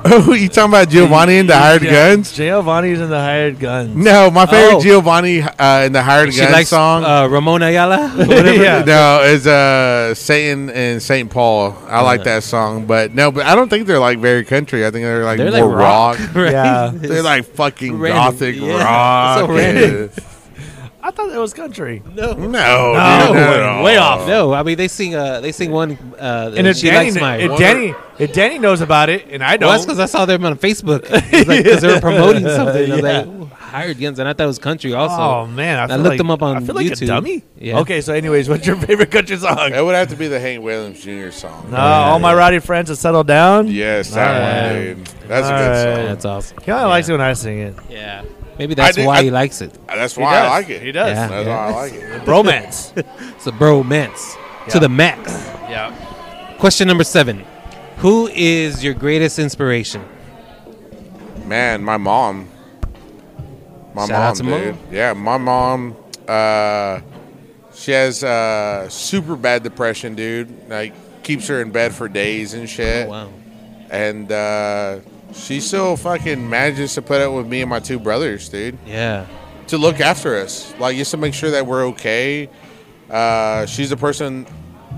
Speaker 3: Oh, you talking about Giovanni and the Hired
Speaker 2: Yeah,
Speaker 3: Guns?
Speaker 2: Giovanni's in the hired guns.
Speaker 3: No, my favorite
Speaker 1: Oh.
Speaker 3: Giovanni uh, and the Hired
Speaker 1: She
Speaker 3: Guns
Speaker 1: likes
Speaker 3: song.
Speaker 1: uh, Ramona Ayala.
Speaker 2: Whatever. yeah.
Speaker 3: No, it's uh Satan and Saint Paul. I like
Speaker 1: Uh-huh.
Speaker 3: that song, but no, but I don't think they're like very country. I think they're like
Speaker 1: They're like
Speaker 3: more rock.
Speaker 1: rock. right?
Speaker 2: Yeah.
Speaker 3: They're like fucking
Speaker 1: Random.
Speaker 3: gothic
Speaker 1: Yeah,
Speaker 3: rock.
Speaker 1: so random.
Speaker 2: I thought that was country.
Speaker 1: no.
Speaker 3: No, dude, not at
Speaker 2: way-
Speaker 3: all.
Speaker 2: way off.
Speaker 1: No, I mean they sing. Uh, they sing one. Uh,
Speaker 2: And if
Speaker 1: she
Speaker 2: Danny,
Speaker 1: likes my.
Speaker 2: if
Speaker 1: Well,
Speaker 2: Danny, if Danny knows about it, and I don't,
Speaker 1: that's because I saw them on Facebook. Because they were promoting something. And I was like, "Ooh, hired guns, and I thought it was country
Speaker 2: oh
Speaker 1: also.
Speaker 2: man, I, feel
Speaker 1: looked
Speaker 2: like,
Speaker 1: them up on
Speaker 2: I feel like a
Speaker 1: YouTube.
Speaker 2: dummy.
Speaker 1: Yeah.
Speaker 2: Okay, so anyways, what's your favorite country song?
Speaker 3: It would have to be the Hank Williams Jr. song.
Speaker 2: Uh, all my rowdy friends have settled down.
Speaker 3: Yes, that
Speaker 2: Alright.
Speaker 3: one, dude. That's a
Speaker 2: Alright.
Speaker 3: good song.
Speaker 1: That's awesome.
Speaker 2: He only likes it when I sing it.
Speaker 1: Yeah, maybe that's
Speaker 3: did-
Speaker 1: why
Speaker 3: I-
Speaker 1: he likes it.
Speaker 3: That's
Speaker 2: He
Speaker 3: why
Speaker 2: does.
Speaker 3: I like it.
Speaker 2: He does.
Speaker 1: Yeah.
Speaker 3: That's why I like it.
Speaker 2: Bromance.
Speaker 1: It's a bromance
Speaker 2: Yeah.
Speaker 1: to the max.
Speaker 2: yeah.
Speaker 1: Question number seven: Who is your greatest inspiration?
Speaker 3: Man, my mom. My
Speaker 1: Shout
Speaker 3: mom,
Speaker 1: out to
Speaker 3: dude.
Speaker 1: mom.
Speaker 3: Yeah, my mom. Uh, she has uh, super bad depression, dude. Like keeps her in bed for days and shit.
Speaker 1: Oh, Wow.
Speaker 3: And uh, she still fucking manages to put up with me and my two brothers, dude,
Speaker 1: Yeah.
Speaker 3: to look after us. Like just to make sure that we're okay. Uh, she's the person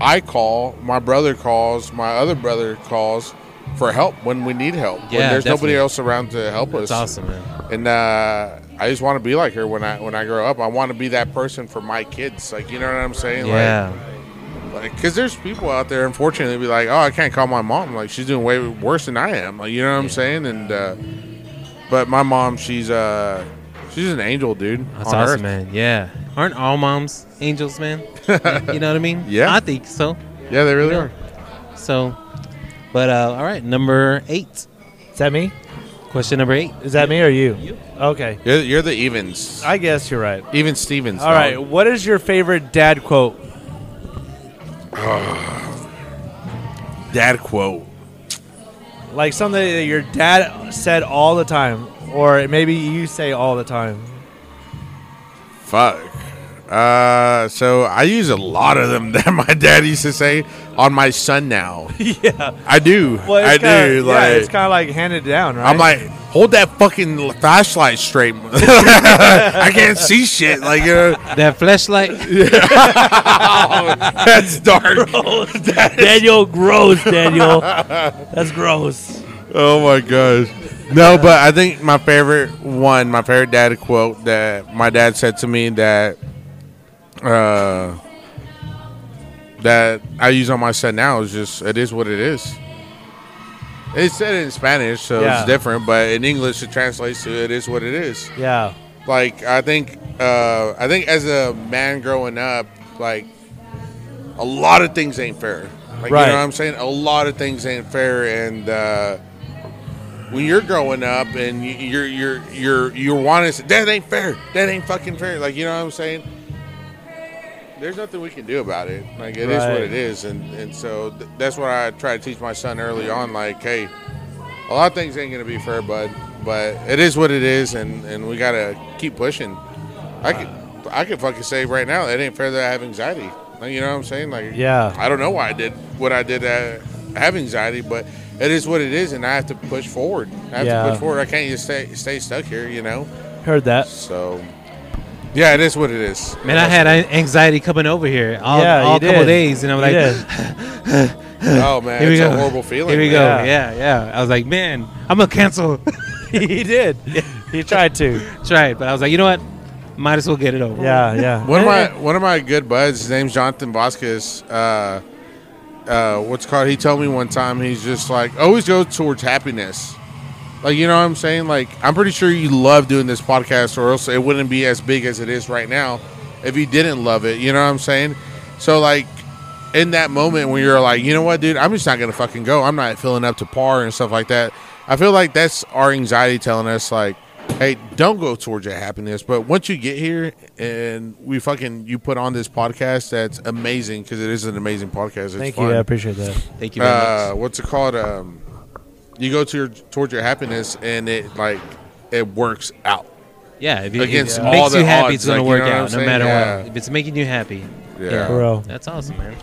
Speaker 3: I call. My brother calls. My other brother calls for help when we need help. when
Speaker 1: Yeah,
Speaker 3: there's nobody
Speaker 1: definitely.
Speaker 3: else around to help
Speaker 1: That's
Speaker 3: us
Speaker 1: awesome, man.
Speaker 3: and uh, I just want to be like her when I when I grow up. I want to be that person for my kids. Like you know what I'm saying?
Speaker 1: Yeah.
Speaker 3: Like, because there's people out there, unfortunately, be like, oh, I can't call my mom. Like she's doing way worse than I am. Like you know what I'm saying? And uh, but my mom, she's uh, she's an angel, dude.
Speaker 1: That's
Speaker 3: on
Speaker 1: awesome,
Speaker 3: earth.
Speaker 1: man. Yeah. Aren't all moms angels, man? you know what I mean?
Speaker 3: Yeah.
Speaker 1: I think so.
Speaker 3: Yeah, they really
Speaker 1: Yeah.
Speaker 3: are.
Speaker 1: So, but uh, all right, number eight.
Speaker 2: Is that me?
Speaker 1: Question number eight.
Speaker 2: Is that me or you? Okay.
Speaker 3: You're, you're the evens,
Speaker 2: I guess you're right.
Speaker 3: even Stevens.
Speaker 2: All right. What is your favorite dad quote?
Speaker 3: dad quote.
Speaker 2: Like something that your dad said all the time, or maybe you say all the time.
Speaker 3: Fuck. Uh, so I use a lot of them that my dad used to say on my son now.
Speaker 2: yeah.
Speaker 3: I do.
Speaker 2: Well, it's
Speaker 3: I
Speaker 2: kinda,
Speaker 3: do.
Speaker 2: yeah,
Speaker 3: like
Speaker 2: it's kind of like handed down, right?
Speaker 3: I'm like, hold that fucking l- flashlight straight. I can't see shit. Like, you know,
Speaker 1: That flashlight.
Speaker 3: Oh, that's dark.
Speaker 2: Daniel, gross, Daniel. That's gross.
Speaker 3: Oh my gosh. No, but I think my favorite one, my favorite dad quote that my dad said to me that uh that I use on my son now is just it is what it is. It's said in Spanish, so
Speaker 2: Yeah.
Speaker 3: it's different, but in English it translates to "it is what it is."
Speaker 2: Yeah.
Speaker 3: Like I think, uh, I think as a man growing up, like a lot of things ain't fair. Like,
Speaker 2: Right.
Speaker 3: You know what I'm saying? A lot of things ain't fair, and uh, when you're growing up and you- you're you're you're you're wanting to say, that ain't fair. That ain't fucking fair. Like you know what I'm saying? There's nothing we can do about it. Like it is
Speaker 2: Right.
Speaker 3: what it is, and and so th- that's what I try to teach my son early on. Like, hey, a lot of things ain't gonna be fair, bud, but it is what it is, and and we gotta keep pushing. I could I could fucking say right now it ain't fair that I have anxiety. Like, you know what I'm saying? Like
Speaker 2: Yeah.
Speaker 3: I don't know why I did what I did. Uh, I have anxiety, but it is what it is, and I have to push forward. I have
Speaker 2: Yeah.
Speaker 3: to push forward. I can't just stay stay stuck here, you know.
Speaker 2: Heard that.
Speaker 3: So yeah, it is what it is.
Speaker 1: Man, I had a- anxiety coming over here all,
Speaker 2: yeah,
Speaker 1: all
Speaker 2: you
Speaker 1: couple
Speaker 2: did.
Speaker 1: days, and I'm
Speaker 2: You
Speaker 1: like,
Speaker 2: did.
Speaker 3: Oh man,
Speaker 1: here we
Speaker 3: it's
Speaker 1: go.
Speaker 3: a horrible feeling.
Speaker 1: Here we
Speaker 3: man.
Speaker 1: go. Yeah. yeah, I was like, man, I'm gonna cancel.
Speaker 2: he did. He tried to.
Speaker 1: Try it, but I was like, you know what? Might as well get it over.
Speaker 2: Yeah, yeah.
Speaker 3: One of my
Speaker 2: Eh,
Speaker 3: one of my good buds, his name's Jonathan Vasquez. Uh, uh, what's it called? He told me one time he's just like always go towards happiness. Like you know what I'm saying? Like I'm pretty sure you love doing this podcast, or else it wouldn't be as big as it is right now if you didn't love it. You know what I'm saying? So like in that moment when you're like, you know what, dude, I'm just not gonna fucking go. I'm not feeling up to par and stuff like that. I feel like that's our anxiety telling us like, hey, don't go towards your happiness. But once you get here and we fucking you put on this podcast, that's amazing because it is an amazing podcast. It's
Speaker 2: Thank you.
Speaker 3: fun
Speaker 2: I appreciate that.
Speaker 1: Thank you very
Speaker 3: uh,
Speaker 1: much.
Speaker 3: what's it called? Um, you go to your towards your happiness, and it like it works out.
Speaker 1: Yeah, if it,
Speaker 3: against
Speaker 1: if it
Speaker 3: all
Speaker 1: makes
Speaker 3: the
Speaker 1: you happy,
Speaker 3: odds,
Speaker 1: it's gonna
Speaker 3: like, you
Speaker 1: work
Speaker 3: know what I'm
Speaker 1: out no
Speaker 3: saying?
Speaker 1: matter
Speaker 3: Yeah.
Speaker 1: what. If it's making you happy,
Speaker 3: Yeah.
Speaker 2: For real.
Speaker 1: that's awesome, man.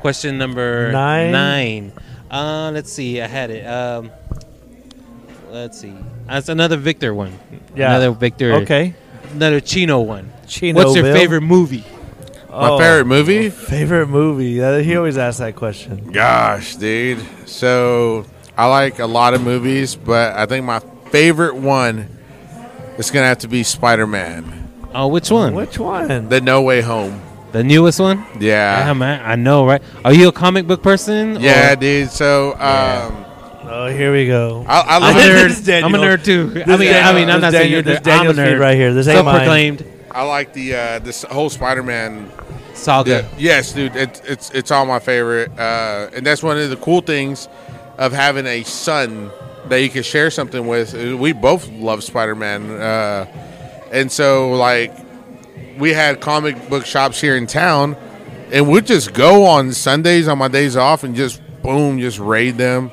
Speaker 1: Question number
Speaker 2: Nine?
Speaker 1: nine. Uh, let's see. I had it. Um, let's see. That's another Victor one.
Speaker 2: Yeah.
Speaker 1: Another Victor.
Speaker 2: Okay.
Speaker 1: Another Chino one.
Speaker 2: Chino
Speaker 1: What's your
Speaker 2: Bill.
Speaker 1: favorite movie?
Speaker 3: My
Speaker 2: Oh,
Speaker 3: favorite movie?
Speaker 2: favorite movie. Uh, He always asks that question.
Speaker 3: Gosh, dude. So I like a lot of movies, but I think my favorite one is gonna have to be Spider Man:
Speaker 1: Oh, which one?
Speaker 2: Which one?
Speaker 3: The No Way Home.
Speaker 1: The newest one?
Speaker 3: Yeah.
Speaker 1: Damn, man, I know, right? Are you a comic book person?
Speaker 3: yeah,
Speaker 1: or-
Speaker 3: dude. So um,
Speaker 2: Oh, here we go.
Speaker 3: I, I
Speaker 1: I'm a
Speaker 3: love
Speaker 2: This
Speaker 1: nerd.
Speaker 2: is Daniel.
Speaker 1: I'm a nerd too. I mean,
Speaker 2: is Daniel.
Speaker 1: I mean, I'm not
Speaker 2: This
Speaker 1: saying
Speaker 2: Daniel-
Speaker 1: you're
Speaker 2: this
Speaker 1: a nerd. I'm a
Speaker 2: Daniel's feed
Speaker 1: nerd
Speaker 2: right here. This ain't mine.
Speaker 1: Self-proclaimed
Speaker 3: I like the uh, this whole Spider Man
Speaker 1: saga.
Speaker 3: Yeah. Yes, dude. It, it's it's all my favorite, uh, and that's one of the cool things of having a son that you can share something with. Uh, We both love Spider Man, uh, and so like we had comic book shops here in town, and we'd just go on Sundays on my days off and just boom, just raid them.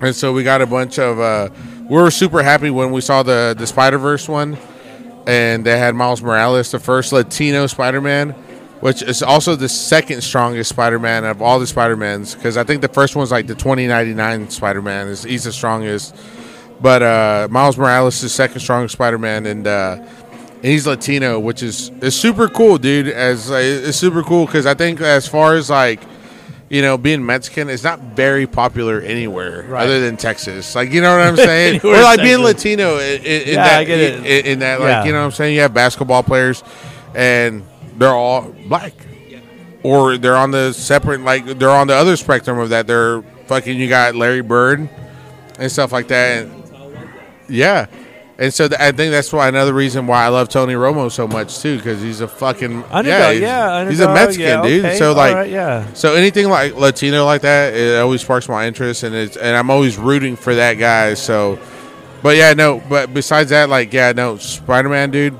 Speaker 3: And so we got a bunch of. Uh, we were super happy when we saw the the Spider Verse one, and they had Miles Morales, the first Latino Spider Man, which is also the second strongest Spider Man of all the Spider Mans. Because I think the first one's like the twenty ninety nine Spider Man is he's the strongest, but uh, Miles Morales is the second strongest Spider Man, and. Uh, and he's Latino, which is is super cool, dude. As uh, it's super cool because I think as far as like you know being Mexican, it's not very popular anywhere
Speaker 2: Right.
Speaker 3: other than Texas. Like you know what I'm saying? or
Speaker 2: Anywhere in
Speaker 3: like being
Speaker 2: Texas.
Speaker 3: Latino i- i- in, in
Speaker 2: Yeah,
Speaker 3: that e,
Speaker 2: I get
Speaker 3: in-
Speaker 2: it.
Speaker 3: in that like
Speaker 2: Yeah.
Speaker 3: you know what I'm saying. You have basketball players, and they're all black, or they're on the separate like they're on the other spectrum of that. They're fucking you got Larry Bird and stuff like that. And, yeah. And so th- I think that's why another reason why I love Tony Romo so much too, because he's a fucking
Speaker 2: Underdog,
Speaker 3: he's,
Speaker 2: yeah,
Speaker 3: he's a
Speaker 2: underdog,
Speaker 3: Mexican
Speaker 2: yeah,
Speaker 3: dude.
Speaker 2: okay,
Speaker 3: So like,
Speaker 2: alright, yeah.
Speaker 3: so anything like Latino like that, it always sparks my interest, and it's and I'm always rooting for that guy. So, but yeah, no. But besides that, like, yeah, no, Spider Man, dude.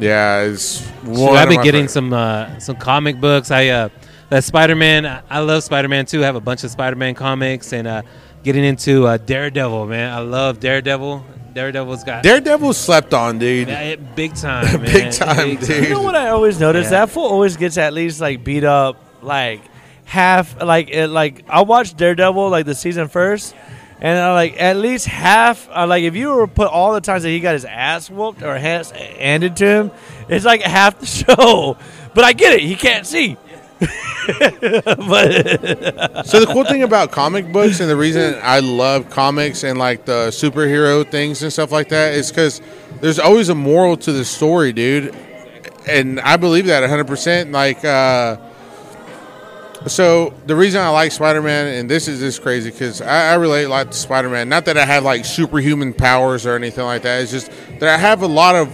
Speaker 3: Yeah, it's one.
Speaker 1: Shoot, I've
Speaker 3: of
Speaker 1: been
Speaker 3: my
Speaker 1: getting
Speaker 3: favorite-
Speaker 1: some uh, some comic books. I uh, that Spider Man. I, I love Spider Man too. I have a bunch of Spider Man comics and uh, getting into uh, Daredevil. Man, I love Daredevil. Daredevil's got
Speaker 3: Daredevil slept on, dude.
Speaker 1: Yeah, it- big time, man.
Speaker 3: Big time, dude.
Speaker 2: You know what I always notice?
Speaker 1: Yeah.
Speaker 2: That fool always gets at least like beat up, like half, like it, like I watched Daredevil like the season first, and I like at least half, uh, like if you were to put all the times that he got his ass whooped or has handed to him, it's like half the show. But I get it, he can't see. but
Speaker 3: so the cool thing about comic books and the reason I love comics and like the superhero things and stuff like that is because there's always a moral to the story, dude. And I believe that 100%. Like, uh, So the reason I like Spider Man, and this is just crazy because I, I relate a lot to Spider Man. Not that I have like superhuman powers or anything like that. It's just that I have a lot of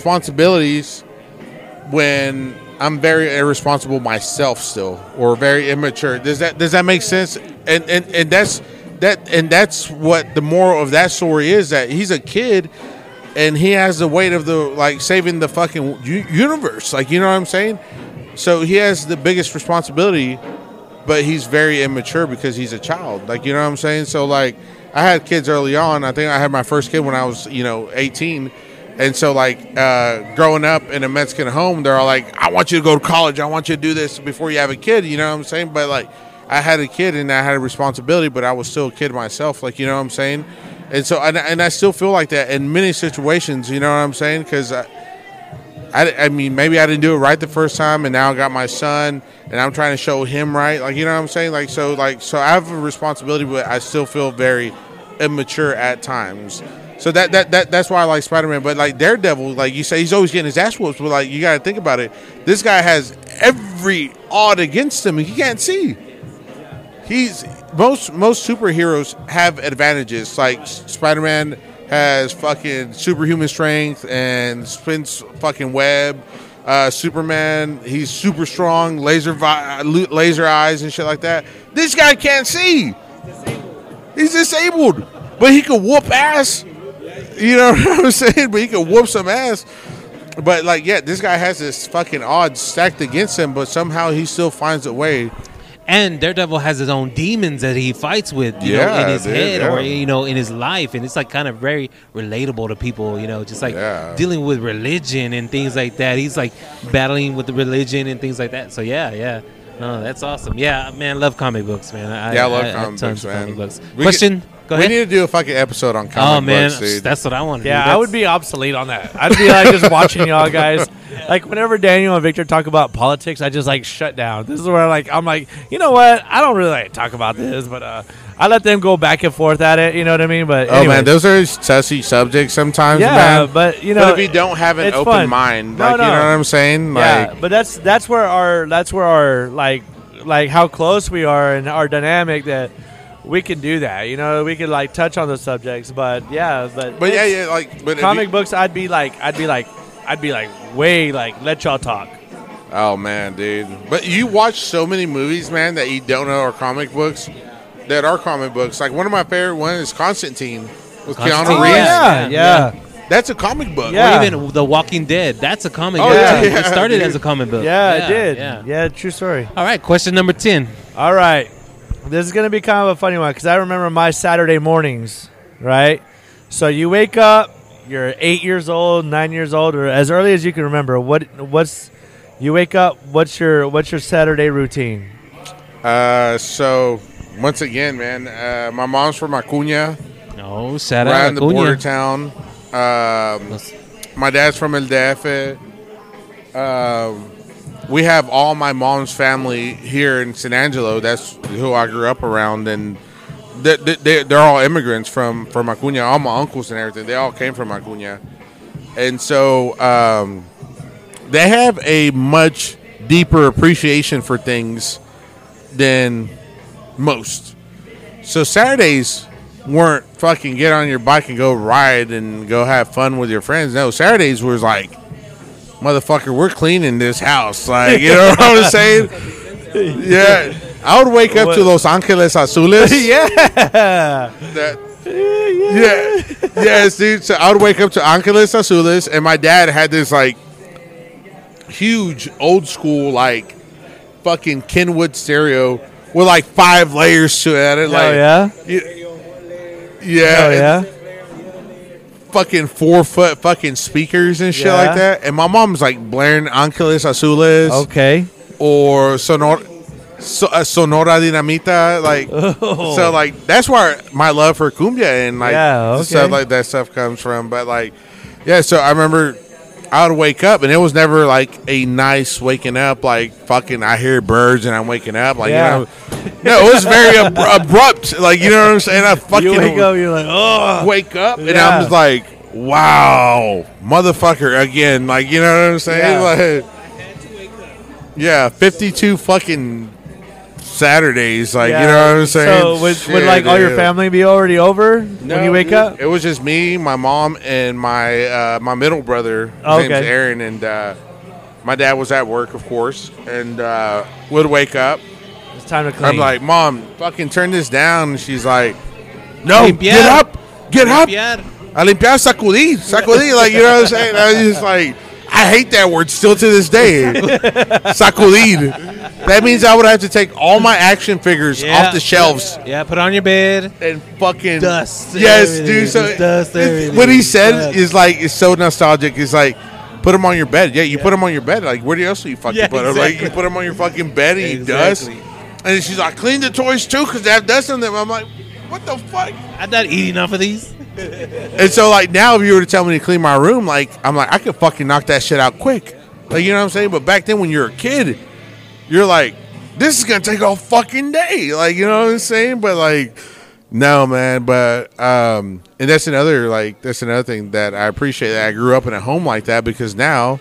Speaker 3: responsibilities when I'm very irresponsible myself still, or very immature. Does that does that make sense? And and and that's that and that's what the moral of that story is that he's a kid and he has the weight of the like saving the fucking u- universe. Like you know what I'm saying? So he has the biggest responsibility, but he's very immature because he's a child. Like you know what I'm saying? So like I had kids early on. I think I had my first kid when I was you know 18. And so, like, uh, growing up in a Mexican home, they're all like, I want you to go to college. I want you to do this before you have a kid. You know what I'm saying? But, like, I had a kid and I had a responsibility, but I was still a kid myself. Like, you know what I'm saying? And so, and, and I still feel like that in many situations. You know what I'm saying? Because I, I, I mean, maybe I didn't do it right the first time, and now I got my son, and I'm trying to show him right. Like, you know what I'm saying? Like, so, like, so I have a responsibility, but I still feel very immature at times. So that that, that that's why I like Spider Man. But like Daredevil, like you say, he's always getting his ass whooped. But like, you got to think about it. This guy has every odd against him, and he can't see he's most most superheroes have advantages. Like Spider Man has fucking superhuman strength and spins fucking web. Uh, Superman, he's super strong, laser vi- laser eyes and shit like that. This guy can't see. He's disabled, but he can whoop ass. You know what I'm saying? But he can whoop some ass. But like, yeah, this guy has this fucking odds stacked against him, but somehow he still finds a way
Speaker 1: and Daredevil has his own demons that he fights with, you know,
Speaker 3: Yeah,
Speaker 1: in his
Speaker 3: dude,
Speaker 1: head or
Speaker 3: yeah.
Speaker 1: you know in his life, and it's like kind of very relatable to people, you know, just like
Speaker 3: Yeah.
Speaker 1: dealing with religion and things like that. He's like battling with the religion and things like that. So yeah, yeah, no, that's awesome. Yeah, man, love comic books, man. I,
Speaker 3: Yeah, I love
Speaker 1: have
Speaker 3: comic
Speaker 1: tons
Speaker 3: books,
Speaker 1: of
Speaker 3: man.
Speaker 1: comic books.
Speaker 3: We
Speaker 1: Question?
Speaker 3: Get,
Speaker 1: Go
Speaker 3: we
Speaker 1: ahead.
Speaker 3: need to do a fucking episode on comic
Speaker 1: oh man,
Speaker 3: books, dude.
Speaker 1: that's what I want to do.
Speaker 2: Yeah, I would
Speaker 1: That's-
Speaker 2: be obsolete on that. I'd be like just watching y'all guys. Like whenever Daniel and Victor talk about politics, I just like shut down. This is where like I'm like, you know what? I don't really like talk about this, but uh, I let them go back and forth at it. You know what I mean? But
Speaker 3: oh man,
Speaker 2: anyways.
Speaker 3: those are touchy subjects sometimes,
Speaker 2: yeah,
Speaker 3: man.
Speaker 2: but you know,
Speaker 3: but if you don't have an
Speaker 2: it's
Speaker 3: open
Speaker 2: fun.
Speaker 3: mind,
Speaker 2: No,
Speaker 3: like you
Speaker 2: no.
Speaker 3: know what I'm saying,
Speaker 2: yeah,
Speaker 3: like
Speaker 2: but that's that's where our that's where our like like how close we are and our dynamic that we can do that. You know, we can like touch on those subjects, but yeah, but
Speaker 3: but yeah,
Speaker 2: it's-
Speaker 3: yeah, like but if
Speaker 2: comic
Speaker 3: you,
Speaker 2: books i'd be like i'd be like i'd be like way like let y'all talk
Speaker 3: Oh man, dude. But you watch so many movies, man, that you don't know are comic books that are comic books. Like one of my favorite ones is Constantine with
Speaker 1: Constantine,
Speaker 3: Keanu Reeves.
Speaker 1: Oh, yeah, yeah.
Speaker 3: That's a comic book.
Speaker 2: Yeah.
Speaker 1: Or even The Walking Dead. That's a comic
Speaker 3: Oh,
Speaker 1: book.
Speaker 3: yeah,
Speaker 1: too. it
Speaker 3: yeah,
Speaker 1: started
Speaker 3: dude.
Speaker 1: as a comic book.
Speaker 2: yeah, it did
Speaker 1: yeah.
Speaker 2: yeah. true story
Speaker 1: All right, question number ten.
Speaker 2: all right this is gonna be kind of a funny one because i remember my saturday mornings right so you wake up you're eight years old nine years old or as early as you can remember what what's you wake up what's your what's your saturday routine
Speaker 3: Uh, so once again, man, uh, my mom's from Acuna,
Speaker 1: No, Oh, shout
Speaker 3: right
Speaker 1: out
Speaker 3: in the border
Speaker 1: Acuna.
Speaker 3: town. Um, My dad's from El DF. Um, we have all my mom's family here in San Angelo. That's who I grew up around, and they, they, they're all immigrants from from Acuna. All my uncles and everything, they all came from Acuna, and so um, they have a much deeper appreciation for things than most. So Saturdays weren't fucking get on your bike and go ride and go have fun with your friends. No, Saturdays was like, motherfucker, we're cleaning this house. Like, you know what I'm saying? Yeah. I would wake up to Los Angeles Azules.
Speaker 2: yeah
Speaker 3: That- yeah. Yes, dude. So I would wake up to Angeles Azules, and my dad had this like huge old school like fucking Kenwood stereo with like five layers to it. Like,
Speaker 2: oh yeah
Speaker 3: you- yeah,
Speaker 2: oh yeah
Speaker 3: and fucking four foot fucking speakers and shit
Speaker 2: Yeah.
Speaker 3: like that. And my mom's like blaring Angeles Azules
Speaker 2: okay
Speaker 3: or Sonora, so, uh, Sonora Dinamita. Like, so like that's where my love for cumbia and like
Speaker 2: Oh. Yeah, okay.
Speaker 3: stuff like that stuff comes from. But like, yeah. So I remember I would wake up and it was never like a nice waking up. Like fucking, I hear birds and I'm waking up. Like,
Speaker 2: Yeah.
Speaker 3: you know. No, it was very ab- abrupt. Like, you know what I'm saying? I fucking
Speaker 2: you wake up you're like oh
Speaker 3: wake up and
Speaker 2: Yeah.
Speaker 3: I'm just like, wow, motherfucker again. Like, you know what I'm
Speaker 2: Yeah.
Speaker 3: saying? Like, yeah, 52 fucking Saturdays. Like
Speaker 2: Yeah.
Speaker 3: you know what I'm saying.
Speaker 2: So would, would
Speaker 3: Shit,
Speaker 2: like all your
Speaker 3: dude.
Speaker 2: family be already over when you
Speaker 3: No,
Speaker 2: wake
Speaker 3: it-
Speaker 2: up?
Speaker 3: It was just me, my mom, and my uh, my middle brother. His
Speaker 2: Oh,
Speaker 3: name's
Speaker 2: okay.
Speaker 3: Aaron, and uh, my dad was at work, of course, and uh, would wake up.
Speaker 2: It's time to clean.
Speaker 3: I'm like, Mom, fucking turn this down. And she's like, No,
Speaker 1: Limpiar.
Speaker 3: get up, get up.
Speaker 1: Yeah.
Speaker 3: A limpiar, sacudir, sacudir. Like you know what I'm saying? I was just like, I hate that word still to this day. sacudir. That means I would have to take all my action figures
Speaker 1: Yeah.
Speaker 3: off the shelves
Speaker 1: Yeah, put on your bed.
Speaker 3: and fucking
Speaker 1: Dust
Speaker 3: Yes,
Speaker 1: everything,
Speaker 3: dude. So
Speaker 1: just dust
Speaker 3: it's-
Speaker 1: everything,
Speaker 3: what he said
Speaker 1: dust.
Speaker 3: is like it's so nostalgic. It's like put them on your bed. Yeah, you put 'em put them on your bed. Like where else do you fucking
Speaker 1: Yeah,
Speaker 3: put 'em? Like
Speaker 1: exactly.
Speaker 3: you put them on your fucking bed and you dust.
Speaker 1: Exactly.
Speaker 3: And she's like, clean the toys too because they have dust in them. I'm like, what the fuck?
Speaker 1: I'm not eating off of these.
Speaker 3: And so like now, if you were to tell me to clean my room, like I'm like I could fucking knock that shit out quick. Like you know what I'm saying? But back then, when you're a kid, you're like, this is gonna take all fucking day. Like you know what I'm saying? But like, no man. But um, and that's another like that's another thing that I appreciate that I grew up in a home like that because now.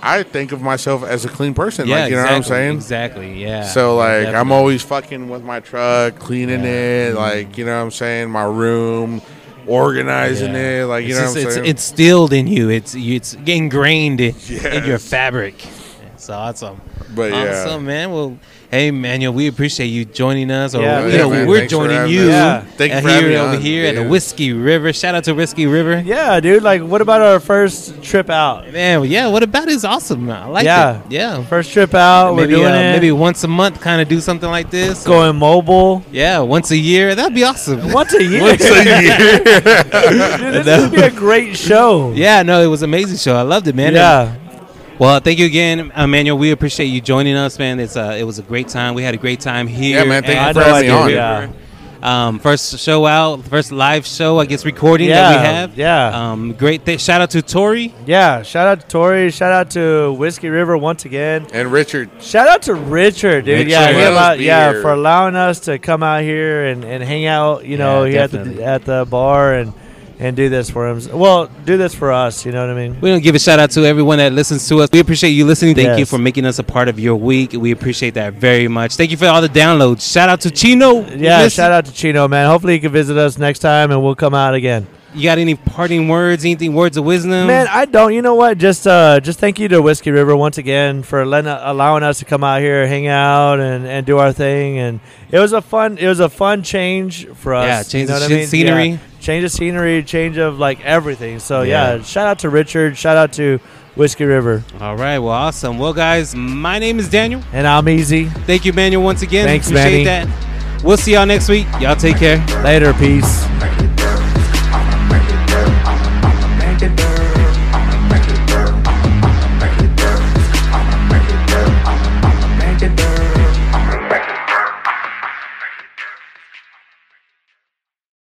Speaker 3: I think of myself as a clean person,
Speaker 1: yeah,
Speaker 3: like you know
Speaker 1: exactly,
Speaker 3: what I'm saying.
Speaker 1: Exactly. Yeah.
Speaker 3: So like I'm
Speaker 1: Definitely.
Speaker 3: always fucking with my truck, cleaning it, like you know what I'm saying, my room, organizing
Speaker 1: Yeah.
Speaker 3: it, like you
Speaker 1: It's
Speaker 3: know
Speaker 1: just-
Speaker 3: what I'm
Speaker 1: it's,
Speaker 3: saying.
Speaker 1: it's instilled in you. It's you- it's ingrained in, in your
Speaker 3: Yes.
Speaker 1: fabric. It's awesome.
Speaker 3: But, yeah.
Speaker 1: awesome, man. Well, hey, Manuel, we appreciate you joining us. Or
Speaker 2: Yeah,
Speaker 1: you know,
Speaker 2: man. Yeah, man.
Speaker 1: we're
Speaker 3: Thanks for
Speaker 1: joining
Speaker 3: having
Speaker 1: you
Speaker 2: us. Yeah.
Speaker 3: Thank you
Speaker 1: uh,
Speaker 3: for
Speaker 1: here
Speaker 3: having me
Speaker 1: over
Speaker 3: on,
Speaker 1: here at the
Speaker 3: dude.
Speaker 1: Whiskey River. Shout out to Whiskey River.
Speaker 2: yeah, dude. Like, what about our first trip out?
Speaker 1: Man, well, yeah. What about is awesome? I like
Speaker 2: Yeah.
Speaker 1: it. Yeah.
Speaker 2: First trip out.
Speaker 1: Maybe
Speaker 2: we're doing
Speaker 1: uh,
Speaker 2: it.
Speaker 1: maybe once a month, kind of do something like this.
Speaker 2: going mobile.
Speaker 1: Yeah, once a year. That'd be awesome.
Speaker 2: Once a year.
Speaker 3: Once a year.
Speaker 2: Dude, this would be a great show.
Speaker 1: Yeah, no, it was an amazing show. I loved it, man.
Speaker 2: Yeah.
Speaker 1: Well, thank you again, Emmanuel. We appreciate you joining us, man. It's uh, it was a great time. We had a great time here.
Speaker 3: Yeah, man, thank you
Speaker 1: at
Speaker 2: for
Speaker 1: Whiskey
Speaker 2: having me on.
Speaker 1: River. Um, first show out, first live show, I guess, recording
Speaker 2: Yeah,
Speaker 1: that we have.
Speaker 2: yeah.
Speaker 1: Um, great. Th- shout out to Tori.
Speaker 2: Yeah. Shout out to Tori. Shout out to Whiskey River once again.
Speaker 3: and Richard,
Speaker 2: Shout out to Richard, dude.
Speaker 1: Richard
Speaker 2: yeah, he
Speaker 3: let us
Speaker 2: allowed-
Speaker 3: be
Speaker 2: yeah,
Speaker 3: here.
Speaker 2: for allowing us to come out here and, and hang out. You know,
Speaker 1: Yeah,
Speaker 2: here at the
Speaker 1: definitely.
Speaker 2: at the bar and and do this for him. Well, do this for us. You know what I mean?
Speaker 1: We don't give a shout out to everyone that listens to us. We appreciate you listening. Thank you
Speaker 2: Yes.
Speaker 1: for making us a part of your week. We appreciate that very much. Thank you for all the downloads. Shout out to Chino.
Speaker 2: Yeah. Shout out to Chino, man. Hopefully, you can visit us next time, and we'll come out again.
Speaker 1: You got any parting words? Anything? Words of wisdom?
Speaker 2: Man, I don't. You know what? Just uh, just thank you to Whiskey River once again for letting allowing us to come out here, hang out, and, and do our thing. And it was a fun it was a fun change for us.
Speaker 1: Yeah, change
Speaker 2: you know
Speaker 1: of
Speaker 2: what I
Speaker 1: sce-
Speaker 2: mean?
Speaker 1: scenery.
Speaker 2: Yeah, change of scenery, change of like everything. So yeah.
Speaker 1: Yeah.
Speaker 2: shout out to Richard. Shout out to Whiskey River,
Speaker 1: All right. Well, awesome. Well, guys, my name is Daniel.
Speaker 2: and I'm easy.
Speaker 1: Thank you, Manuel, once again.
Speaker 2: Thanks,
Speaker 1: Appreciate
Speaker 2: Manny.
Speaker 1: that. We'll see y'all next week. Y'all take care.
Speaker 2: Later, peace.
Speaker 3: Thank you.